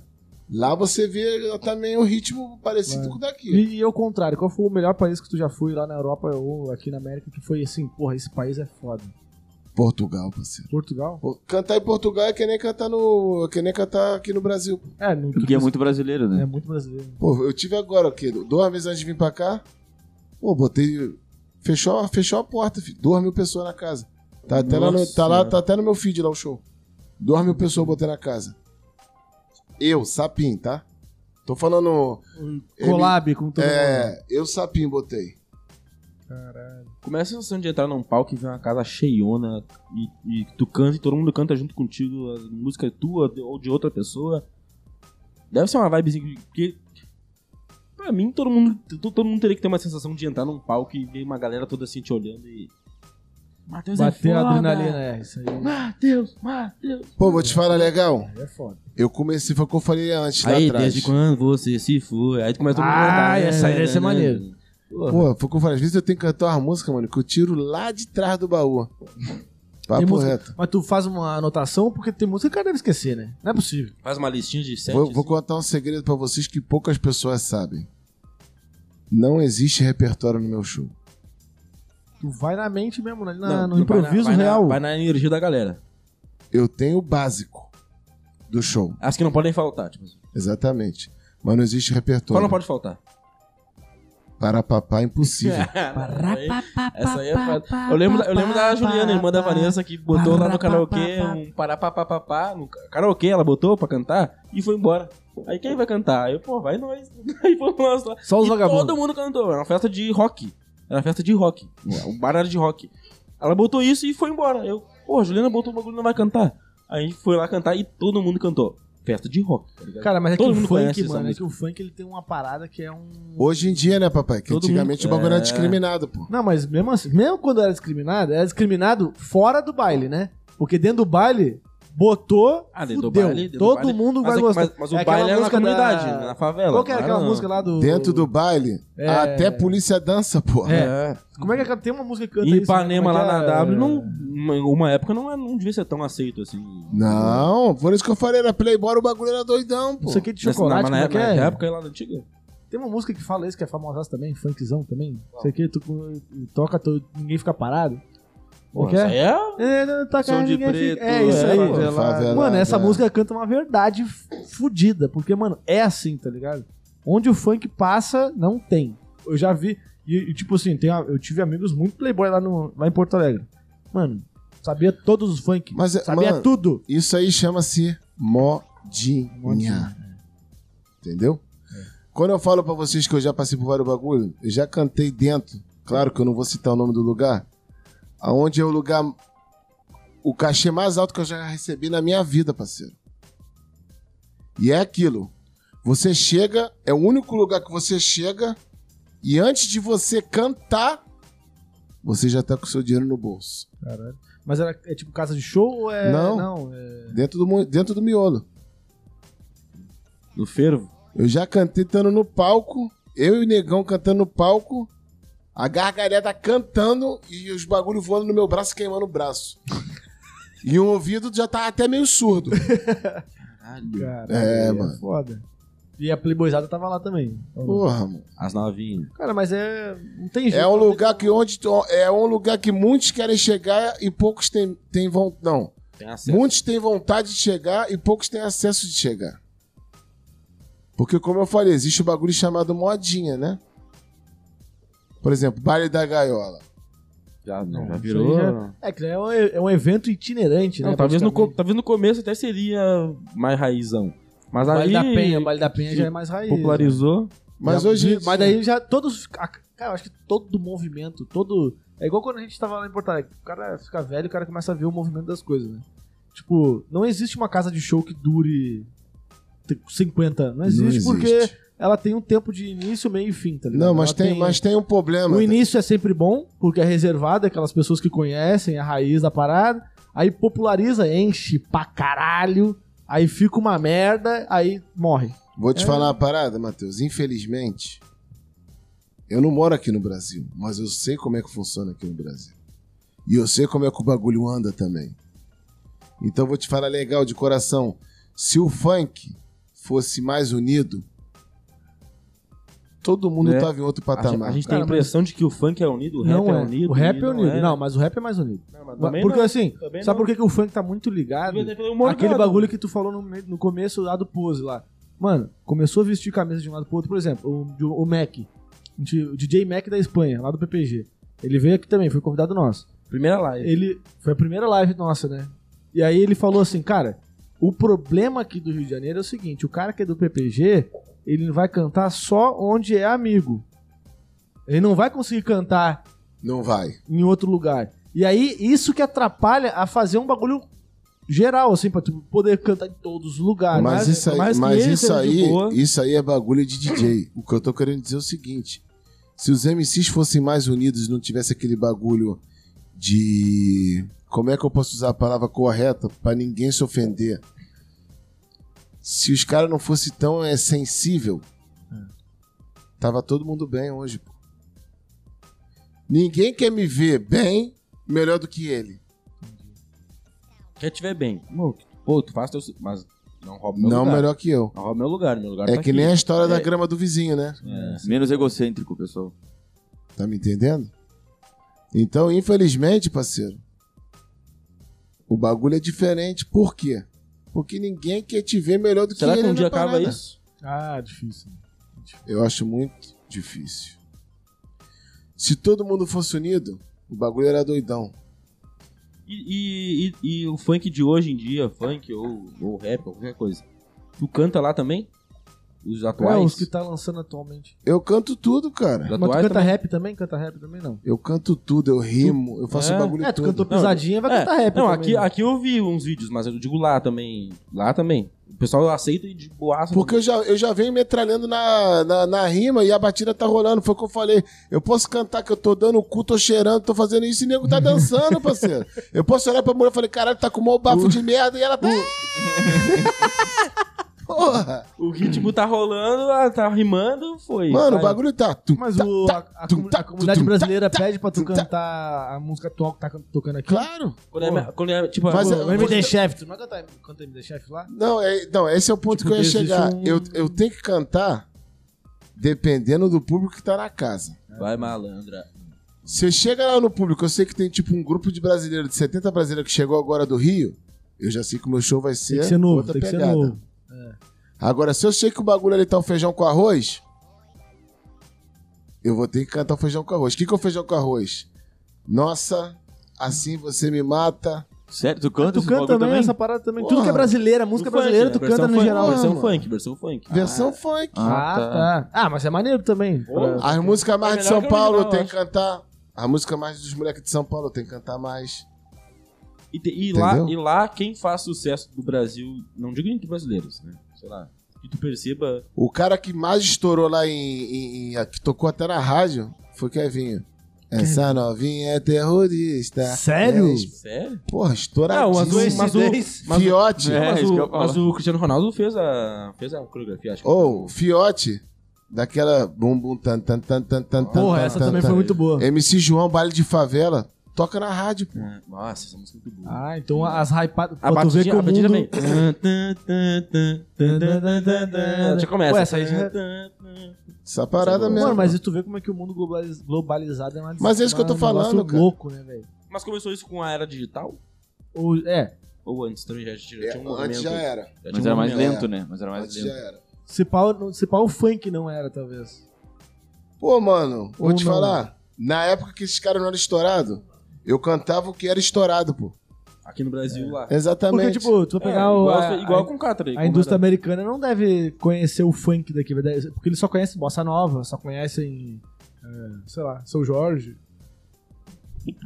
E: Lá você vê também um ritmo parecido
A: Vai.
E: com o daqui.
A: E, e ao contrário, qual foi o melhor país que tu já foi lá na Europa ou aqui na América que foi assim, porra, esse país é foda?
E: Portugal, parceiro.
A: Portugal?
E: Pô, Cantar em Portugal é que nem cantar no. é que nem cantar aqui no Brasil.
A: É, não,
B: Porque é muito brasileiro, né?
A: é muito brasileiro.
E: Pô, eu tive agora o quê? Duas vezes antes de vir pra cá. Pô, botei. Fechou, fechou a porta, filho. Duas mil pessoas na casa. Tá, até lá, no,
D: Nossa
E: tá, lá,
D: Senhora.
E: tá até no meu feed lá o show. Duas mil pessoas eu botei na casa. Eu, Sapim, tá? Tô falando. Ele-
A: Collab com todo mundo.
E: É, eu, Sapim, botei.
D: Começa a sensação de entrar num palco e ver uma casa cheiona e, e tu canta e todo mundo canta junto contigo, a música é tua de- ou de outra pessoa. Deve ser uma vibezinha que. Pra mim, todo mundo, to- todo mundo teria que ter uma sensação de entrar num palco e ver uma galera toda assim te olhando e. Matheus é
A: Bater a
D: foda!
A: adrenalina, é, isso aí.
D: Matheus, Matheus!
E: Pô, vou te falar legal.
A: Aí é foda.
E: Eu comecei, foi o que eu falei antes lá
D: Aí,
E: atrás.
D: desde quando você se foi? Aí tu começa todo mundo a
A: Ah,
D: cantar, né,
A: essa aí
D: né,
A: deve ser
D: né,
A: maneiro.
D: né.
E: Pô, foi o que eu falei. Às vezes eu tenho que cantar uma música, mano, que eu tiro lá de trás do baú.
A: Tem
E: Papo
A: música-
E: reto.
A: Mas tu faz uma anotação porque tem música que o cara deve esquecer, né? Não é possível.
D: Faz uma listinha de sete.
E: Vou, vou
D: assim.
E: contar um segredo pra vocês que poucas pessoas sabem. Não existe repertório no meu show.
A: Tu vai na mente mesmo, né? Na-
D: Não,
A: no
D: vai
A: improviso
D: vai
A: real.
D: vai na energia da galera.
E: Eu tenho o básico do show,
D: As que não podem faltar, tipo. assim.
E: exatamente. Mas não existe
D: Qual é não
E: repertório.
D: pode faltar?
E: Para papá é impossível.
D: Essa aí é foda. Eu lembro, da, eu lembro da Juliana, irmã da Vanessa, que botou lá no karaokê um parapapapá, no ca- karaokê ela botou pra cantar e foi embora. Aí quem vai cantar? Aí, pô, vai nós. Aí fomos nós lá.
A: Só os
D: E
A: vagabundos.
D: todo mundo cantou. Era uma festa de rock. Era uma festa de rock. Um bar era de rock. Ela botou isso e foi embora. Eu, pô, a Juliana botou o bagulho e não vai cantar. Aí a gente foi lá cantar e todo mundo cantou. Festa de rock. tá ligado?
A: Cara, mas é que
D: Todo
A: o
D: mundo conhece
A: funk,
D: essa
A: mano, é
D: música.
A: que o funk ele tem uma parada que é um.
E: Hoje em dia, né, papai? Que
D: Todo
E: antigamente
D: mundo-
E: o bagulho era
D: é.
E: discriminado, pô.
A: Não, mas mesmo assim, mesmo quando era discriminado, era discriminado fora do baile, né? Porque dentro do baile, botou.
D: Ah, dentro
A: fudeu.
D: do baile, dentro do
A: Todo
D: baile.
A: mundo
D: Mas,
A: vai
D: é que-
A: gostar.
D: mas- mas o
A: É aquela
D: baile era na
A: música da-
D: comunidade, na favela.
A: Qual que era
D: Lá
A: aquela
D: não.
A: música lá do.
E: Dentro do baile,
A: É.
E: até polícia dança, pô.
A: É.
D: É.
A: Como é que aquela- tem uma música que canta
D: E
A: isso, né?
D: Ipanema
A: Como é
D: lá
A: que
D: na
A: é?
D: W, não, uma, uma época não, é- não devia ser tão aceito assim.
E: Não, por isso que eu falei, era Playboy, o bagulho era doidão, pô.
A: Isso aqui é de
D: Nessa-
A: chocolate,
D: na,
A: como
D: na,
A: é que
D: na
A: é?
D: época lá na antiga.
A: Tem uma música que fala isso, que é famosa também, funkzão também. Isso aqui, tu co- toca, tu- ninguém fica parado. Como que
D: Isso aí
A: é?
D: é
A: É, não tá
D: Som de
A: ninguém fica-
D: preto,
A: É isso
D: é,
A: aí.
D: favela.
E: Favelado,
A: Mano, essa
E: é.
A: música canta uma verdade f- fudida, porque, mano, é assim, tá ligado? Onde o funk passa, não tem. Eu já vi, e, e, tipo assim, tem, a- eu tive amigos muito playboy lá, no, lá em Porto Alegre. Mano, sabia todos os funk,
E: Mas, é,
A: sabia
E: mano,
A: tudo.
E: Isso aí chama-se modinha.
A: Modinha, é.
E: Entendeu? Quando eu falo pra vocês que eu já passei por vários bagulho, eu já cantei dentro. Claro que eu não vou citar o nome do lugar. Aonde é o lugar. O cachê mais alto que eu já recebi na minha vida, parceiro. E é aquilo. Você chega, é o único lugar que você chega, e antes de você cantar, você já tá com o seu dinheiro no bolso.
A: Caralho. Mas era, é tipo casa de show ou é.
E: Não.
A: é-
E: Dentro do, mu- dentro do miolo.
D: No fervo.
E: Eu já cantei estando no palco, eu e o negão cantando no palco, a gargalhada cantando e os bagulho voando no meu braço, queimando o braço. e um ouvido já tá até meio surdo.
D: Caralho.
A: Caralho,
E: É,
A: é,
E: mano.
A: foda. E a Playboyzada tava lá também.
E: Porra, mano.
D: As novinhas.
A: Cara, mas é. Não tem jeito.
E: É um lugar que onde é um lugar que muitos querem chegar e poucos têm têm vontade, não.
D: Tem acesso.
E: Muitos têm vontade de chegar e poucos têm acesso de chegar. Porque como eu falei, existe o bagulho chamado modinha, né? Por exemplo, baile da gaiola.
D: É.
B: Já não.
D: Já
A: Isso
D: virou.
A: aí já- É que é um, é um evento itinerante,
D: Não,
A: né?
D: talvez, no, co-
A: praticamente.
D: talvez no começo até seria mais raizão. Mas
A: Baile
D: aí
A: da Penha, Baile da Penha já é mais raiz.
D: popularizou.
E: Mas
A: Já-
E: hoje.
A: Mas daí já todos. a- Cara, eu acho que todo movimento, todo. É igual quando a gente tava lá em Porto Alegre. O cara fica velho, o cara começa a ver o movimento das coisas, né? Tipo, não existe uma casa de show que dure 50 anos. Não existe, porque ela tem um tempo de início, meio e fim, tá ligado?
E: Não, mas
A: Ela
E: tem, mas tem um problema.
A: O início é sempre bom, porque é reservado, é aquelas pessoas que conhecem a raiz da parada. Aí populariza, enche pra caralho. Aí fica uma merda, aí morre.
E: Vou te
A: É.
E: falar uma parada, Matheus. Infelizmente, eu não moro aqui no Brasil, mas eu sei como é que funciona aqui no Brasil. E eu sei como é que o bagulho anda também. Então vou te falar legal de coração. Se o funk fosse mais unido, todo mundo
D: Né?
E: tava em outro
D: A, gente-
E: patamar.
D: a gente tem
A: Cara,
D: a impressão de que o funk é unido, o rap
A: não
D: é,
A: é.
D: unido.
A: o rap
D: e
A: é unido. Não,
D: é.
A: mas o rap é mais unido.
D: Não, mas também
A: Porque
D: não.
A: assim,
D: Também
A: sabe
D: não.
A: por que, que o funk tá muito ligado?
D: um
A: Aquele bagulho que tu falou no, meio- no começo lá do pose lá. Mano, começou a vestir camisa de um lado pro outro, por exemplo, o, o Mac, o DJ Mac da Espanha, lá do PPG. Ele veio aqui também, foi convidado nosso.
D: Primeira live.
A: Ele foi a primeira live nossa, né? E aí ele falou assim, cara, o problema aqui do Rio de Janeiro é o seguinte, o cara que é do PPG, ele vai cantar só onde é amigo. Ele não vai conseguir cantar
E: Não vai.
A: em outro lugar. E aí, isso que atrapalha a fazer um bagulho geral, assim, pra tu poder cantar em todos os lugares.
E: mas
A: Mas
E: isso aí,
D: mas Ah, que
E: mas
D: ele
E: isso
D: seja de
E: aí,
D: boa.
E: isso aí é bagulho de DJ. O que eu tô querendo dizer é o seguinte: se os MCs fossem mais unidos, não tivesse aquele bagulho de como é que eu posso usar a palavra correta pra ninguém se ofender. Se os caras não fossem tão é, sensível,
D: É.
E: tava todo mundo bem hoje. pô. Ninguém quer me ver bem melhor do que ele.
D: Quer tiver bem. Pô, Pô, tu faz teu. Mas não rouba meu
E: não
D: lugar.
E: melhor que eu.
D: Não rouba meu lugar. Meu lugar
E: É
D: tá
E: que
D: aqui.
E: nem a história da
D: É.
E: grama do vizinho, né?
D: É.
B: Menos egocêntrico, pessoal.
E: Tá me entendendo? Então, infelizmente, parceiro, o bagulho é diferente. Por quê? Porque ninguém quer te ver melhor do
D: Será
E: que
D: que
E: ele
D: um
E: na
D: dia
A: tá
D: acaba
E: parada.
D: isso?
A: Ah, difícil.
E: Eu acho muito difícil. Se todo mundo fosse unido, o bagulho era doidão.
D: E, e- e- e o funk de hoje em dia, funk ou, ou rap, ou qualquer coisa. Tu canta lá também? Os
A: Qual
D: atuais?
A: é os que tá lançando atualmente?
E: Eu canto tudo, cara.
D: Os
A: Mas tu
D: atuais
A: canta
D: também?
A: rap também? Canta rap também, não?
E: Eu canto tudo, eu rimo, eu faço
D: É?
E: o bagulho
A: É, tu
E: todo.
A: cantou pisadinha, vai
D: É,
A: cantar rap
D: Não,
A: também,
D: aqui,
A: né?
D: aqui eu vi uns vídeos, mas eu digo lá também. Lá também. O pessoal aceita e de boaça.
E: Porque eu já, eu já venho metralhando na, na, na rima e a batida tá rolando. Foi o que eu falei. Eu posso cantar que eu tô dando o cu, tô cheirando, tô fazendo isso e o nego tá dançando, parceiro. Eu posso olhar pra mulher e falar, caralho, tá com mau bafo de merda e ela tá. Porra!
D: O ritmo tá rolando, ah, tá rimando, foi.
E: Mano, o
D: Vai.
E: bagulho tá. tum,
A: Mas
E: tá,
A: o, a,
E: tá,
A: a
E: tum,
A: comu-
E: tá,
A: a comunidade
E: tum, tá,
A: brasileira
E: tá,
A: pede pra tu
E: tum, tá.
A: cantar a música atual que tá can- tocando aqui.
E: Claro!
D: Quando é, quando é, tipo,
E: Mas
D: pô,
E: é-
A: O MD Chef, tu não vai cantar canta MD Chef lá?
E: Não, é, não, esse é o ponto
A: Tipo,
E: que eu ia
A: existe
E: chegar.
A: um-
E: Eu, eu tenho que cantar dependendo do público que tá na casa.
D: Vai malandra.
E: Você chega lá no público, eu sei que tem tipo um grupo de brasileiros, de 70 brasileiros que chegou agora do Rio, eu já sei que o meu show vai ser,
A: Tem que ser novo,
E: outra
A: tem que ser
E: pegada.
A: novo.
E: Agora, se eu sei que o bagulho ali tá o feijão com arroz, eu vou ter que cantar o feijão com arroz. O que, que é o feijão com arroz? Nossa, assim você me mata.
B: Sério,
D: É,
B: tu canta
A: Tu
B: esse
A: canta
B: bagulho
A: também,
B: também?
A: essa parada também.
E: Porra.
A: Tudo que é brasileira, música
D: Do funk,
A: brasileira,
D: né?
A: tu
D: Versão
A: canta no
D: funk,
A: geral.
D: Versão
A: mano.
D: funk, versão funk.
E: Versão funk.
A: Ah, tá. Ah, mas é maneiro também. pra-
E: As músicas mais
D: É
E: de
D: melhor
E: São
D: que o
E: Paulo eu
D: original,
E: tenho
D: eu
E: que cantar. A música mais dos moleques de São Paulo eu tenho que cantar mais.
D: E, te- e lá,
E: Entendeu?
D: e lá, quem faz sucesso do Brasil, não digo entre brasileiros, né? Sei lá. Que tu perceba.
E: O cara que mais estourou lá em. em- em- que tocou até na rádio foi Kevinho. Essa novinha é terrorista.
A: Sério?
E: É,
D: Sério? Não,
E: porra,
D: mas o-
E: estouradíssimo.
D: mas o- mas o-
E: Fiote.
B: É,
D: mas,
B: isso que eu
D: o,
B: ia falar.
D: mas o Cristiano Ronaldo fez a, fez a coreografia, acho que.
E: Ou Fiote, daquela bum bum tan tan tan tan tan tan.
A: Porra,
E: tan,
A: essa
E: tan,
A: também
E: tan.
A: foi muito boa.
E: MC João, baile de favela, toca na rádio, pô.
D: Ah, Nossa, essa música é muito boa.
A: Ah, então as hypadas.
D: A
A: pra tu ver
D: batidinha,
A: que
D: a
A: o
D: batidinha vem.
A: mundo...
B: É,
D: Já começa.
A: Ué, essa aí já-
E: Essa parada mesmo.
A: Mano, mas tu vê como é que o mundo globaliz- globalizado é uma
E: Mas é isso que eu tô
A: um negócio
E: falando, cara.
A: louco, né, velho?
D: Mas começou isso com a era digital?
A: Ou- É,
D: Ou antes também já tinha, já
E: É,
D: tinha um movimento?
E: antes já era.
D: já tinha
B: Mas
D: um
B: era mais
D: movimento.
B: lento, né? Mas era mais
E: Antes já
D: é.
B: lento.
E: era.
A: se pau, não- se pau o funk não era, talvez.
E: Pô, mano, vou
A: Ou
E: te
A: não.
E: falar. Na época que esses caras não eram estourados, eu cantava o que era estourado, pô.
D: Aqui no Brasil,
B: É.
D: lá. É,
A: Porque,
E: Exatamente.
A: tipo, tu vai pegar o,
D: igual,
A: a,
D: igual
A: a-
D: com o Catra.
A: a indústria americana não deve conhecer o funk daqui, vai dar- porque eles só conhecem Bossa Nova, só conhecem, é, sei lá, São Jorge.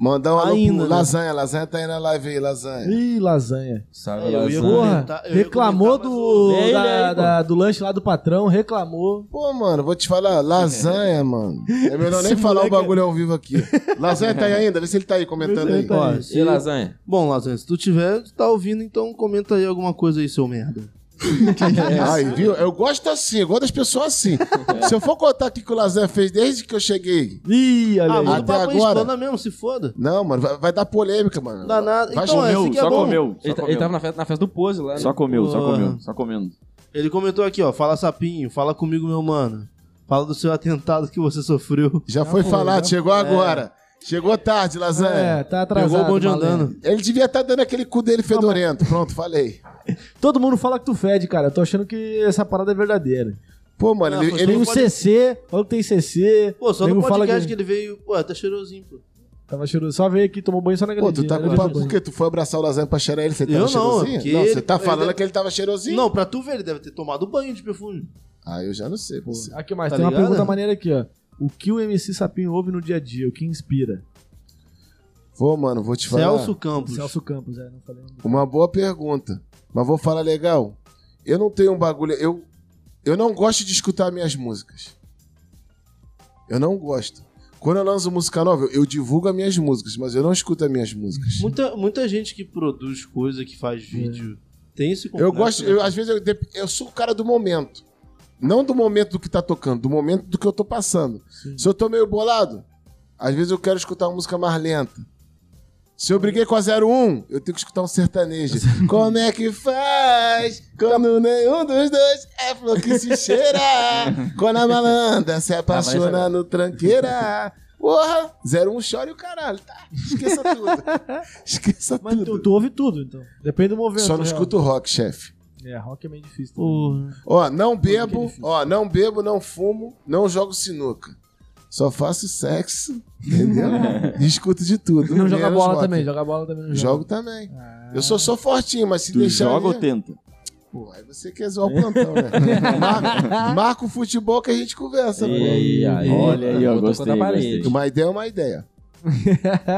E: Mandar um alô
C: Ainda,
E: pro
C: né?
E: Lasanha. Lasanha tá aí na live aí, Lasanha.
A: Ih, lasanha.
D: Sabe,
C: É, eu ia
D: lasanha.
A: Porra,
C: comentar- eu ia
A: reclamou
C: comentar,
A: do,
D: mas o-
A: da-
D: Ele aí, pô.
A: da- do lanche lá do patrão, reclamou.
E: Pô, mano, vou te falar. Lasanha, mano. É melhor nem falar o bagulho ao vivo aqui. Lasanha tá aí ainda? Vê se ele tá aí comentando
A: Vê se
E: aí.
A: ele tá aí.
C: Ó,
D: E
C: se-
D: lasanha?
C: Bom, Lazan, se tu tiver, tu tá ouvindo, então comenta aí alguma coisa aí, seu merda.
E: Aí, viu? Eu gosto assim, eu gosto das pessoas assim. Se eu for contar aqui que o Lazan fez desde que eu cheguei.
A: Ih, olha
C: Ah,
A: aí.
C: manda o
E: Até
C: papo aí,
E: agora.
C: explana mesmo, se foda.
E: Não, mano, vai, vai dar polêmica, mano.
C: Dá nada.
E: Vai
C: Então,
E: chover.
C: é assim que é
B: Só
C: bom.
B: comeu, só
D: Ele, tá- ele tava
B: comeu.
D: na festa, na festa do Pose lá. né?
B: Só comeu, só
C: Porra.
B: comeu, só comendo.
C: Ele comentou aqui, ó. Fala sapinho, fala comigo, meu mano. Fala do seu atentado que você sofreu.
E: Já foi
A: pô,
E: falado,
A: já-
C: É.
E: chegou agora. Chegou tarde,
A: É,
E: Lasanha.
A: tá atrasado.
C: Pegou o bonde
A: malandro.
C: andando.
E: Ele devia estar dando aquele cu dele fedorento. Pronto, falei.
A: Todo mundo fala que tu fede, cara. Eu tô achando que essa parada é verdadeira.
E: Pô, mano,
C: Não,
E: ele,
C: foi
E: ele-
A: Tem um o
C: pode-
A: CC, olha que tem CC.
C: Pô, só
A: Nego
C: no
A: fala
C: podcast que... ele veio. Pô, tá cheirosinho, pô.
A: Tava cheiroso. Só veio aqui, tomou banho só né? na
E: Pô,
A: grande.
E: tu tá com papo porque tu foi abraçar o Lasanha pra cheirar ele, você tava
C: Eu não,
E: cheirosinho?
C: porque
E: Não, você
C: ele-
E: tá falando
C: ele-
E: que ele tava cheirosinho?
C: Não, pra tu ver, ele deve ter tomado banho de perfume.
E: Ah, eu já não sei. pô.
A: Aqui mais,
C: Tá
A: tem uma
C: ligado?
A: pergunta maneira aqui, ó. O que o MC Sapinho ouve no dia a dia? O que inspira?
E: Pô, mano, vou te falar.
C: Celso Campos.
A: Celso Campos, é, não falei. o nome dele.
E: Uma boa pergunta. Mas vou falar legal. Eu não tenho um bagulho. Eu, eu não gosto de escutar minhas músicas. Eu não gosto. Quando eu lanço música nova, eu, eu divulgo as minhas músicas, mas eu não escuto as minhas músicas.
C: Muita, muita gente que produz coisa, que faz
A: É.
C: vídeo, tem esse
E: Eu
C: complexo,
E: gosto,
C: né?
E: eu, às vezes eu, dep- eu sou o cara do momento. Não do momento do que tá tocando, do momento do que eu tô passando. Se eu tô meio bolado, às vezes eu quero escutar uma música mais lenta. Se eu briguei com a 01, eu tenho que escutar um sertanejo. Como é que faz quando nenhum dos dois é flor que se cheira? quando a malandra se apaixona no tranqueira. Porra, 01 chora e o caralho, tá? Esqueça tudo. Esqueça
A: Mas tu,
E: tudo.
A: tu ouve tudo, então. Depende do movimento.
E: Só não
A: real.
E: escuto rock, chefe.
A: É, rock é meio difícil. também.
C: Porra.
E: Ó, não
A: que é
E: bebo,
A: difícil.
E: ó, não bebo, não fumo, não jogo sinuca. Só faço sexo, entendeu? e escuto de tudo.
A: Não joga
E: menos
A: bola
E: rock.
A: também, joga bola também. Não
E: Jogo
A: joga.
E: também. Eu sou só fortinho, mas se
B: Tu
E: deixar.
B: joga ou
E: ali-
B: tenta?
E: Pô, aí você quer zoar o plantão, né? marca, marca o futebol que a gente conversa, né?
D: E aí,
B: Olha aí, ó,
D: botou
B: gostei,
D: contra a parede.
B: gostei.
E: Uma ideia é uma ideia.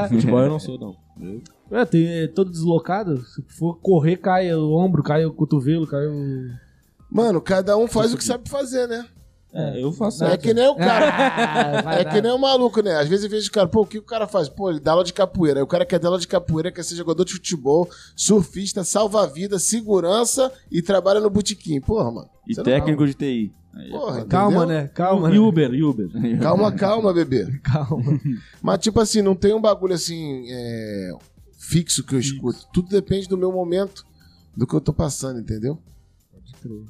D: Futebol eu não sou, não. Eu-
A: É, tem, é todo deslocado. Se for correr, cai o ombro, cai o cotovelo, cai o.
E: Mano, cada um faz o que sabe fazer, né?
D: É, eu faço.
E: É que nem o cara.
A: Ah, vai
E: É
A: dar.
E: que nem o maluco, né? Às vezes eu vejo o cara, pô, o que o cara faz? Pô, ele dá aula de capoeira. Aí o cara quer dar aula de capoeira, quer ser jogador de futebol, surfista, salva-vida, segurança e trabalha no botequim. Porra, mano.
B: E
E: Você não-
B: técnico de TI. Aí,
E: Porra,
A: Calma,
E: entendeu?
A: né? Calma,
D: E
A: né?
D: Uber, e Uber.
E: Calma, calma, bebê.
A: Calma.
E: Mas, tipo assim, não tem um bagulho assim é, fixo que eu escuto. Tudo depende do meu momento, do que eu tô passando, entendeu?
A: Pode crer.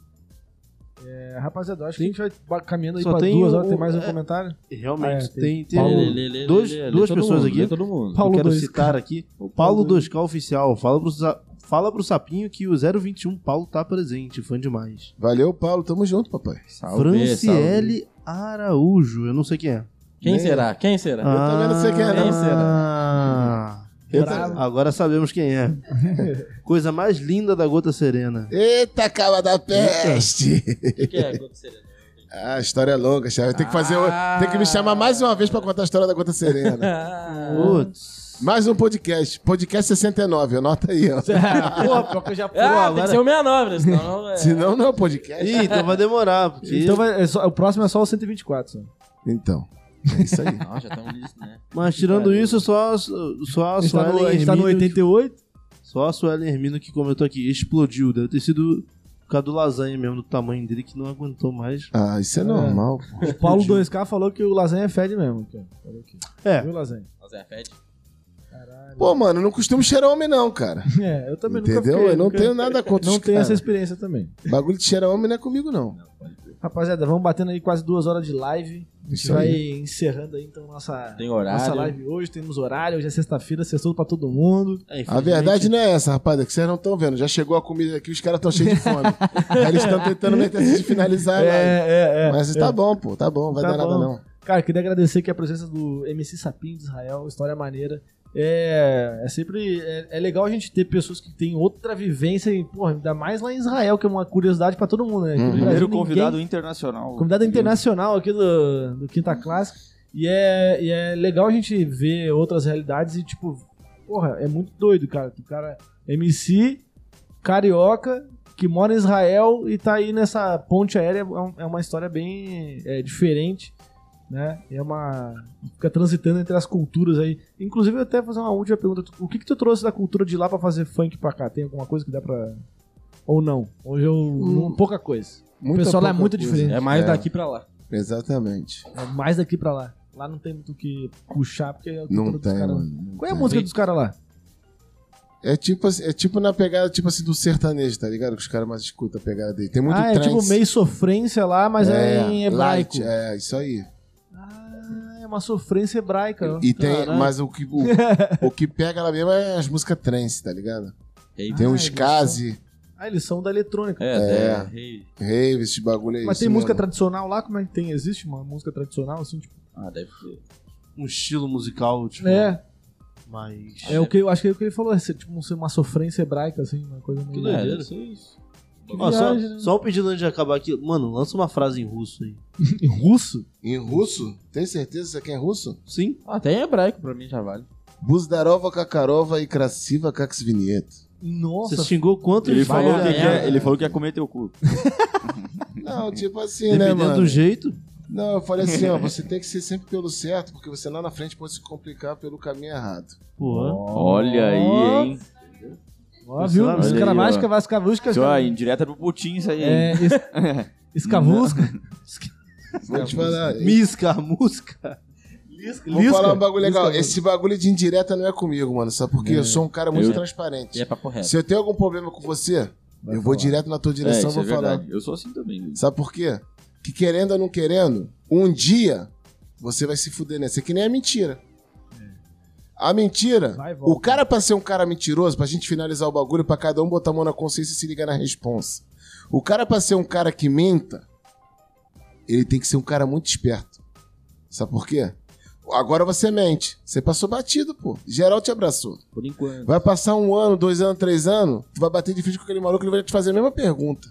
A: É, rapaziada, eu acho que a gente vai ba- caminhando aí
C: Só
A: pra
C: tem
A: duas
C: o-
A: horas. Tem mais um
C: é.
A: comentário?
C: Realmente,
A: Ah, é,
C: tem, tem um,
A: Paulo-
C: eu
D: lê, lê,
C: dois-
D: lê, lê
C: duas
D: todo
C: pessoas
D: mundo,
C: aqui.
D: lê todo mundo.
A: Paulo
C: quero
A: dois,
C: citar aqui. Paulo 2K oficial, fala pro, Za- fala pro Sapinho que o 021 Paulo tá presente, fã demais.
E: Valeu, Paulo. Tamo junto, papai.
B: Salve, salve.
C: Franciele Araújo, eu não sei quem é.
D: Quem
E: Nem-
D: será? Quem será?
E: também não sei quem
B: Ah,
E: é,
D: não.
C: Quem
A: Uhum.
C: será?
E: Eu
A: Bravo.
C: Agora sabemos quem é. Coisa mais linda da gota serena.
E: Eita, cava da peste!
D: O que é? Qual que será?
E: Ah, a história é longa, chefe. Tem que fazer.
D: Ah.
E: Tem que me chamar mais uma vez pra contar a história da Gota Serena.
D: Ah,
C: Putz.
E: mais um podcast. Podcast 69, anota aí, ó.
A: Porra, pior que eu já...
D: ah tem
A: agora-
D: que ser o 69, né? senão... é-
E: Senão não é um podcast.
C: Ih, então vai demorar, porque
A: Então vai- é só- o próximo é só o 124, só.
E: Então. É isso aí.
D: Não, já estamos nisso, né?
C: Mas tirando isso, só, só
A: A
C: a tipo,
A: gente tá no, a
C: Suelen
A: gente tá no um.
C: Hermino.
A: 88.
C: Só a Suelen Hermino que comentou aqui. Explodiu. Deve ter sido por causa do lasanha mesmo, do tamanho dele, que não aguentou mais.
E: Ah, isso é normal. pô.
A: O Paulo 2K falou que o lasanha fede mesmo. Cara. Falou aqui.
C: É.
A: Viu, lasanha?
D: Mas é, fede.
A: Caralho.
E: Pô, mano, eu não costumo cheirar homem, não, cara.
A: É, eu também nunca
E: Entendeu?
A: fiquei.
E: Eu não
A: nunca-
E: tenho nada contra
A: Não
E: os
A: tenho essa
E: caras.
A: experiência também.
E: Bagulho de cheirar homem não é comigo, não.
A: Rapaziada, vamos batendo aí quase duas horas de live. A gente
E: Isso
A: vai
E: aí.
A: encerrando aí então nossa,
D: Tem horário.
A: nossa live hoje. Temos horário, hoje é sexta-feira, sextou pra todo mundo.
C: É,
E: A
C: infelizmente,
E: verdade não é essa, rapaz, é que vocês não estão vendo. Já chegou a comida aqui, os caras estão cheios de fome. Aí eles estão tentando meter essa de finalizar. lá.
A: é,
E: Mas tá bom, pô, tá bom, vai
A: Tá
E: dar
A: bom.
E: nada não.
A: Cara, queria agradecer aqui a presença do MC Sapinho de Israel, história maneira. É, é sempre é, é legal a gente ter pessoas que têm outra vivência, e, porra, ainda mais lá em Israel, que é uma curiosidade pra todo mundo, né? Aqui no
E: Uhum.
A: Brasil,
B: Primeiro
A: ninguém-
B: convidado internacional.
A: Convidado internacional aqui do, do Quinta Classe. E é, e é legal a gente ver outras realidades e, tipo, porra, é muito doido, cara. O cara é MC, carioca, que mora em Israel e tá aí nessa ponte aérea. É um- É uma história bem é, diferente, né? E É uma. Fica transitando entre as culturas aí. Inclusive, eu até fazer uma última pergunta. O que que tu trouxe da cultura de lá pra fazer funk pra cá? Tem alguma coisa que dá pra. Ou não? Hoje eu.
E: Hum.
A: Pouca coisa.
E: Muita
A: pessoal lá é
E: pouca
A: muito
E: coisa.
A: diferente.
D: É mais
E: É.
D: daqui pra lá.
E: Exatamente.
A: É mais daqui pra lá. Lá não tem muito o que puxar, porque é o
E: Não
A: tudo dos
E: tem,
A: caras.
E: mano. não
A: Qual é a
E: tem.
A: música dos caras lá?
E: É tipo, assim- é tipo na pegada, tipo assim, do sertanejo, tá ligado? Que os caras mais escutam a pegada dele. Tem muito
A: ah, é
E: trance.
A: tipo meio sofrência lá, mas é, em hebraico.
E: light, é, isso aí.
A: Ah, é uma sofrência hebraica.
E: E tem,
A: Caralho.
E: mas o que, o, o que pega lá mesmo é as músicas trance, tá ligado?
D: Rave.
E: Tem
A: Ah,
E: uns
A: eles
E: case,
A: Ah, eles são da eletrônica.
D: É,
E: É.
D: é, rave.
E: rave, esse bagulho aí.
A: mas
E: isso
A: tem música
E: mesmo.
A: tradicional lá? Como é que tem? Existe uma música tradicional, assim, tipo...
D: Ah, deve ser.
C: Um estilo musical, tipo.
A: É,
C: Mas.
A: é o que eu acho que é o que ele falou, é ser, tipo ser uma sofrência hebraica, assim, uma coisa meio...
C: Que
D: É,
C: doideira.
D: deve ser isso.
C: Ó, só,
A: viagem, né?
C: só um pedido antes de acabar aqui. Mano, lança uma frase em russo aí.
A: Em russo?
E: Em russo? Tem certeza que isso aqui é russo?
C: Sim?
D: Ah, tem hebraico pra mim já vale.
E: Buzdarova, Kakarova e Krasiva Kaksvinieto.
A: Nossa,
C: Você xingou quantos
B: Ele falou, que
D: Vai ganhar.
B: quer, ele falou que ia comer teu cu.
E: Não, tipo assim, né,
C: Dependendo
E: mano?
C: do jeito.
E: Não, eu falei assim, ó, você tem que ser sempre pelo certo, porque você lá na frente pode se complicar pelo caminho errado.
C: Pô.
B: Olha aí, hein?
A: ó, viu?
C: Olha
B: aí, ó.
A: Escramasca, vascavusca...
B: Isso aí, indireta pro Putin isso aí, hein?
A: É, es- escavusca...
E: Vou te falar.
C: Misca, a música.
E: Vou
A: Lisca?
E: falar um bagulho legal.
A: Lisca,
E: Esse bagulho de indireta não é comigo, mano. Só porque eu sou um cara muito
B: Eu-
E: transparente.
D: E é papo reto.
E: Se eu tenho algum problema com você,
A: Vai
E: eu vou
A: falar.
E: direto na tua direção e
B: isso
E: vou
B: é
E: falar.
B: verdade. Eu sou assim também. gente.
E: Sabe por quê? Que querendo ou não querendo, um dia você vai se fuder nessa. É Que nem a mentira. A mentira,
A: Vai e volta.
E: o cara pra ser um cara mentiroso, pra gente finalizar o bagulho, pra cada um botar a mão na consciência e se ligar na responsa. O cara pra ser um cara que minta, ele tem que ser um cara muito esperto. Sabe por quê? Agora você mente. Você passou batido, pô. Geral te abraçou.
D: Por enquanto.
E: Vai passar um ano, dois anos, três anos, tu vai bater de frente com aquele maluco, ele vai te fazer a mesma pergunta.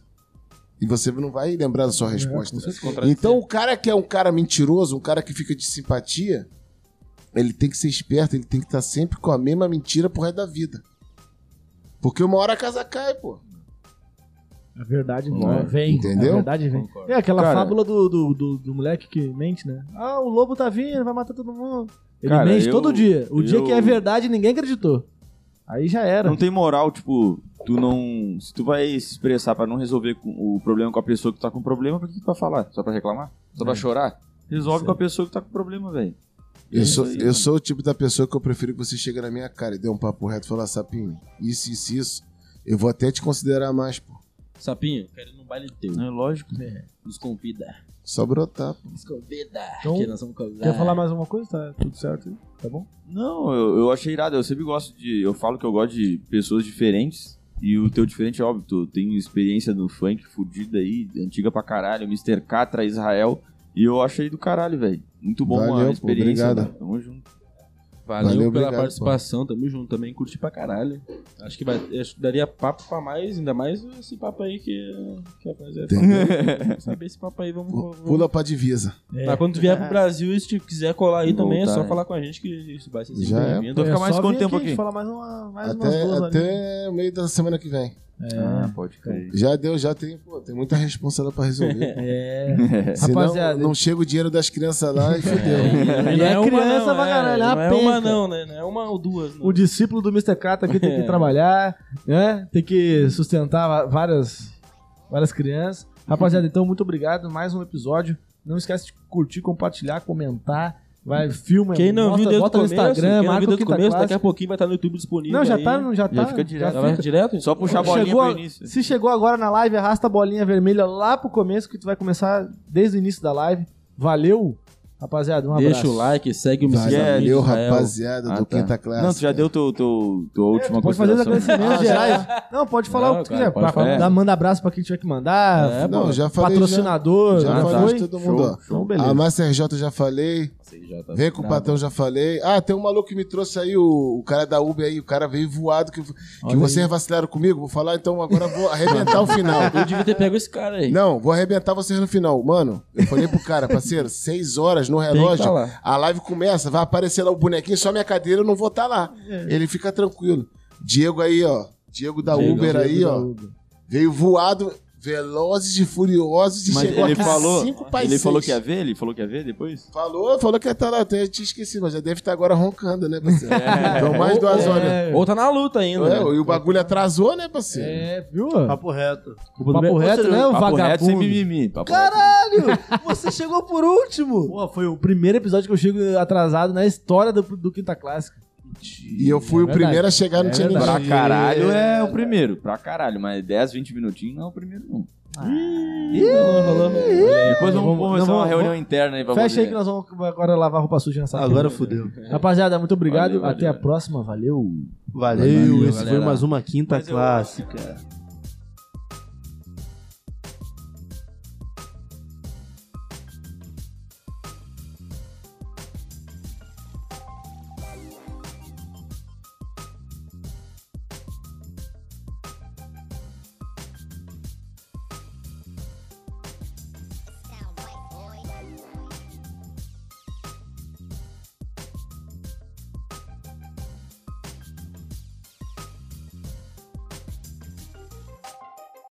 E: E você não vai lembrar da
B: É,
E: sua resposta. então o cara que é um cara mentiroso, um cara que fica de simpatia, ele tem que ser esperto, ele tem que estar sempre com a mesma mentira pro resto da vida. Porque uma hora a casa cai, pô.
A: A verdade
B: Não
A: vem.
B: é?
A: vem.
E: Entendeu?
A: A verdade vem.
D: Concordo.
A: É aquela
B: Cara-
A: fábula do, do, do, do moleque que mente, né? Ah, o lobo tá vindo, vai matar todo mundo. Ele
B: Cara,
A: mente
B: eu-
A: todo dia. O dia
B: eu-
A: que é verdade, ninguém acreditou. Aí já era.
B: Não tem moral, tipo, tu não. Se tu vai se expressar pra não resolver com- o problema com a pessoa que tá com problema, pra que tu vai falar? Só pra reclamar? Só pra chorar? Resolve com a pessoa que tá com problema, velho.
E: Eu
B: É Isso
E: sou,
B: aí,
E: eu
B: mano.
E: sou o tipo da pessoa que eu prefiro que você chegue na "Ah, minha cara e dê um papo reto e falar, sapinho, isso, isso, isso. Eu vou até te considerar mais, pô.
D: Sapinho, quero ir num baile teu.
C: É lógico.
D: Nos convida.
E: Só brotar. pô.
D: Nos convida.
A: Então,
D: que nós vamos convidar.
A: Quer falar mais alguma coisa? Tá tudo certo aí? Tá bom?
B: Não, eu, eu achei irado. Eu sempre gosto de. Eu falo que eu gosto de pessoas diferentes. E o teu diferente é óbvio. Tu tem experiência no funk fudida aí, antiga pra caralho. Mr. Catra, Israel. E eu achei do caralho, velho. Muito bom
E: Valeu,
B: a
E: pô,
B: experiência.
E: obrigado.
B: né? Tamo junto.
D: Valeu,
E: Valeu,
D: pela
E: obrigado, pô.
D: participação, tamo junto também, curti pra caralho. Acho que, vai, acho que daria papo pra mais, ainda mais esse papo aí que, que é fazer. Saber esse papo aí, vamos... vamos-
E: Pula pra divisa.
D: Mas quando tu vier pro Brasil e se tu quiser colar aí também, é
B: Voltar,
D: só
B: é.
D: falar com a gente que isso vai ser sempre
E: Já é,
D: bem-vindo.
B: Então fica
A: É,
B: mais
A: só
B: quanto
A: vir
B: tempo
A: A gente
B: aqui?
A: fala mais, uma, mais umas duas
E: Até,
A: ali.
E: até meio da semana que vem.
A: É.
B: Ah, pode crer.
E: Já deu, já tem, pô, tem muita responsa lá pra resolver.
A: É.
E: Senão,
A: Rapaziada,
E: não chega o dinheiro das crianças lá e fodeu.
D: E
A: Ele é criança
D: não,
A: pra caralho,
D: é,
A: é uma
D: Não é uma
A: penca.
D: não, né? Não é uma ou duas, não. É.
A: O discípulo do Mr. Catra aqui tem que trabalhar, né? Tem que sustentar va- várias, várias crianças. Rapaziada, então, muito obrigado. Mais um episódio. Não esquece de curtir, compartilhar, comentar. Vai, filma.
D: Quem não
A: bota,
D: viu desde o
A: bota
D: começo,
A: no Instagram,
D: quem não
A: marca
D: viu
A: o
D: desde o
A: Quinta
D: começo, daqui
A: Classe.
D: a pouquinho vai estar no YouTube disponível
A: Não, já
D: aí.
A: tá, não, já tá.
B: Já fica direto.
D: Já vai direto?
B: Só puxar a bolinha
A: Chegou
B: pro
A: a-
B: início.
A: Se chegou agora na live, arrasta a bolinha vermelha lá pro começo, que tu vai começar desde o início da live. Valeu, rapaziada. Um abraço.
D: Deixa o like, segue o Mr.
E: Valeu,
D: Israel.
E: rapaziada
B: Ah,
E: do
B: tá.
E: Quinta Classe.
B: Não, tu já deu teu, teu, tua última
A: É, Pode fazer os
B: consideração.
A: agradecimentos.
E: Ah, já
A: gerais. Não, pode falar
D: Não,
A: o que tu
D: cara,
A: quiser.
D: pode
A: Pra-
B: falar.
A: dá- Manda abraço pra quem tiver que mandar.
D: É,
E: Não,
D: pô,
E: já falei.
A: patrocinador.
E: Já, já
A: né?
E: falei
A: Foi?
E: de todo mundo,
B: Show,
E: ó.
A: Então,
B: show.
A: beleza.
E: A Márcia RJ já falei. Vem com o patrão, já falei. Ah, tem um maluco que me trouxe aí, o, o cara da Uber aí, o cara veio voado, que, que
A: Olha
E: vocês vacilaram comigo. Vou falar, então agora vou arrebentar o final.
D: Eu devia ter pego esse cara aí.
E: Não, vou arrebentar vocês no final. Mano, eu falei pro cara, parceiro, seis horas no
D: Tem que
E: relógio,
D: tá lá.
E: a live começa, vai aparecer lá o bonequinho, só minha cadeira, eu não vou estar lá.
D: É.
E: Ele fica tranquilo. Diego aí, ó. Diego da
D: Diego,
E: Uber aí, ó. Veio voado, velozes e furiosos e
B: Mas
E: chegou
B: ele
E: aqui
B: falou,
E: cinco pra
B: ele
E: seis.
B: falou que ia ver? Ele falou que ia ver depois?
E: Falou, falou que ia estar lá. Eu tinha esquecido, mas já deve estar agora roncando, né, parceiro? Então, mais duas horas. É,
A: É,
D: Ou tá na luta ainda. né?
E: e o bagulho atrasou, né, parceiro?
A: é, viu?
C: Papo reto.
A: Papo reto, né? O
B: Papo reto sem
A: vagabundo.
B: mimimi. Papo reto.
C: Caralho! Você chegou por último!
A: Pô, foi o primeiro episódio que eu chego atrasado na história do, do Quinta Clássica.
E: E eu fui
A: É
E: o
A: verdade.
E: primeiro a chegar, não
A: É
E: tinha
A: verdade.
E: ninguém.
B: Pra caralho é o primeiro, pra caralho, mas 10, 20 minutinhos não é o primeiro, não.
D: Rolou, rolou.
B: Depois
A: não,
B: vamos
A: vamos-
B: começar
A: não,
B: uma
A: vamos-
B: reunião interna aí pra
A: Fecha
B: você.
A: aí que nós vamos agora lavar roupa suja nessa
C: Agora
A: fui.
C: fudeu.
A: Rapaziada, muito obrigado.
B: Valeu,
A: Até
B: valeu.
A: a próxima. Valeu.
C: Valeu,
D: Valeu,
C: esse foi
D: galera.
C: mais uma quinta
B: Mas eu- é.
C: clássica.